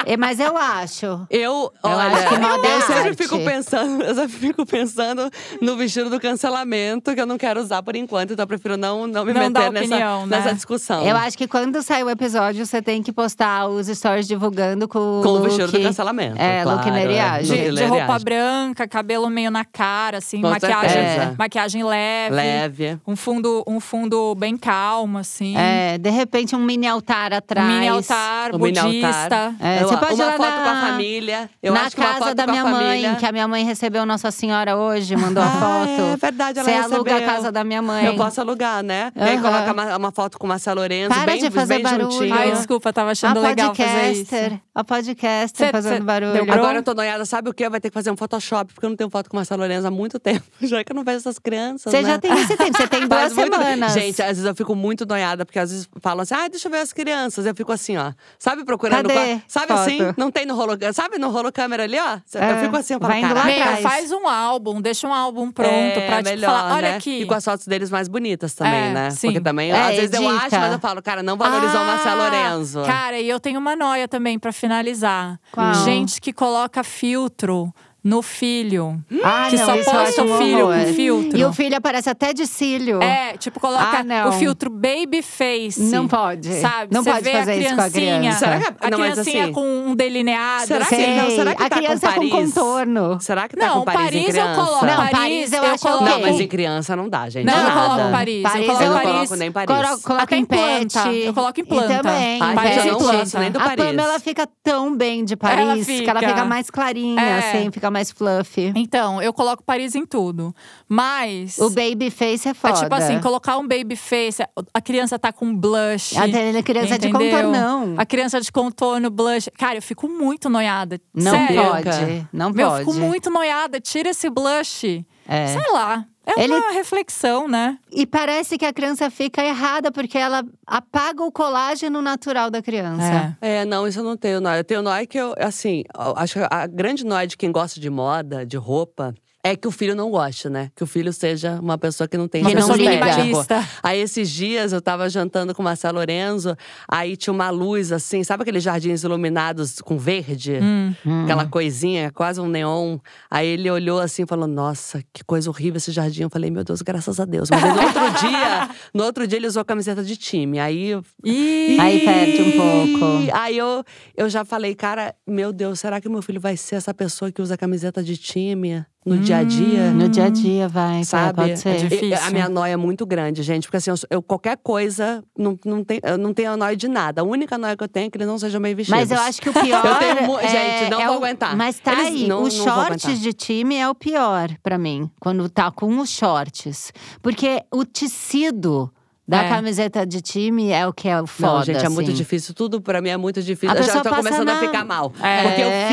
A: É, mas eu acho.
D: Eu, olha,
A: acho que moda é
D: eu sempre
A: arte.
D: fico pensando, eu sempre fico pensando no vestido do cancelamento que eu não quero usar por enquanto, então eu prefiro não, não me
C: Não
D: meter
C: dar
D: nessa,
C: opinião, né?
D: nessa discussão.
A: Eu acho que quando sair o episódio, você tem que postar os stories divulgando com,
D: com o
A: look.
D: vestido do cancelamento.
A: É,
D: claro,
A: look neriage.
D: look
C: De, de
D: neriage.
C: roupa branca, cabelo meio na cara, assim,
D: é Com
C: maquiagem,
D: certeza.
C: maquiagem leve,
D: leve.
C: Um fundo, um fundo bem calmo, assim.
A: É, de repente um mini altar atrás.
C: Mini altar,
D: Um mini
C: budista.
D: altar.
A: É,
D: Eu-
A: você pode ir
D: uma
A: lá
D: foto
A: na-
D: com a família. Eu
A: na
D: acho que uma
A: casa
D: foto
A: da
D: com a
A: minha mãe,
D: família.
A: que é a minha mãe recebeu Nossa Senhora hoje, mandou a
D: Ah,
A: foto.
D: É verdade, ela
A: Você aluga a
D: recebeu.
A: casa da minha mãe.
D: Eu posso alugar, né? E aí
A: Aham.
D: coloca uma, uma foto com o Marcelo Lorenzo,
A: Para
D: bem,
A: de fazer
D: bem
A: barulho.
D: juntinho.
C: Ai, desculpa, tava achando
A: a
D: Ah,
C: legal fazer isso.
A: podcaster, a podcaster
C: Cê-
A: fazendo
C: cê-
A: barulho.
C: deu bronca?
D: Então, Agora eu tô noiada, sabe o quê? Vai ter que fazer um Photoshop, porque eu não tenho foto com o Marcelo Lorenzo há muito [laughs] tempo. Já que eu não vejo essas crianças,
A: Você
D: né?
A: já tem esse tempo, você
C: [laughs]
A: tem duas
D: Faz muito-
A: semanas.
D: Gente, às vezes eu fico muito noiada, porque às vezes falam assim, ah, deixa eu ver as crianças. Eu fico assim, ó. Sabe procurando…
A: Cadê
D: qua- Sabe
A: foto?
D: assim? Não tem no rolo… Sabe no rolo câmera ali, ó? Cê-
A: É,
D: Eu fico assim, eu falo,
A: vai indo lá
D: "Caraca,
C: Meu,
A: atrás.
C: faz um álbum, deixa um álbum pronto
D: é,
C: pra tipo,
D: melhor,
C: falar. Olha
D: né?
C: aqui.
D: E com as fotos deles mais bonitas também,
C: É,
D: né?
C: sim.
D: Porque também,
A: É,
D: às vezes eu
A: edita.
D: acho, mas eu falo, cara, não valorizou o Marcelo
C: Ah,
D: Lorenzo.
C: Cara, e eu tenho uma noia também pra finalizar.
A: Qual?
C: Gente que coloca filtro no filho.
A: Ah,
C: que
A: não,
C: só
A: isso eu
C: posta
A: acho
C: o
A: um
C: filho
A: horror.
C: com filtro.
A: E o filho aparece até de cílio.
C: É, tipo, coloca
A: Ah, não.
C: o filtro baby face.
A: Não pode.
C: Sabe?
A: Não
C: Você
A: pode
C: vê
A: fazer
C: a
A: isso com a
C: criancinha.
A: criança.
D: Será que a-
C: a
D: não, mas
C: criancinha
D: assim-
C: com um delineado?
D: Será
C: assim?
D: que, não, será que
A: a
D: tá
A: criança é
D: com Paris?
A: com contorno.
D: Será que tá
C: Não,
D: com Paris, em
C: Paris eu
D: criança?
C: coloco.
A: Não, Paris
C: Paris
A: eu
C: eu,
A: acho é
C: coloco.
D: Não,
A: ok.
D: mas em criança não dá, gente.
C: Não, eu
D: Nada.
C: coloco Paris.
A: Paris
C: eu coloco
A: eu
D: não
A: Paris.
D: coloco nem Paris.
A: Coro- Coloca
C: Até
A: em
C: em
A: pet.
C: planta. Eu coloco em planta.
A: E também.
D: Ai,
A: pet
D: gente, eu
A: em
D: não
A: planta.
D: gosto nem do
A: a
D: Paris.
A: Pamela fica tão bem de Paris
C: Ela
A: que ela
C: fica.
A: fica mais clarinha,
C: É.
A: assim, fica mais fluffy.
C: Então, eu coloco Paris em tudo. Mas.
A: O baby face é
C: é
A: foda.
C: tipo assim, colocar um baby face, a criança tá com blush.
A: A dele- a criança de
C: entendeu?
A: contornão.
C: A criança de contorno, blush. Cara, eu fico muito noiada.
A: Não
C: Sério.
A: pode. Não
C: Meu, eu
A: pode.
C: fico muito noiada. Tira esse blush.
A: É.
C: Sei lá. É
A: Ele-
C: uma reflexão, né?
A: E parece que a criança fica errada, porque ela apaga o colágeno natural da criança.
D: É, não, isso eu não tenho nóia. Eu tenho nóia que eu, assim, eu acho que a grande nóia de quem gosta de moda, de roupa, é que o filho não goste, né? Que o filho seja uma pessoa que não tem
A: Uma
D: esse
A: pessoa
D: critério.
C: minimalista.
D: Tipo, Aí esses dias eu tava jantando com o Marcelo Lorenzo, aí tinha uma luz assim, sabe aqueles jardins iluminados com verde?
C: Hum.
A: Hum.
D: Aquela coisinha, quase um neon. Aí ele olhou assim e falou: Nossa, que coisa horrível esse jardim. Eu falei: Meu Deus, graças a Deus. Mas aí, no outro dia, no outro dia ele usou camiseta de time. Aí eu
C: E...
A: Aí perde um
D: e
A: pouco.
D: aí eu, eu já falei, cara, meu Deus, será que meu filho vai ser essa pessoa que usa camiseta de time? no dia a dia.
A: Hum, No dia a dia, vai. vai,
D: Sabe?
A: Pode ser.
C: É difícil.
D: E- e a minha noia é muito grande, gente. Porque assim, eu, sou- eu- qualquer coisa, não, não tem, eu não tenho noia de nada. A única noia que eu tenho é que eles não sejam bem vestidos.
A: Mas eu acho que o pior.
D: [laughs] Eu tenho mu-
A: é,
D: gente, não
A: é
D: vou
A: o-
D: aguentar.
A: Mas tá
D: Eles
A: aí,
D: não-
A: os
D: não vou
A: shorts
D: aguentar.
A: de time é o pior pra mim, quando tá com os shorts. Porque o tecido da
C: É.
A: camiseta de time é o que é o foda.
D: Não, gente, é muito
A: assim.
D: difícil. Tudo pra mim é muito difícil.
A: A
D: eu já
A: pessoa
D: tô
A: passa
D: começando a
A: na-
D: ficar mal.
C: É.
D: Porque eu
A: É.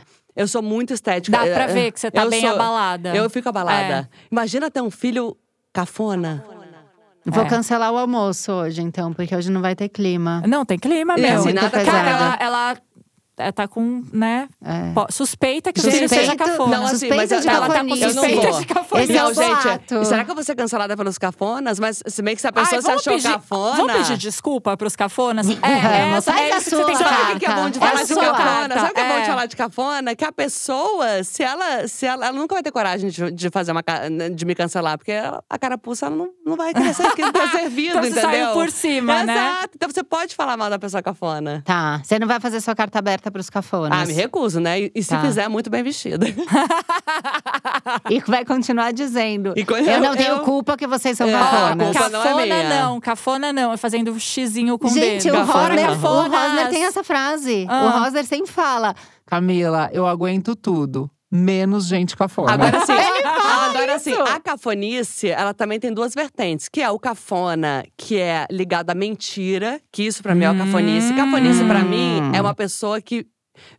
D: fico. Eu sou muito estética.
C: Dá pra
D: Tipo, Eu-
C: ver que você tá
D: eu
C: bem
D: sou-
C: abalada. É.
D: Eu fico abalada. Imagina ter um filho cafona.
A: Vou
C: É.
A: cancelar o almoço hoje, então, porque hoje não vai ter clima.
C: Não, tem clima,
D: É,
C: meu.
D: assim, nada
C: Cara,
D: pesado.
C: ela, ela é, tá com, né?
A: É.
C: po- Suspeita que o filho
A: Suspeita-
C: seja cafona.
D: Não, assim,
A: suspeita
D: mas eu-
A: de
D: ela tá com
A: cafonismo.
D: suspeita
A: Eu não
C: de
A: vou.
C: cafonismo.
A: Esse é o
D: não, gente,
A: boato.
D: será que eu vou ser cancelada pelos cafonas? Mas se bem que se a
C: Ai,
D: pessoa se
C: vamos
D: achou
C: pedir,
D: cafona.
C: Vamos pedir desculpa
A: [laughs]
C: pros cafonas? É,
A: Vamos,
C: essa,
A: faz
C: é
A: a
C: isso que você tem que
A: sua.
C: falar.
D: Sabe o que que é bom de
A: Tá.
D: falar
A: É
D: de
A: sua
D: cafona?
C: lata,
D: Sabe o que é bom
C: é.
D: de falar de cafona? Que a pessoa, se ela, se ela, ela nunca vai ter coragem de, de fazer uma ca- de me cancelar, porque ela- a carapuça ela não, não vai crescer, porque não tem servido,
C: [laughs] Então você
D: entendeu?
C: saiu por cima,
D: Exato.
C: né?
D: Então você pode falar mal da pessoa cafona.
A: Tá. Você não vai fazer sua carta aberta pros cafonas.
D: Ah, me recuso, né? E, e se
A: Tá.
D: fizer, muito bem vestida.
A: [laughs] E vai continuar dizendo.
D: E quando-
A: eu não tenho
D: eu-
A: culpa que vocês são
D: É,
A: cafonas.
D: culpa não é
C: Cafona
D: minha.
C: não, cafona não. É fazendo um xizinho com
A: Gente,
C: o
A: o
C: dedo. Fora
A: Rosner, o
C: cafonas.
A: Rosner tem essa frase.
C: Ah.
A: O Rosner sempre fala.
J: Camila, eu aguento tudo. Menos gente cafona.
A: [laughs]
D: Agora sim,
C: Ah,
D: agora sim, Ah, assim. a cafonice, ela também tem duas vertentes, que é o cafona, que é ligado à mentira, que isso pra mim é o cafonice.
C: Hum.
D: Cafonice pra mim é uma pessoa que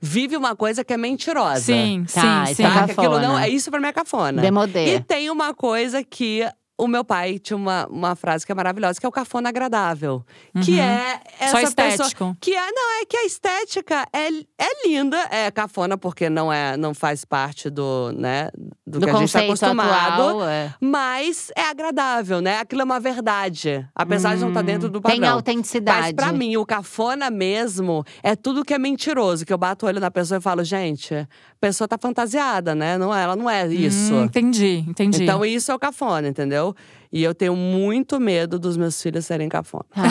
D: vive uma coisa que é mentirosa.
C: Sim,
A: Tá,
C: sim, sim.
A: então
D: Tá? Que aquilo não,
A: cafona.
D: é isso pra mim é cafona.
A: Demodê.
D: E tem uma coisa que o meu pai tinha uma, uma frase que é maravilhosa, que é o cafona agradável. Que é essa
C: Uhum. Só
D: pessoa…
C: estético.
D: Que é, não, é que a estética é, é linda, é cafona, porque não, é, não faz parte do, né, do, que a gente tá
A: conceito
D: acostumado.
A: atual, é.
D: Mas é agradável, né? Aquilo é uma verdade. Apesar de não estar dentro do
A: Tem
D: padrão. Mas
A: autenticidade.
D: pra mim, o cafona mesmo é tudo que é mentiroso. Que eu bato o olho na pessoa e falo, gente, a pessoa tá fantasiada, né? Não, é- ela não é isso.
C: Hum, entendi, entendi.
D: Então isso é o cafona, entendeu? E eu tenho muito medo dos meus filhos serem cafona.
A: Tá.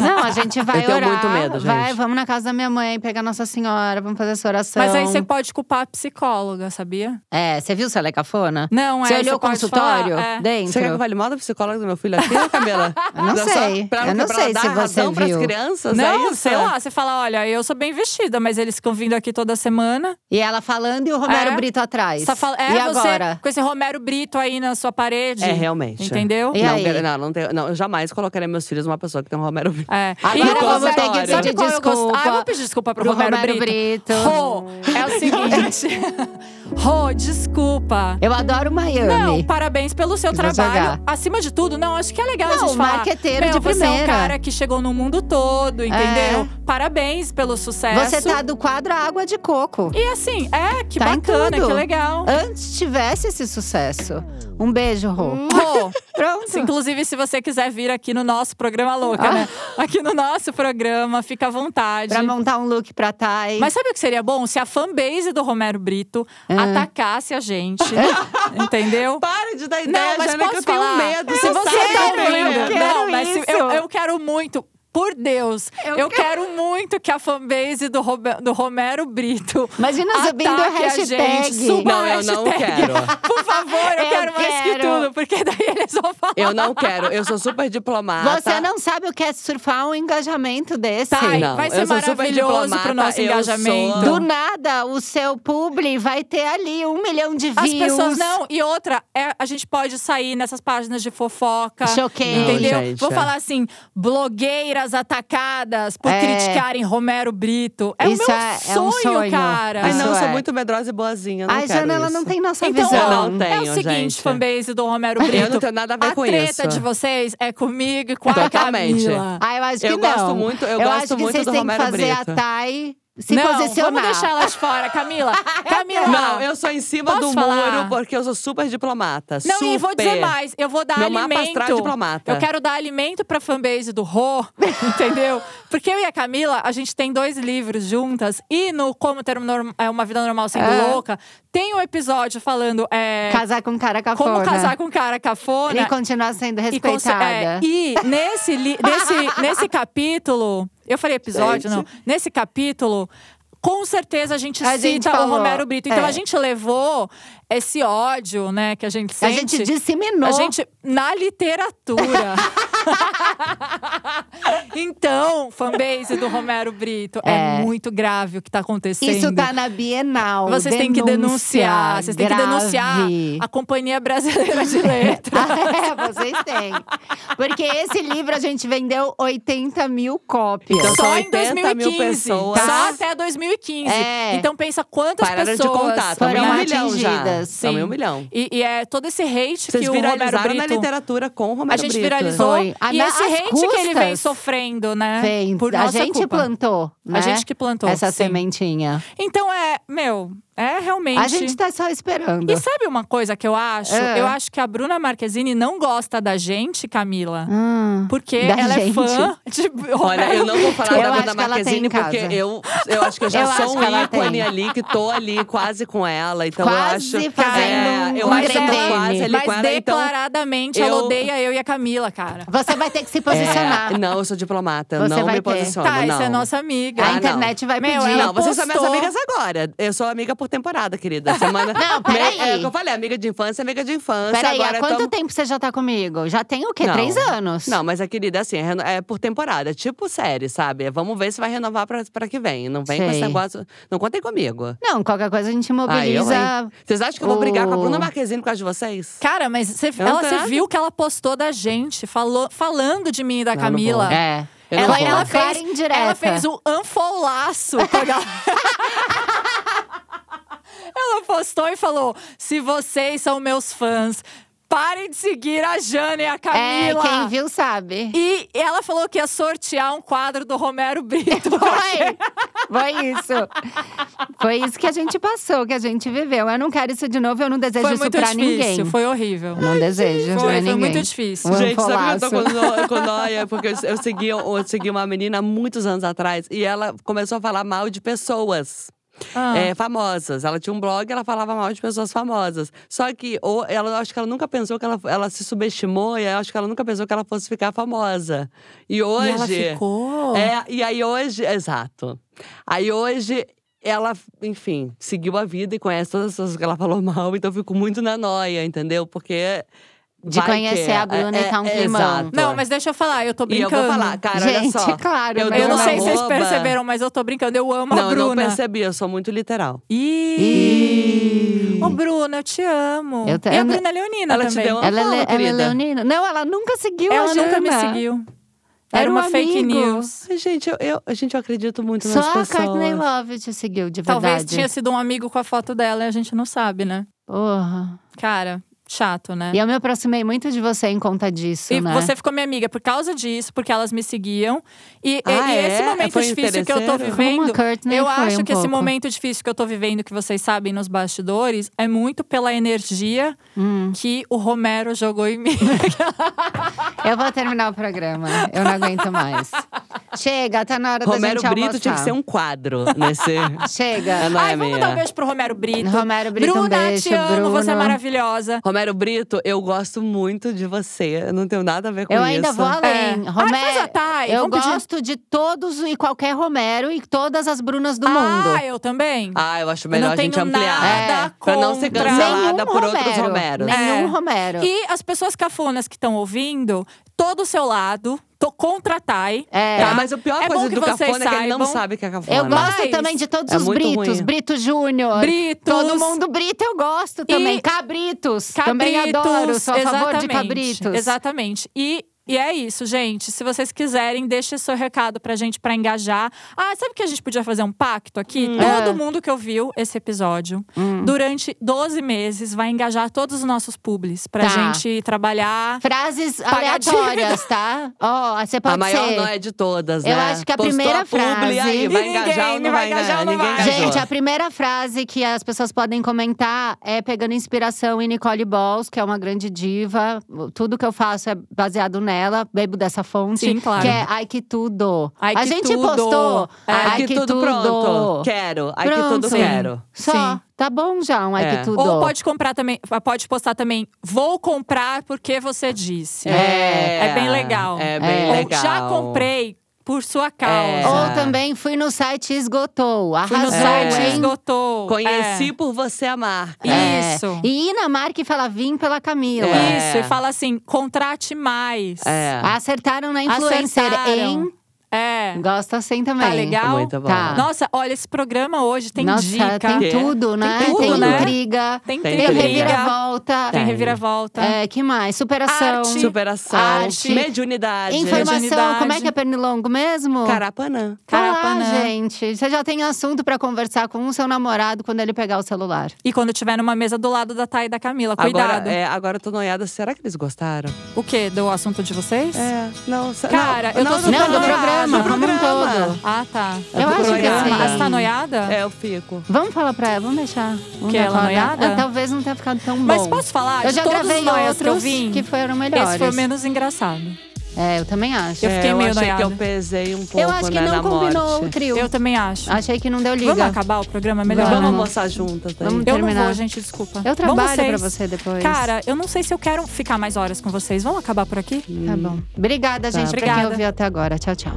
A: Não, a gente vai
D: Eu tenho
A: orar.
D: muito medo, gente.
A: Vai, vamos na casa da minha mãe, pegar Nossa Senhora, vamos fazer essa oração.
C: Mas
D: então-
C: aí você pode culpar a psicóloga, sabia?
A: É, você viu se ela é cafona?
C: Não,
A: Você
C: é,
A: olhou o
C: pode
A: consultório
C: falar, é.
A: dentro?
D: Você quer que eu fale mal da psicóloga do meu filho aqui, Camila?
A: Eu não
D: Só
A: sei.
D: Pra,
A: Eu não
D: pra
A: sei
D: dar
A: se você
D: razão pras
A: viu.
D: crianças, é
C: Não,
D: isso?
C: sei lá. Você fala, olha, eu sou bem vestida, mas eles ficam vindo aqui toda semana.
A: E ela falando e o Romero
C: É.
A: Brito atrás.
C: Você tá fala- é
A: Ah, e
C: você
A: agora?
C: com esse Romero Brito aí na sua parede.
D: É, realmente.
C: Entendeu?
A: E
D: não,
A: aí?
D: gar- Não, não, tenho- não, eu jamais colocaria meus filhos numa pessoa que tem um Romero
C: [laughs]
D: Brito.
C: É.
D: Agora
C: E
D: eu vou
C: Romero-
D: ter que
A: pedir
C: sabe qual eu gosto?
A: desculpa
C: Ah, eu vou pedir desculpa pro,
A: pro
C: Romero,
A: Romero
C: Brito.
A: Brito.
C: Rô, é o seguinte.
A: [laughs]
C: Rô, desculpa.
A: Eu adoro Miami.
C: Não, parabéns pelo seu
A: Vou
C: trabalho.
A: jogar.
C: Acima de tudo, não, acho que é legal a
A: Não,
C: gente falar.
A: marqueteiro
C: meu,
A: de
C: você é um
A: primeira. É.
C: cara que chegou no mundo todo, entendeu? Parabéns pelo sucesso.
A: Você tá do quadro à água de coco.
C: E assim, é, que
A: Tá em
C: bacana,
A: tudo.
C: que legal.
A: Antes tivesse esse sucesso. Um beijo, Rô.
C: [laughs] Rô,
A: Pronto.
C: se- inclusive, se você quiser vir aqui no nosso programa louca, né? Aqui no nosso programa, fica à vontade.
A: Pra montar um look pra Thay.
C: Mas sabe o que seria bom? Se a fanbase do Romero Brito atacasse a gente. entendeu?
D: Para de dar ideia,
C: Não, mas
D: Jana,
C: posso
D: que eu tenho um
C: falar?
D: medo.
C: Se você tá ouvindo,
A: eu quero
C: não, mas se- eu,
A: isso.
C: eu quero muito. Por Deus, eu, quero... muito que a fanbase do, Robe- do Romero Brito.
A: Imagina subindo
C: ataque
A: a hashtag.
C: gente, suba
D: Não,
C: a
D: eu não
C: hashtag.
D: quero.
C: Por favor, eu,
A: Eu
C: quero mais que
A: quero.
C: tudo, porque daí eles vão falar.
D: Eu não quero, eu sou super
C: Ah,
D: diplomata.
A: Você não sabe o que é surfar um engajamento desse.
C: Tá,
D: Não,
C: vai ser
D: eu sou super
C: maravilhoso pro
D: diplomata,
C: nosso
D: eu
C: engajamento.
D: sou-
A: Do nada, o seu publi vai ter ali um milhão de views.
C: As pessoas não. E outra, é, a gente pode sair nessas páginas de fofoca.
A: Choquei.
D: Não,
C: Entendeu?
D: gente,
C: Vou
D: é.
C: falar assim: blogueiras atacadas por
A: É.
C: criticarem Romero Brito. É
A: Isso
C: o meu
A: é- é
C: sonho,
A: um sonho.
C: cara.
D: Ai, não, eu
A: Isso
D: sou
A: é.
D: muito medrosa e boazinha. eu Não
A: Ai,
D: quero
A: Jana, ela
D: isso.
A: não tem nossa
C: Então,
A: visão.
C: ó,
D: Eu não tenho,
C: é o seguinte,
D: gente.
C: fanbase do Romero Brito.
D: Eu não tenho nada a ver
C: a
D: com
C: treta
D: isso.
C: de vocês é comigo e com a
D: Totalmente.
C: Camila.
A: Ah, eu acho que
D: Eu
A: não.
D: gosto muito- eu gosto
A: acho que
D: muito
A: vocês
D: do
A: têm
D: Romero
A: que fazer
D: Brito.
A: a Thay se
C: não,
A: posicionar.
C: vamos deixar elas fora,
D: [laughs]
C: Camila. Camila.
D: Não, eu sou em cima
C: é Posso
D: do
C: falar?
D: muro, porque eu sou super diplomata.
C: Não,
D: super.
C: e vou dizer mais. Eu vou dar
D: Meu mapa
C: alimento.
D: astral é diplomata.
C: Eu quero dar alimento pra fanbase do Rô, [laughs] entendeu? Porque eu e a Camila, a gente tem dois livros juntas. E no Como Ter um Norm- é, Uma Vida Normal Sendo
A: É.
C: Louca, tem um episódio falando… É,
A: Casar com um cara cafona.
C: Como casar com um cara cafona.
A: E continuar sendo
C: E conse- é,
A: respeitada.
C: E,
A: [laughs]
C: nesse, li- nesse, nesse capítulo. Eu falei episódio, não. Nesse capítulo. com certeza a gente
A: A
C: cita
A: gente falou,
C: o Romero Brito. Então
A: é.
C: a gente levou esse ódio, né, que a gente
A: A
C: sente.
A: gente disseminou.
C: A gente, na literatura.
D: [laughs]
C: então, fanbase do Romero Brito,
A: É.
C: é, muito grave o que tá acontecendo.
A: Isso tá na Bienal.
C: Vocês têm que denunciar. Vocês têm que
A: grave.
C: denunciar a Companhia Brasileira de Letras.
A: Ah, [laughs] é, vocês têm. Porque esse livro a gente vendeu 80 mil cópias.
D: Então, [laughs] são
C: Só em
D: 80 mil
C: 2015.
D: pessoas.
C: Só até 2015.
A: É.
C: Então pensa quantas
D: Pararam de
C: pessoas
D: contar. Tamo em
A: foram
D: um milhão já.
A: atingidas,
D: Tamo em um
C: sim.
D: milhão.
C: E, e é todo esse hate
D: Vocês
C: que o Romero
D: viralizaram
C: Brito…
D: na literatura com o Romero
C: a gente
D: Brito.
C: viralizou.
A: Foi. Ah,
C: E
A: na-
C: esse
A: às
C: hate que ele vem
A: custas.
C: sofrendo, né?
A: Vem.
C: Por
A: a
C: nossa
A: gente
C: culpa.
A: plantou, né?
C: A gente que plantou,
A: Essa
C: sim.
A: sementinha.
C: Então é, meu, é realmente…
A: A gente tá só esperando.
C: E sabe uma coisa que eu acho?
A: É.
C: Eu acho que a Bruna Marquezine não gosta da gente, Camila.
A: Hum.
C: Porque
A: Da
C: ela é
A: gente.
C: fã de
D: [laughs] Olha, eu não vou falar
A: Eu
D: da
A: acho
D: Bruna
A: que ela tem
D: Marquezine,
A: em casa.
D: porque eu, eu acho que eu já
A: Eu acho
D: sou um
A: que ela tem.
D: ícone ali, que tô ali quase com ela. Então
A: Quase
D: eu acho…
A: fazendo
D: é,
A: um
D: eu acho que eu tô
A: trem.
D: quase ali com
C: Mas
D: ela, então…
C: declaradamente ela
D: eu-
C: odeia eu e a Camila, cara.
A: Você vai ter que se posicionar.
D: É, não, eu sou diplomata,
A: Você
D: não
A: vai
D: me
A: ter.
D: posiciono,
C: Tá,
D: não.
C: essa é nossa amiga.
D: Ah,
A: A
D: não.
A: internet vai
C: Meu, é,
A: pedir.
C: ela
D: Não, vocês são minhas
C: postou.
D: amigas agora. Eu sou amiga por
A: [laughs]
D: temporada, querida. Semana.
A: Não, peraí.
D: É o que eu falei, amiga de infância, amiga de infância.
A: Peraí,
D: agora
A: há quanto
C: então.
D: tamo-
A: tempo você já tá comigo? Já tem o quê?
D: Não.
A: Três anos?
D: Não, mas a querida, assim, é reno- é por temporada. Tipo série, sabe? É, Vamos ver se vai renovar pra, pra que vem. Não vem com esse
A: Sei.
D: negócio… Não contem comigo.
A: Não, qualquer coisa a gente
D: Ah, eu,
A: mobiliza.
D: hein? Vocês acham que eu vou brigar com a
A: o-
D: Bruna Marquezine por causa de vocês?
C: Cara, mas você-
D: não
C: ela
D: tô
C: você
D: nada.
C: viu que ela postou da gente, falou, falando de mim e da
D: Não, eu não
C: Camila.
D: vou.
A: É.
D: Eu não
A: Ela,
D: vou.
A: ela
D: Uma
C: fez,
A: fez indireta.
C: ela fez um anfolaço com a galera. [laughs] Ela postou e falou: se vocês são meus fãs, parem de seguir a Jana e a
A: É,
C: Camila.
A: quem viu sabe.
C: E ela falou que ia sortear um quadro do Romero
A: [laughs]
C: Brito.
A: Foi! Foi isso. Foi isso que a gente passou, que a gente viveu. Eu não quero isso de novo, eu não desejo
C: Foi
A: isso
C: muito
A: é pra
C: difícil,
A: ninguém.
C: foi horrível.
A: Eu Não desejo
C: Foi,
A: pra
C: foi
A: ninguém.
C: muito difícil.
A: Um
D: Gente, sabe que eu tô
A: anfolaço.
D: com, no, com noia? Porque eu, eu segui, um, eu segui uma menina há muitos anos atrás e ela começou a falar mal de pessoas.
C: Ah.
D: é, famosas. Ela tinha um blog, ela falava mal de pessoas famosas. Só que ou ela, eu acho que ela nunca pensou que ela, ela se subestimou e eu acho que ela nunca pensou que ela fosse ficar famosa. E hoje.
C: E ela ficou.
D: É, e aí hoje, exato. Aí hoje ela, enfim, seguiu a vida e conhece todas as pessoas que ela falou [laughs] mal, então eu fico muito na noia, entendeu? Porque
A: De
D: vai que- é,
A: conhecer a Bruna e tá um climão.
D: exato.
C: Não, mas deixa eu falar, eu tô
D: e eu
C: brincando.
D: vou falar, cara, olha
A: Gente,
D: só.
A: claro,
D: eu,
A: mas-
D: dou
C: Eu não
D: uma
C: sei se vocês
D: rouba.
C: perceberam, mas eu tô brincando. Eu amo
D: Não,
C: a
D: eu
C: Bruna.
D: não percebi, eu sou muito literal.
C: Ih! Ô, Bruna, eu te amo.
A: Eu te-
C: E a
A: eu não-
C: Bruna Leonina
D: Ela te
C: também.
D: deu uma-
A: Ela, é
D: Fala,
A: le- ela é
D: querida.
A: leonina. Não, ela nunca seguiu a
C: Ela nunca me
A: Jana.
C: seguiu. Era,
A: Era um
C: uma fake
A: amigo.
C: news.
D: Ai, Gente, eu, eu, gente, eu acredito muito nas
A: Só a
D: pessoas.
A: Courtney Love te seguiu, de verdade.
C: Talvez tinha sido um amigo com a foto dela e a gente não sabe, né?
A: Porra.
C: Cara, chato, né?
A: E eu me aproximei muito de você em conta disso,
C: E
A: né?
C: você ficou minha amiga por causa disso, porque elas me seguiam. E, e-
D: Ah,
C: e
D: é?
C: esse momento
D: Foi
C: difícil que eu tô
D: interesseiro?
A: Como a
C: vivendo.
A: Courtney
C: Eu
A: foi
C: acho
A: um
C: que esse
A: pouco.
C: momento difícil que eu tô vivendo, que vocês sabem nos bastidores, é muito pela energia
A: Hum.
C: que o Romero jogou em mim.
A: Eu vou terminar o programa. Eu não aguento
C: [laughs]
A: mais. Chega, tá na hora
D: Romero
A: da gente
D: Brito
A: almoçar.
D: tinha que ser um quadro nesse. [laughs]
C: um
A: Chega.
D: É, não
C: [laughs]
D: é
C: Ai, vamos
D: minha.
C: dar um beijo pro Romero Brito.
A: Romero Brito, um
C: Bruna,
A: beijo,
C: te amo, você é
A: Bruno.
C: maravilhosa.
D: Romero Brito, eu gosto muito de você. Eu não tenho nada a ver com
A: Eu
D: isso.
A: ainda vou além.
C: É.
A: Romero,
C: Ah, faz a Thay,
A: eu
C: vamos pedir-
A: gosto de todos e qualquer Romero e todas as Brunas do
C: Ah,
A: mundo. É,
C: eu também.
D: Ah, eu acho
C: Eu
D: melhor
C: não
D: a gente
C: tenho
D: ampliar.
C: nada
D: pra não ser
C: contra.
D: cancelada
A: Nenhum
D: por outros
A: Romero.
D: Romeros.
A: Nenhum
C: É.
A: Romero.
C: E as pessoas cafonas que estão ouvindo, tô do seu lado, tô contra a Thay.
A: É.
D: Tá, mas a pior
C: É
D: coisa
C: bom que
D: do
C: vocês
D: cafona é que ele não
C: saibam.
D: sabe que é cafona.
A: Eu gosto
C: Mas-
A: também de todos
D: É
A: os
D: muito
A: Britos.
D: ruim.
A: Brito Júnior.
C: Britos.
A: Todo mundo Brito, eu gosto também. Cabritos. Também adoro. Sou a favor de
C: exatamente,
A: Cabritos.
C: Exatamente. E. E é isso, gente. Se vocês quiserem, deixe seu recado pra gente pra engajar. Ah, sabe que a gente podia fazer um pacto aqui? Todo
A: É. Hum.
C: mundo que ouviu esse episódio, durante 12 meses, vai engajar todos os nossos publis pra
A: Tá.
C: gente trabalhar.
A: Frases
C: Pagar
A: aleatórias, tá? Ó, você pode
D: A maior
A: ser.
D: não é de todas, né?
A: Eu acho que a
D: Postou
A: primeira frase-
D: Publi, aí, vai
C: E
D: engajar ou
C: ninguém
D: não vai engajar?
C: ou não
D: Ninguém
C: vai.
D: engajou.
A: Gente, a primeira frase que as pessoas podem comentar é pegando inspiração em Nicole Balls, que é uma grande diva. Tudo que eu faço é baseado nela, bebo dessa fonte.
C: Sim, claro.
A: Que é Ai que tudo.
C: Ai
A: a
C: que
A: gente
C: tudo.
A: postou.
C: É.
D: Ai, que tudo, pronto. Quero. Ai, que tudo
A: Pronto.
D: quero.
A: Só,
C: Sim.
A: tá bom já um Ai
D: É.
A: que tudo.
C: Ou pode comprar também, ah, pode postar também, vou comprar porque você disse.
A: É.
C: É bem legal.
D: É bem
A: É.
D: legal.
C: Ou já comprei, por sua causa.
A: Ou também fui no site e esgotou.
C: Fui no
A: É. Arrasou,
C: site
A: hein?
C: esgotou. É.
D: Conheci por você a marca.
A: É.
C: Isso.
A: E ir na marca e falar, vim pela Camila.
D: É.
C: Isso, e fala assim: contrate mais.
D: É.
A: Acertaram na influencer,
C: Acertaram.
A: hein?
C: É.
A: Gosta assim também.
C: Tá legal?
D: Muito bom.
A: Tá.
C: Nossa, olha, esse programa hoje tem
A: Nossa,
C: dica.
A: tem tudo, né?
C: tudo, né?
A: intriga.
C: Tem,
D: Tem
A: Tem
D: intriga.
A: reviravolta.
C: Tem reviravolta.
A: É, que mais? Superação.
C: Arte.
D: Superação,
A: Arte.
D: mediunidade,
A: Informação.
C: Mediunidade.
A: Como é que é pernilongo mesmo?
D: carapanã.
A: Caraca,
C: Carapanã.
A: gente. Você já tem assunto pra conversar com o seu namorado quando ele pegar o celular.
C: E quando tiver numa mesa do lado da Thay e da Camila, cuidado.
D: Agora, é, agora eu tô noiada. Será que eles gostaram?
C: O quê? Do assunto de vocês?
D: É, não. se-
C: Cara,
D: não,
C: eu tô
D: não,
C: super
A: Não, do
C: noiada.
A: programa,
D: Do
A: como um
D: programa.
A: todo.
C: Ah, tá.
D: É
A: Eu
D: do
A: acho que
D: programa.
A: sim.
C: Ah, você tá noiada?
D: É, eu fico.
A: Vamos falar pra ela, vamos deixar. Vamos
C: Que
A: dar
C: ela
A: uma
C: noiada?
A: Ah, talvez não tenha ficado tão bom.
C: Mas posso falar?
A: Eu
C: de
A: já
C: todos
A: gravei
C: os noias
A: outros
C: que eu vim,
A: foram melhores.
C: esse foi o menos engraçado.
A: É, eu também acho.
C: Eu fiquei
D: é, eu
C: meio
D: achei
C: noiada.
D: que eu pesei um pouco,
A: Eu acho que
D: né,
A: não
D: na
A: combinou o
D: morte.
A: trio.
C: Eu também acho.
A: Achei que não deu liga.
C: Vamos acabar o programa melhor?
D: Vamos
A: Vamos.
D: almoçar juntas, tá?
A: Vamos
C: Eu não
A: terminar.
C: vou, gente, desculpa.
A: Eu
C: Vão
A: trabalho pra
C: vocês.
A: você depois.
C: Cara, eu não sei se eu quero ficar mais horas com vocês. Vamos acabar por aqui?
A: Tá bom. Obrigada, gente, por quem
C: Obrigada.
A: ouviu até agora. Tchau, tchau.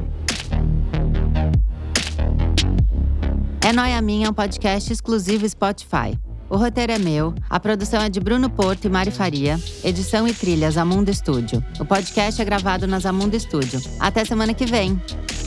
A: É Noia Minha é um podcast exclusivo Spotify. O roteiro é meu, a produção é de Bruno Porto e Mari Faria, edição e trilhas Amundo Estúdio. O podcast é gravado nas Amundo Estúdio. Até semana que vem.